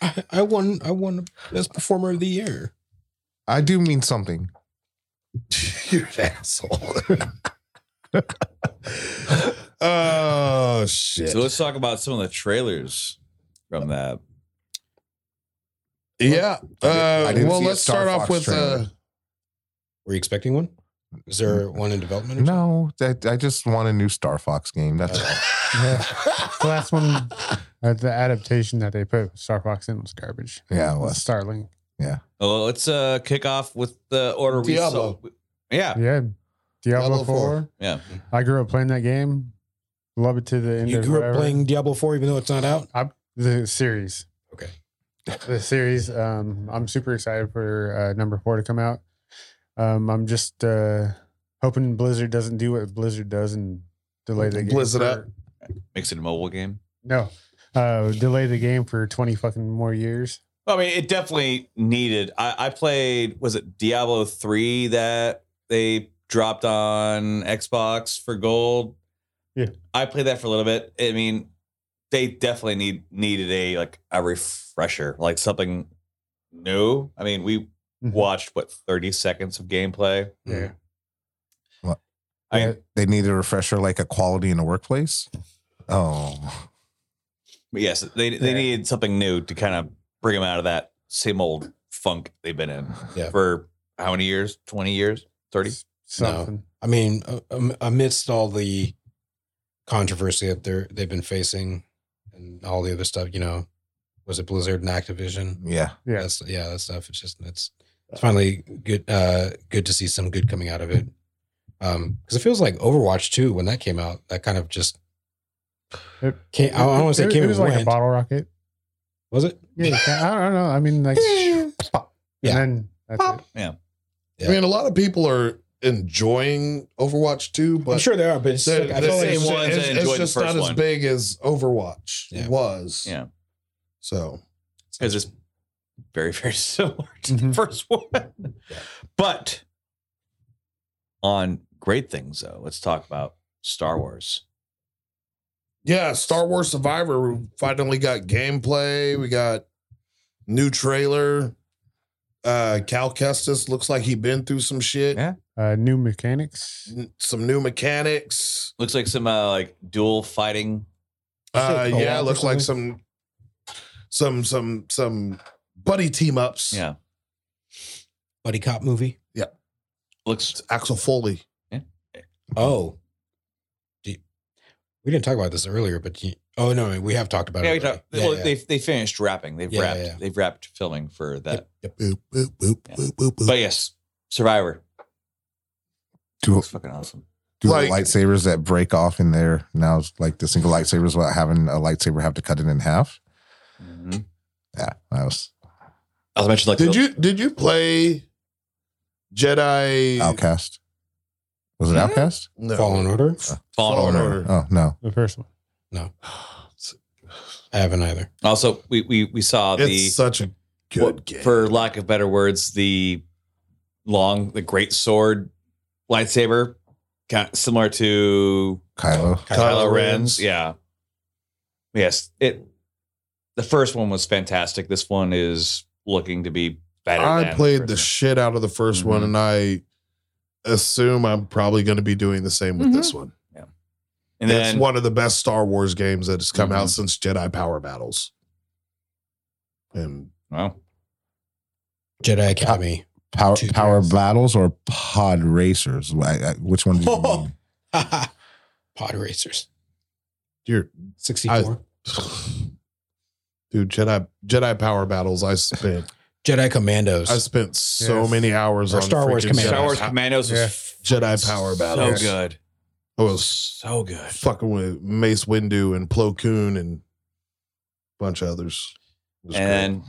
D: I, I won. I won best performer of the year.
C: I do mean something.
A: You're an asshole. oh shit.
B: So let's talk about some of the trailers from that.
A: Yeah.
C: I didn't-
A: Uh,
C: I didn't
A: well,
C: see a
A: let's
C: Star
A: start off
C: Fox
A: with uh,
C: trailer.
D: Were you expecting one? Is there one in development? Or
C: No, that, I just want a new Star Fox game. That's all.
H: Yeah. the last one, uh, the adaptation that they put Star Fox in was garbage.
C: Yeah, it was.
H: Starling.
B: Oh, let's uh, kick off with the order we
A: Diablo.
B: saw. Yeah,
H: Yeah, Diablo
A: Diablo
H: 4.
B: yeah.
H: I grew up playing that game. Love it to the end
D: You
H: of
D: grew
H: whatever.
D: up playing Diablo 4 even though it's not out?
H: the series.
D: Okay.
H: The series. Um, I'm super excited for uh, number four to come out. Um, I'm just uh, hoping Blizzard doesn't do what Blizzard does and delay the game.
A: Blizzard up.
B: Makes it a mobile game.
H: No, uh, delay the game for 20 fucking more years.
B: I mean, it definitely needed. I, I played. Was it Diablo three that they dropped on Xbox for gold?
H: Yeah.
B: I played that for a little bit. I mean, they definitely need needed a like a refresher, like something new. I mean, we
H: Mhm.
B: watched what thirty seconds of gameplay.
D: Mm.
H: Yeah.
B: I mean,
H: Yeah.
C: They need a refresher like equality in the workplace. Oh,
B: But yes, they they
H: Yeah.
B: needed something new to kind of bring them out of that same old funk they've been in
D: Yeah.
B: for how many years? Twenty years? Thirty?
H: Something.
D: I mean, uh, um, amidst all the controversy that they're they've been facing and all the other stuff, you know, was it Blizzard and Activision?
C: yeah.
H: Yeah.
D: That's, yeah, that stuff. It's just it's, it's finally good. Uh, good to see some good coming out of it. Um, because it feels like Overwatch too when that came out, that kind of just
H: It-
D: came. I don't want to say
H: it,
D: came
H: it
D: and
H: was like a
D: went.
H: bottle rocket.
D: was it?
H: Yeah, I don't know. I mean, like, and
D: Yeah.
H: then that's it.
D: Yeah.
A: I mean, a lot of people are enjoying Overwatch 2, but
D: I'm sure there are, but it's,
A: the,
D: like, I
A: the-
D: feel like
B: same
A: it's,
B: ones that
A: it's- it's
B: enjoyed the
A: just
B: first
A: not
B: one.
A: as big as Overwatch
D: Yeah.
A: was.
B: Yeah.
A: So
B: Because it's very, very similar to the
H: Mhm.
B: first one. But on great things though, let's talk about Star Wars.
A: yeah, Star Wars Survivor we finally got gameplay. We got new trailer. Uh Cal Kestis looks like he been through some shit.
B: Yeah.
H: Uh, new mechanics.
A: N- Some new mechanics.
B: Looks like some uh, like dual fighting.
A: Uh
D: co-op
A: yeah,
D: or
A: looks like some some some some buddy team ups.
B: Yeah.
D: buddy cop movie.
B: Looks
A: Axel Foley.
D: Oh, Do you- we didn't talk about this earlier, but you, oh no, we have talked about
B: yeah,
D: it.
B: we
D: already.
B: talk- well, they they finished wrapping. They've
D: Yeah,
B: wrapped
D: yeah.
B: they've wrapped filming for that.
A: Boop, boop, boop,
B: Yeah.
A: boop, boop, boop.
B: But yes, Survivor.
C: Do
B: Looks fucking awesome.
C: do
A: Like-
C: the lightsabers that break off in there now? is Like the single lightsabers without having a lightsaber have to cut it in half. Yeah, that was
B: I was mentioning like
A: Did
B: the-
A: you did you play Jedi
C: Outcast. Was it Outcast?
A: no.
D: Fallen Order.
B: Fallen
A: Fallen
B: Order.
A: Order.
C: Oh no,
H: The first one.
D: I haven't either.
B: Also, we we we saw
A: It's
B: Uh, the
A: such a good
B: what-
A: game.
B: for lack of better words the long the great sword lightsaber, kind of similar to
C: Kylo.
B: Kylo,
A: Kylo
B: Ren's.
A: Ren's.
B: Yeah. Yes, it. The first one was fantastic. This one is looking to be better.
A: I
B: than
A: played the
B: first
A: shit out of the 1st one,
B: Mhm.
A: and I assume I'm probably going to be doing the same with
D: Mm-hmm.
A: this one.
B: one. and
A: it's
B: then
A: one of the best Star Wars games that has come out
B: Mhm.
A: since Jedi Power Battles. And
B: well,
D: Jedi Academy.
C: Power
D: Two
C: Power
D: years.
C: Battles or Pod Racers? Like, uh, Which one? Did you mean?
D: Pod Racers.
A: you're,
D: Sixty-four.
A: dude, Jedi Jedi Power Battles. I spent
D: Jedi Commandos.
A: I spent so
H: Yes.
A: many hours
D: Or
A: on
D: Star Wars
A: freaking
D: Commandos.
B: Star
A: Jedi-
B: Wars Commandos was
H: Yeah.
A: Jedi Power
B: so
A: Battles.
B: good,
A: I was
B: so good.
A: fucking with Mace Windu and Plo Koon and a bunch of others. It was
B: And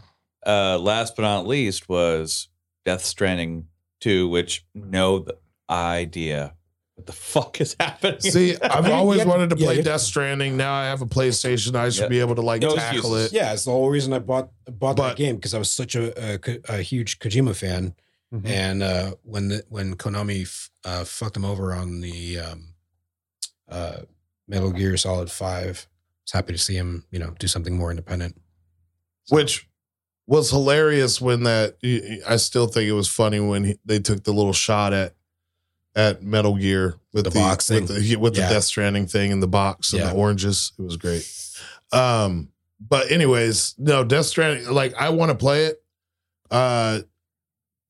B: uh, last but not least was Death Stranding 2, which no th- idea what the fuck is happening.
A: great. see, I've
D: You-
A: always
D: you-
A: wanted to
D: yeah,
A: play
D: you-
A: Death Stranding. Now I have a PlayStation. I should
B: Yeah.
A: be able to like
B: No
A: tackle
B: excuses.
A: it.
D: yeah, it's the whole reason I bought bought that
A: But-
D: game because I was such a, a, Ko- a huge Kojima fan,
A: Mm-hmm.
H: Mhm.
D: and uh, when the, when Konami f- uh, fucked him over on the um, uh, Metal Gear Solid Five, I was happy to see him, you know, do something more independent.
A: Which was hilarious when that. I still think it was funny when he, they took the little shot at at Metal Gear with
D: The
A: the,
D: boxing.
A: with, the, with
D: Yeah.
A: the Death Stranding thing in the box and
D: Yeah.
A: the oranges. It was great. Um, but anyways, no Death Stranding. Like I want to play it. Uh,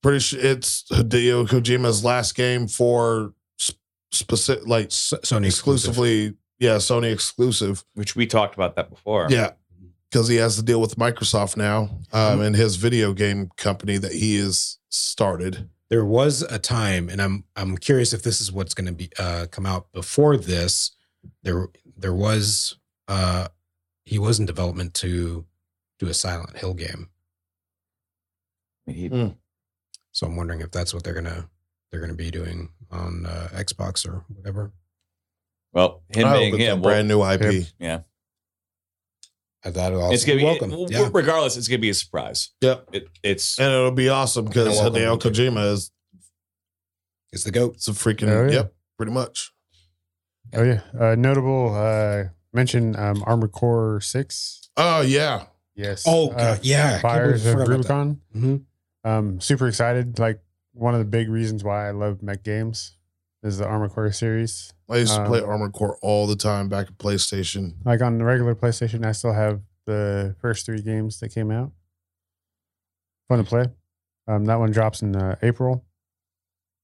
A: pretty sure it's Hideo Kojima's last game for sp- specific, like
D: Sony exclusive.
A: exclusively. Yeah, Sony exclusive.
B: which we talked about that before.
A: Yeah, because he has to deal with Microsoft now um, and his video game company that he has started.
D: there was a time, and I'm I'm curious if this is what's going to be uh, come out before this. There there was uh, he was in development to do a Silent Hill game,
B: I mean, he-
D: so I'm wondering if that's what they're gonna they're gonna be doing on uh, Xbox or whatever.
B: Well, him
A: I hope
B: being
A: it's a
B: him,
A: brand new IP.
H: Yep.
B: yeah,
D: I thought it also
B: it's gonna be
D: welcome.
B: it-
D: yeah.
B: regardless. It's gonna be a surprise.
A: Yep.
B: It, it's
A: And it'll be awesome because
D: And welcome
A: Hideo
D: to it.
A: Kojima is
D: It's the goat.
A: it's a freaking
H: Oh, yeah.
A: yep, pretty much.
H: Oh yeah, uh, notable uh, mention um, Armored Core Six.
A: Oh yeah,
H: Yes.
D: Oh
H: Uh,
D: God, yeah, I can't
H: Fires
D: believe I
H: of
D: forgot about that.
H: Rubicon.
D: Mhm.
H: Um, super excited. Like one of the big reasons why I love mech games is the Armored Core series.
A: I used to play
H: Um,
A: Armored Core all the time back at PlayStation.
H: Like on the regular PlayStation, I still have the first three games that came out. Fun to play. Um, that one drops in uh, April.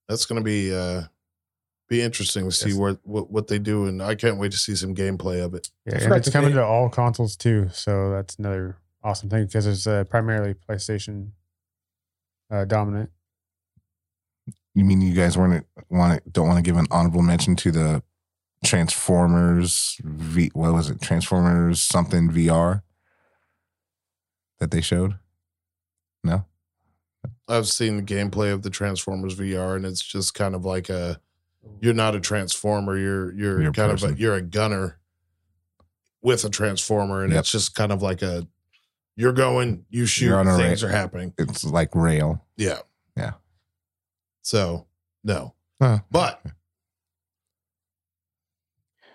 A: That's gonna be uh be interesting to see
H: Yes.
A: where what, what they do, and I can't wait to see some gameplay of it.
H: Yeah, and
D: forgot
H: it's
D: that
H: coming
D: they-
H: to all consoles too. So that's another awesome thing because it's uh, primarily PlayStation uh, dominant.
C: You mean you guys weren't want to don't want to give an honorable mention to the Transformers V? What was it? Transformers something VR that they showed. No,
A: I've seen the gameplay of the Transformers VR, and it's just kind of like a
D: Oh.
A: you're not a transformer, you're you're
C: You're a
A: kind of
C: person.
A: a, you're a gunner with a transformer, and
C: Yep.
A: it's just kind of like a you're going, you shoot,
C: on a
A: things
C: ra-
A: are happening.
C: it's like rail.
A: Yeah,
C: Yeah.
A: So no,
C: Huh.
A: But-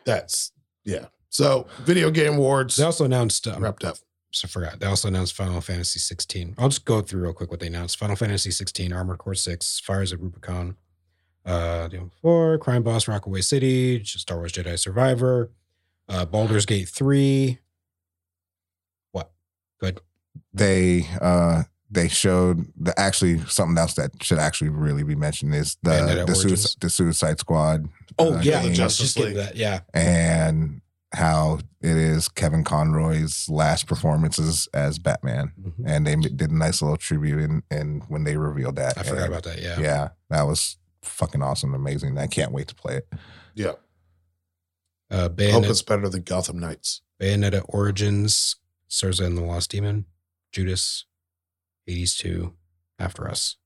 A: that's yeah. So video game awards
D: They also announced. Um,
A: wrapped up.
D: so I forgot. They also announced Final Fantasy 16. I'll just go through real quick what they announced. Final Fantasy 16, Armored Core 6, Fires of Rubicon, uh, Doom 4, Crime Boss, Rockaway City, Star Wars Jedi Survivor, uh, Baldur's Gate 3. What? Good.
C: they uh they showed the actually something else that should actually really be mentioned is the
D: Bayonetta
C: the,
D: Origins?
C: suicide, the Suicide Squad. uh,
A: the
C: game
A: Justice
D: Oh, just getting
A: League.
D: to that. Yeah.
C: and how it is Kevin Conroy's last performances as Batman.
A: Mm-hmm.
D: Mhm.
C: and they m- did a nice little tribute in, in when they revealed that.
D: I forgot
C: And,
D: about that. Yeah.
C: Yeah. that was fucking awesome, amazing. I can't wait to play it.
A: Yeah,
D: Uh,
A: hope
D: Bayonetta,
A: it's better than Gotham Knights.
D: Bayonetta Origins, Cerza and the Lost Demon, Judas, 82, After Us.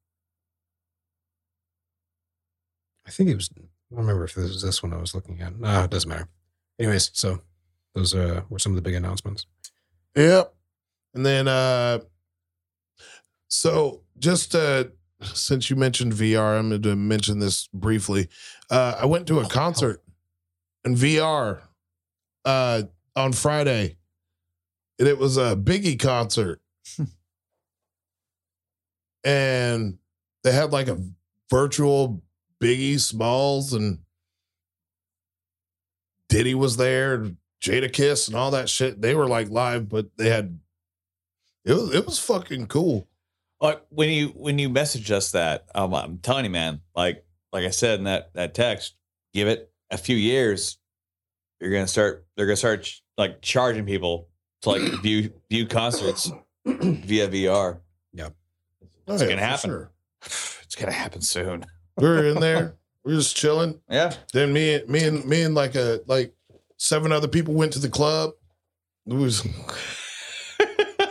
D: I think it was, I don't remember if this was this one I was looking at. No, it doesn't matter. Anyways, so those uh, were some of the big announcements.
A: Yep. And then uh so just uh since you mentioned VR, I'm going to mention this briefly. Uh I went to a concert in VR uh on Friday. And it was a Biggie concert. and they had like a virtual Biggie Smalls and Diddy was there and Jada Kiss and all that shit. They were like live, but they had it was it was fucking cool.
B: like when you when you message us that, um, I'm telling you, man. Like like I said in that that text, give it a few years, you're gonna start. They're gonna start ch- like charging people to like view view concerts via VR.
A: It's
B: gonna happen. It's gonna happen soon.
A: We were in there, we were just chilling.
B: Yeah,
A: Then me and me and me and like a like seven other people went to the club. It was it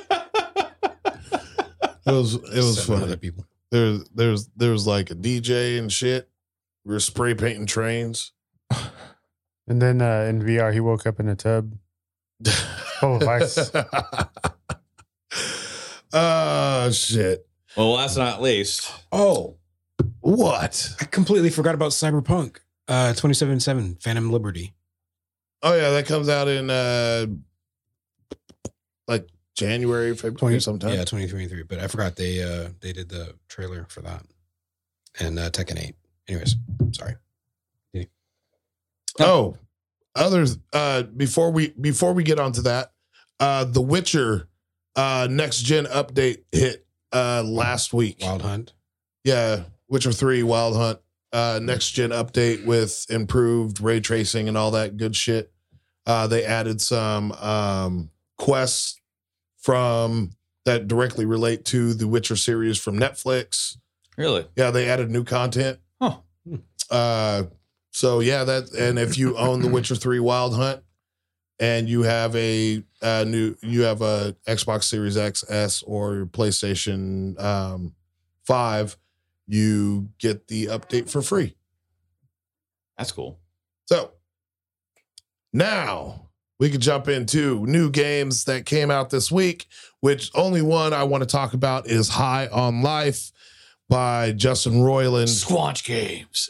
A: was it was
D: Seven Other
A: funny.
D: people.
A: There's there's there was like a DJ and shit. We were spray painting trains.
H: And then uh, in VR, he woke up in a tub. Full of ice.
A: oh shit.
B: Well, last but not least,
A: Oh. What?
D: I completely forgot about Cyberpunk uh, 2077, Phantom Liberty.
A: Oh yeah, that comes out in uh like January, February, sometime.
D: Yeah, 2023. But I forgot they uh they did the trailer for that and uh Tekken 8. Anyways, sorry.
A: Oh, others. Uh, before we before we get onto that, uh, The Witcher, uh, next gen update hit uh last week.
D: Wild Hunt.
A: Yeah, Witcher Three Wild Hunt, uh, next gen update with improved ray tracing and all that good shit. Uh, they added some um quests from that directly relate to the Witcher series from Netflix.
B: Really?
A: Yeah, they added new content.
B: Huh.
A: Uh, so yeah, that and if you own The Witcher Three Wild Hunt, and you have a, uh new, you have a Xbox Series X, S, or PlayStation um, Five, you get the update for free.
B: That's cool.
A: So now we can jump into new games that came out this week, which only one I want to talk about is High on Life by Justin Roiland.
B: Squanch games.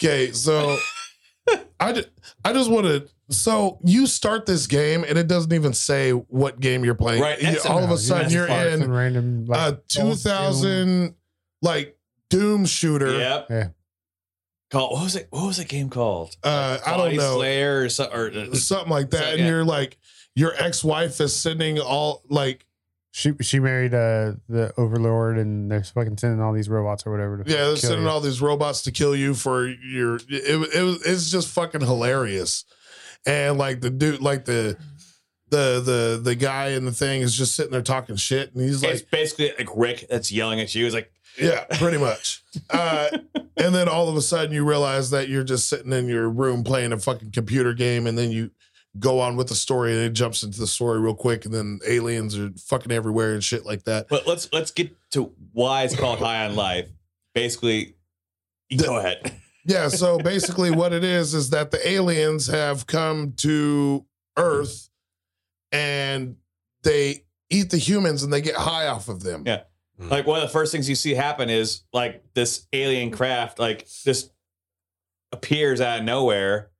A: Okay, so I, ju- I just want to. So you start this game and it doesn't even say what game you're playing.
B: Right,
A: You-
B: that's
A: all of
H: No,
A: a sudden
H: Uh, just
A: you're
H: fart some
A: in
H: random like,
A: a
H: old
A: two thousand like Doom shooter.
B: yep.
H: Yeah.
B: Call what was it? What was that game called?
A: Uh, I don't
B: Body
A: know.
B: Slayer or, so, or uh,
A: something like that.
B: So,
A: and
B: yeah.
A: you're like, your ex wife is sending all like,
H: She she married uh the overlord and they're fucking sending all these robots or whatever. To
A: yeah, they're
H: kill
A: sending
H: you.
A: all these robots to kill you for your. It, it was it's just fucking hilarious, and like the dude, like the. The, the the guy in the thing is just sitting there talking shit and he's
B: it's
A: like
B: basically like Rick that's yelling at you. It's like
A: yeah pretty much uh and then all of a sudden you realize that you're just sitting in your room playing a fucking computer game and then you go on with the story and it jumps into the story real quick and then aliens are fucking everywhere and shit like that
B: But let's let's get to why it's called High on Life. Basically, go ahead.
A: Yeah, so basically what it is is that the aliens have come to Earth and they eat the humans and they get high off of them.
B: Yeah. Like one of the first things you see happen is like this alien craft like just appears out of nowhere.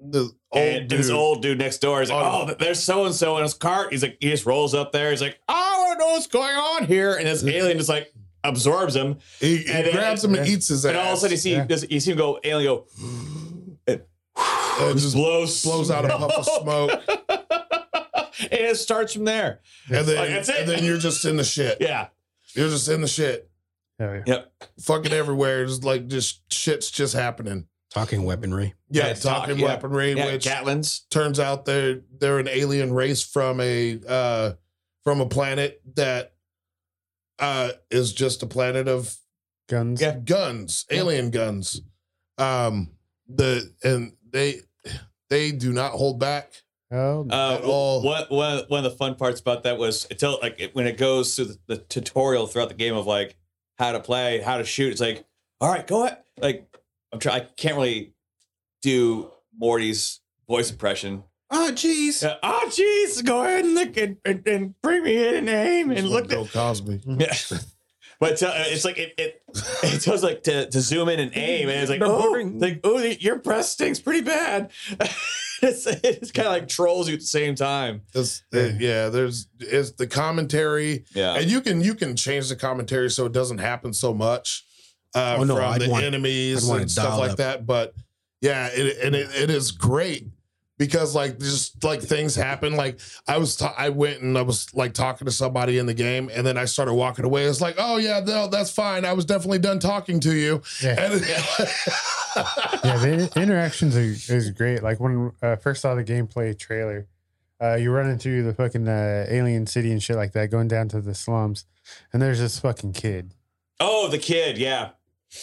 A: The old
B: and this
A: dude-
B: old dude next door is like,
A: Oh.
B: "Oh, there's so and so in his cart." He's like, he just rolls up there. He's like, "I don't know what's going on here," and this alien just like absorbs him.
A: he, he
B: and then-
A: grabs him and eats his ass.
B: And all of a sudden, you see
H: Yeah.
B: this, you see him go alien go, and
A: it just
B: just blows
A: blows out a puff of smoke.
B: and it starts from there.
A: And
B: Like,
A: then,
B: that's it.
A: and then you're just in the shit.
B: Yeah.
A: You're just in the shit.
H: Hell yeah.
A: Fucking everywhere. It's like just shit's just happening.
D: Talking weaponry.
A: Yeah,
B: Yeah, talk-
A: talking
B: yeah.
A: weaponry,
B: Yeah,
A: which
B: Gatlins.
A: turns out they're they're an alien race from a uh from a planet that uh is just a planet of
H: guns.
B: Yeah.
A: guns alien guns um the and they they do not hold back
H: Oh, no.
B: Uh,
A: At all.
B: One, one, one of the fun parts about that was it tell like it, when it goes through the, the tutorial throughout the game of like how to play, how to shoot. It's like, all right, go ahead. Like I'm trying. I can't really do Morty's voice impression.
A: oh jeez
B: Uh, oh, jeez, go ahead and look and, and, and bring me in and aim and look.
A: Bill Cosby
B: Yeah. But uh, it's like it, it it tells like to, to zoom in and aim, and it's like oh, like oh, your breath stinks pretty bad. it's it's kind of like trolls you at the same time.
A: It's- it- yeah there's it's the commentary
B: Yeah,
A: and you can you can change the commentary so it doesn't happen so much uh,
D: Oh, no,
A: from
D: I'd
A: the
D: want- I'd
A: enemies
D: want
A: and
D: it
A: stuff
D: dialed
A: like
D: up.
A: that. But yeah, it, and it, it is great because like just like things happen. Like I was ta- I went and I was like talking to somebody in the game, and then I started walking away. It's like, oh yeah, no, that's fine. I was definitely done talking to you.
H: Yeah.
A: And
H: yeah, the in- interactions are is great. Like when I first saw the gameplay trailer, uh, you're running through the fucking uh, alien city and shit like that, going down to the slums, and there's this fucking kid.
B: Oh, the kid. Yeah.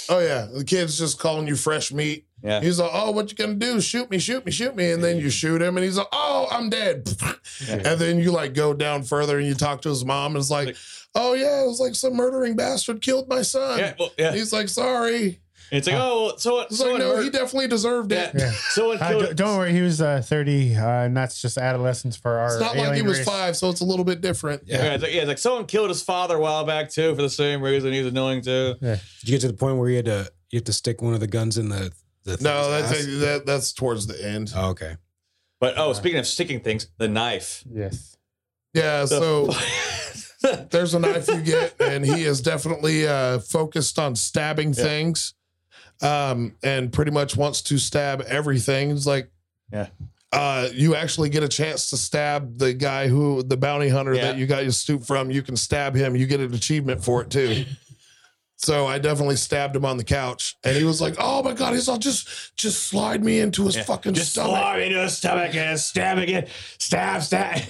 A: oh yeah, the kid's just calling you fresh meat.
B: Yeah.
A: He's like, oh, what you gonna do? Shoot me, shoot me, shoot me, and then you shoot him, and he's like, oh, I'm dead. And then you like go down further and you talk to his mom, and it's like,
B: Like-
A: oh yeah, it was like some murdering bastard killed my son.
B: Yeah. Well, yeah.
A: He's like, sorry.
B: And it's like, oh, well, so what?
A: It's
B: So
A: like,
B: what?
A: no,
B: hurt-
A: he definitely deserved
B: yeah.
A: it.
H: Yeah.
B: Someone
H: Uh,
B: killed-
H: don't, don't worry, he was uh, 30, uh, and that's just adolescence for our.
A: It's not like he
H: alien
A: was
H: race.
A: five, so it's a little bit different.
B: Yeah. it's like, yeah, it's like someone killed his father a while back too for the same reason. He was annoying too.
D: Did you get to the point where you had to you have to stick one of the guns in the the
A: No,
D: thing's
A: that's
D: ass?
A: that, that's towards the end.
D: oh, okay.
B: But oh, speaking of sticking things, the knife.
H: Yes.
A: Yeah, so there's a knife you get, and he is definitely uh, focused on stabbing
B: Yeah.
A: things, um, and pretty much wants to stab everything. It's like,
B: Yeah.
A: uh, you actually get a chance to stab the guy who the bounty hunter
B: Yeah.
A: that you got your stoop from. You can stab him. You get an achievement for it too. So I definitely stabbed him on the couch, and he was like, "Oh my god, he's all just just slide me into his
B: Yeah.
A: fucking
B: Just
A: stomach."
B: slam into his stomach and stab again. Stab, stab.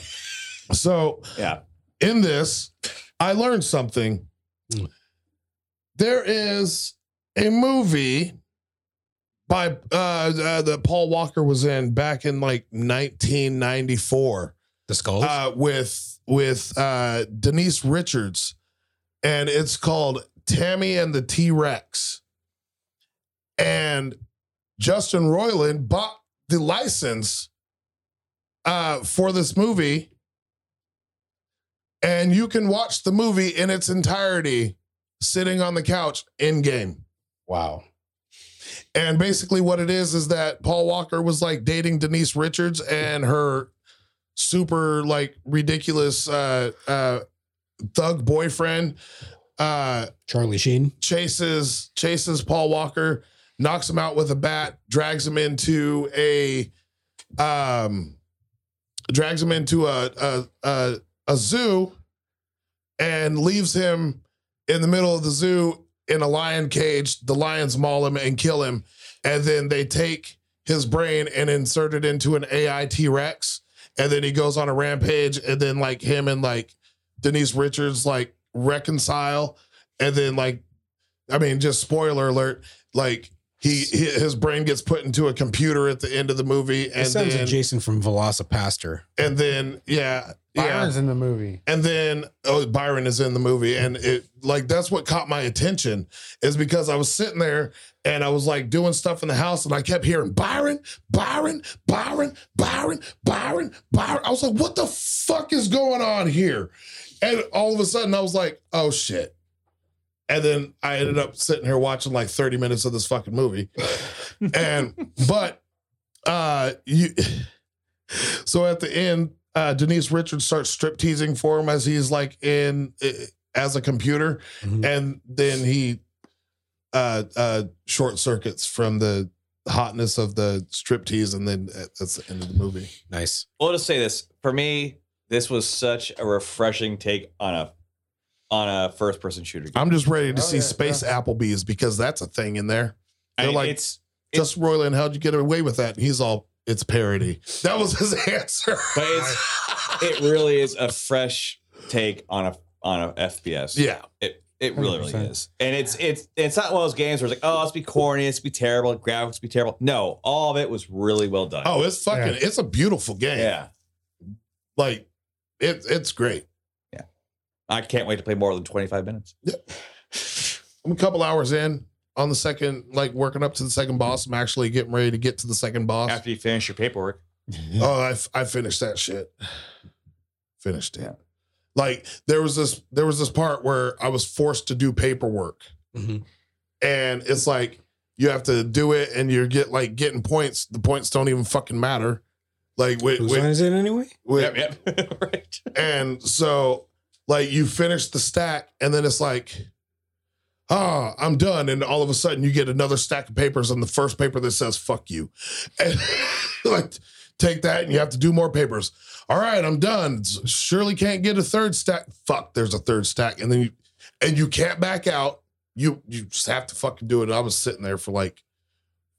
A: So
B: Yeah.
A: in this, I learned something. There is a movie by uh, uh, that Paul Walker was in back in like 1994
D: The skulls.
A: uh, with with uh, Denise Richards, and it's called Tammy and the T Rex. And Justin Roiland bought the license uh, for this movie, and you can watch the movie in its entirety sitting on the couch in game.
D: wow.
A: And basically, what it is is that Paul Walker was like dating Denise Richards and her super like ridiculous uh, uh, thug boyfriend uh,
D: Charlie Sheen.
A: chases chases Paul Walker, knocks him out with a bat, drags him into a um, drags him into a a a, a zoo, and leaves him in the middle of the zoo in a lion cage. The lions maul him and kill him, and then they take his brain and insert it into an AI T Rex, and then he goes on a rampage, and then like him and like Denise Richards like reconcile, and then like, I mean, just spoiler alert, like. He, he- his brain gets put into a computer at the end of the movie, and
D: It sounds
A: then
D: like Jason from Velocipaster.
A: and then yeah, yeah,
H: Byron's in the movie.
A: and then oh, Byron is in the movie, and it like that's what caught my attention is because I was sitting there and I was like doing stuff in the house, and I kept hearing Byron, Byron, Byron, Byron, Byron, Byron. I was like, what the fuck is going on here? And all of a sudden, I was like, oh shit. And then I ended up sitting here watching like 30 minutes of this fucking movie. And but uh you so at the end, uh, Denise Richards starts stripteasing for him as he's like in as a computer,
D: Mhm.
A: and then he uh, uh, short circuits from the hotness of the striptease, and then uh, that's the end of the movie.
D: Nice.
B: Well, just say this for me. This was such a refreshing take on a on a first person shooter. Game.
A: I'm just ready to
H: Oh,
A: see
H: yeah,
A: Space Applebee's because that's a thing in there.
B: I
A: They're
B: mean,
A: like,
B: it's
A: just Royland, how'd you get away with that? And he's all, it's parody. That was his answer.
B: but it's it really is a fresh take on a on a FPS.
A: yeah.
B: It it really really
H: 100%.
B: is, and it's it's it's not one of those games where it's like oh it's be corny, it's be terrible, graphics be terrible. No, all of it was really well done.
A: Oh, it's fucking, it's a beautiful game.
B: yeah,
A: Like, it, it's great.
B: I can't wait to play more than twenty five minutes.
A: I'm a couple hours in on the second, like working up to the second boss. I'm actually getting ready to get to the second boss.
B: After you finish your paperwork,
A: Oh, I, f- I finished that shit. Finished it. Like there was this there was this part where I was forced to do paperwork, Mm-hmm.
D: Mhm.
A: and it's like you have to do it, and you get like getting points. The points don't even fucking matter. Like with,
D: Whose
A: with,
D: line is it anyway?
A: with
B: yep, yep. right.
A: and so like you finish the stack and then it's like ah i'm done and all of a sudden you get another stack of papers and the first paper that says fuck you and like take that and you have to do more papers all right i'm done surely can't get a third stack fuck there's a third stack and then you and you can't back out you you just have to fucking do it and i was sitting there for like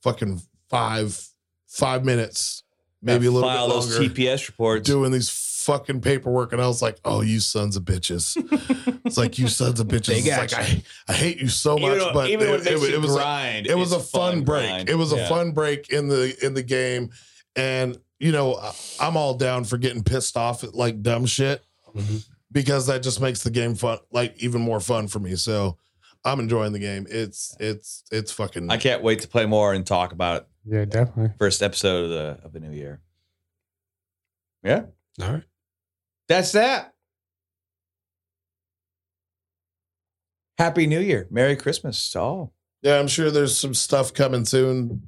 A: fucking five five minutes maybe a little bit
B: File
A: longer
B: those TPS reports.
A: doing these fucking paperwork and I was like, oh, you sons of bitches. it's like you sons of bitches.
D: They
A: It's like
D: got
A: I, I hate you so much,
B: even though-
A: but
B: even
A: it,
B: when
A: it- it was a,
B: grind,
A: it was a
B: it's
A: fun break.
B: grind.
A: It was a
B: Yeah.
A: fun break in the in the game. And you know, I- I'm all down for getting pissed off at like dumb shit
B: Mm-hmm.
D: Mhm.
A: because that just makes the game fun like even more fun for me. So I'm enjoying the game. It's it's it's fucking
B: I can't wait to play more and talk about it.
H: Yeah, definitely.
B: First episode of the of the new year.
D: All right.
B: That's that. Happy New Year. Merry Christmas to all.
A: Yeah, I'm sure there's some stuff coming soon,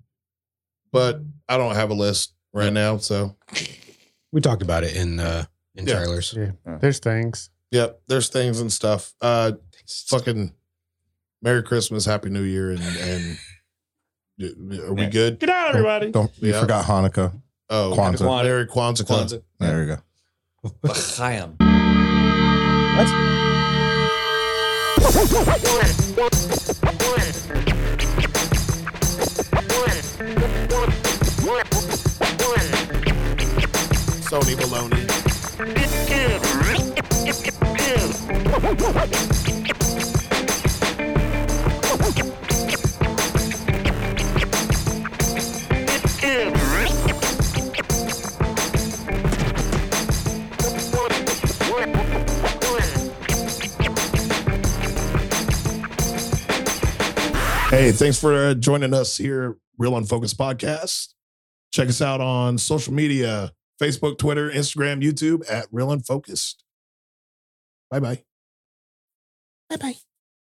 A: but I don't have a list. right now. So
D: we talked about it in uh in
A: Yeah.
D: trailers.
H: There's things.
A: Yep, there's things and stuff. Uh, fucking Merry Christmas, Happy New Year, and and are we good?
J: Get out, everybody.
C: Don't you
A: Yeah.
C: forgot Hanukkah?
A: Oh,
C: Kwanzaa.
A: Merry Kwanzaa, Kwanzaa.
C: There we go.
J: Chaim.
A: Sony baloney. Hey, thanks for uh, joining us here, Real Unfocused Podcast. Check us out on social media Facebook, Twitter, Instagram, YouTube at Real Unfocused. Bye bye. Bye bye.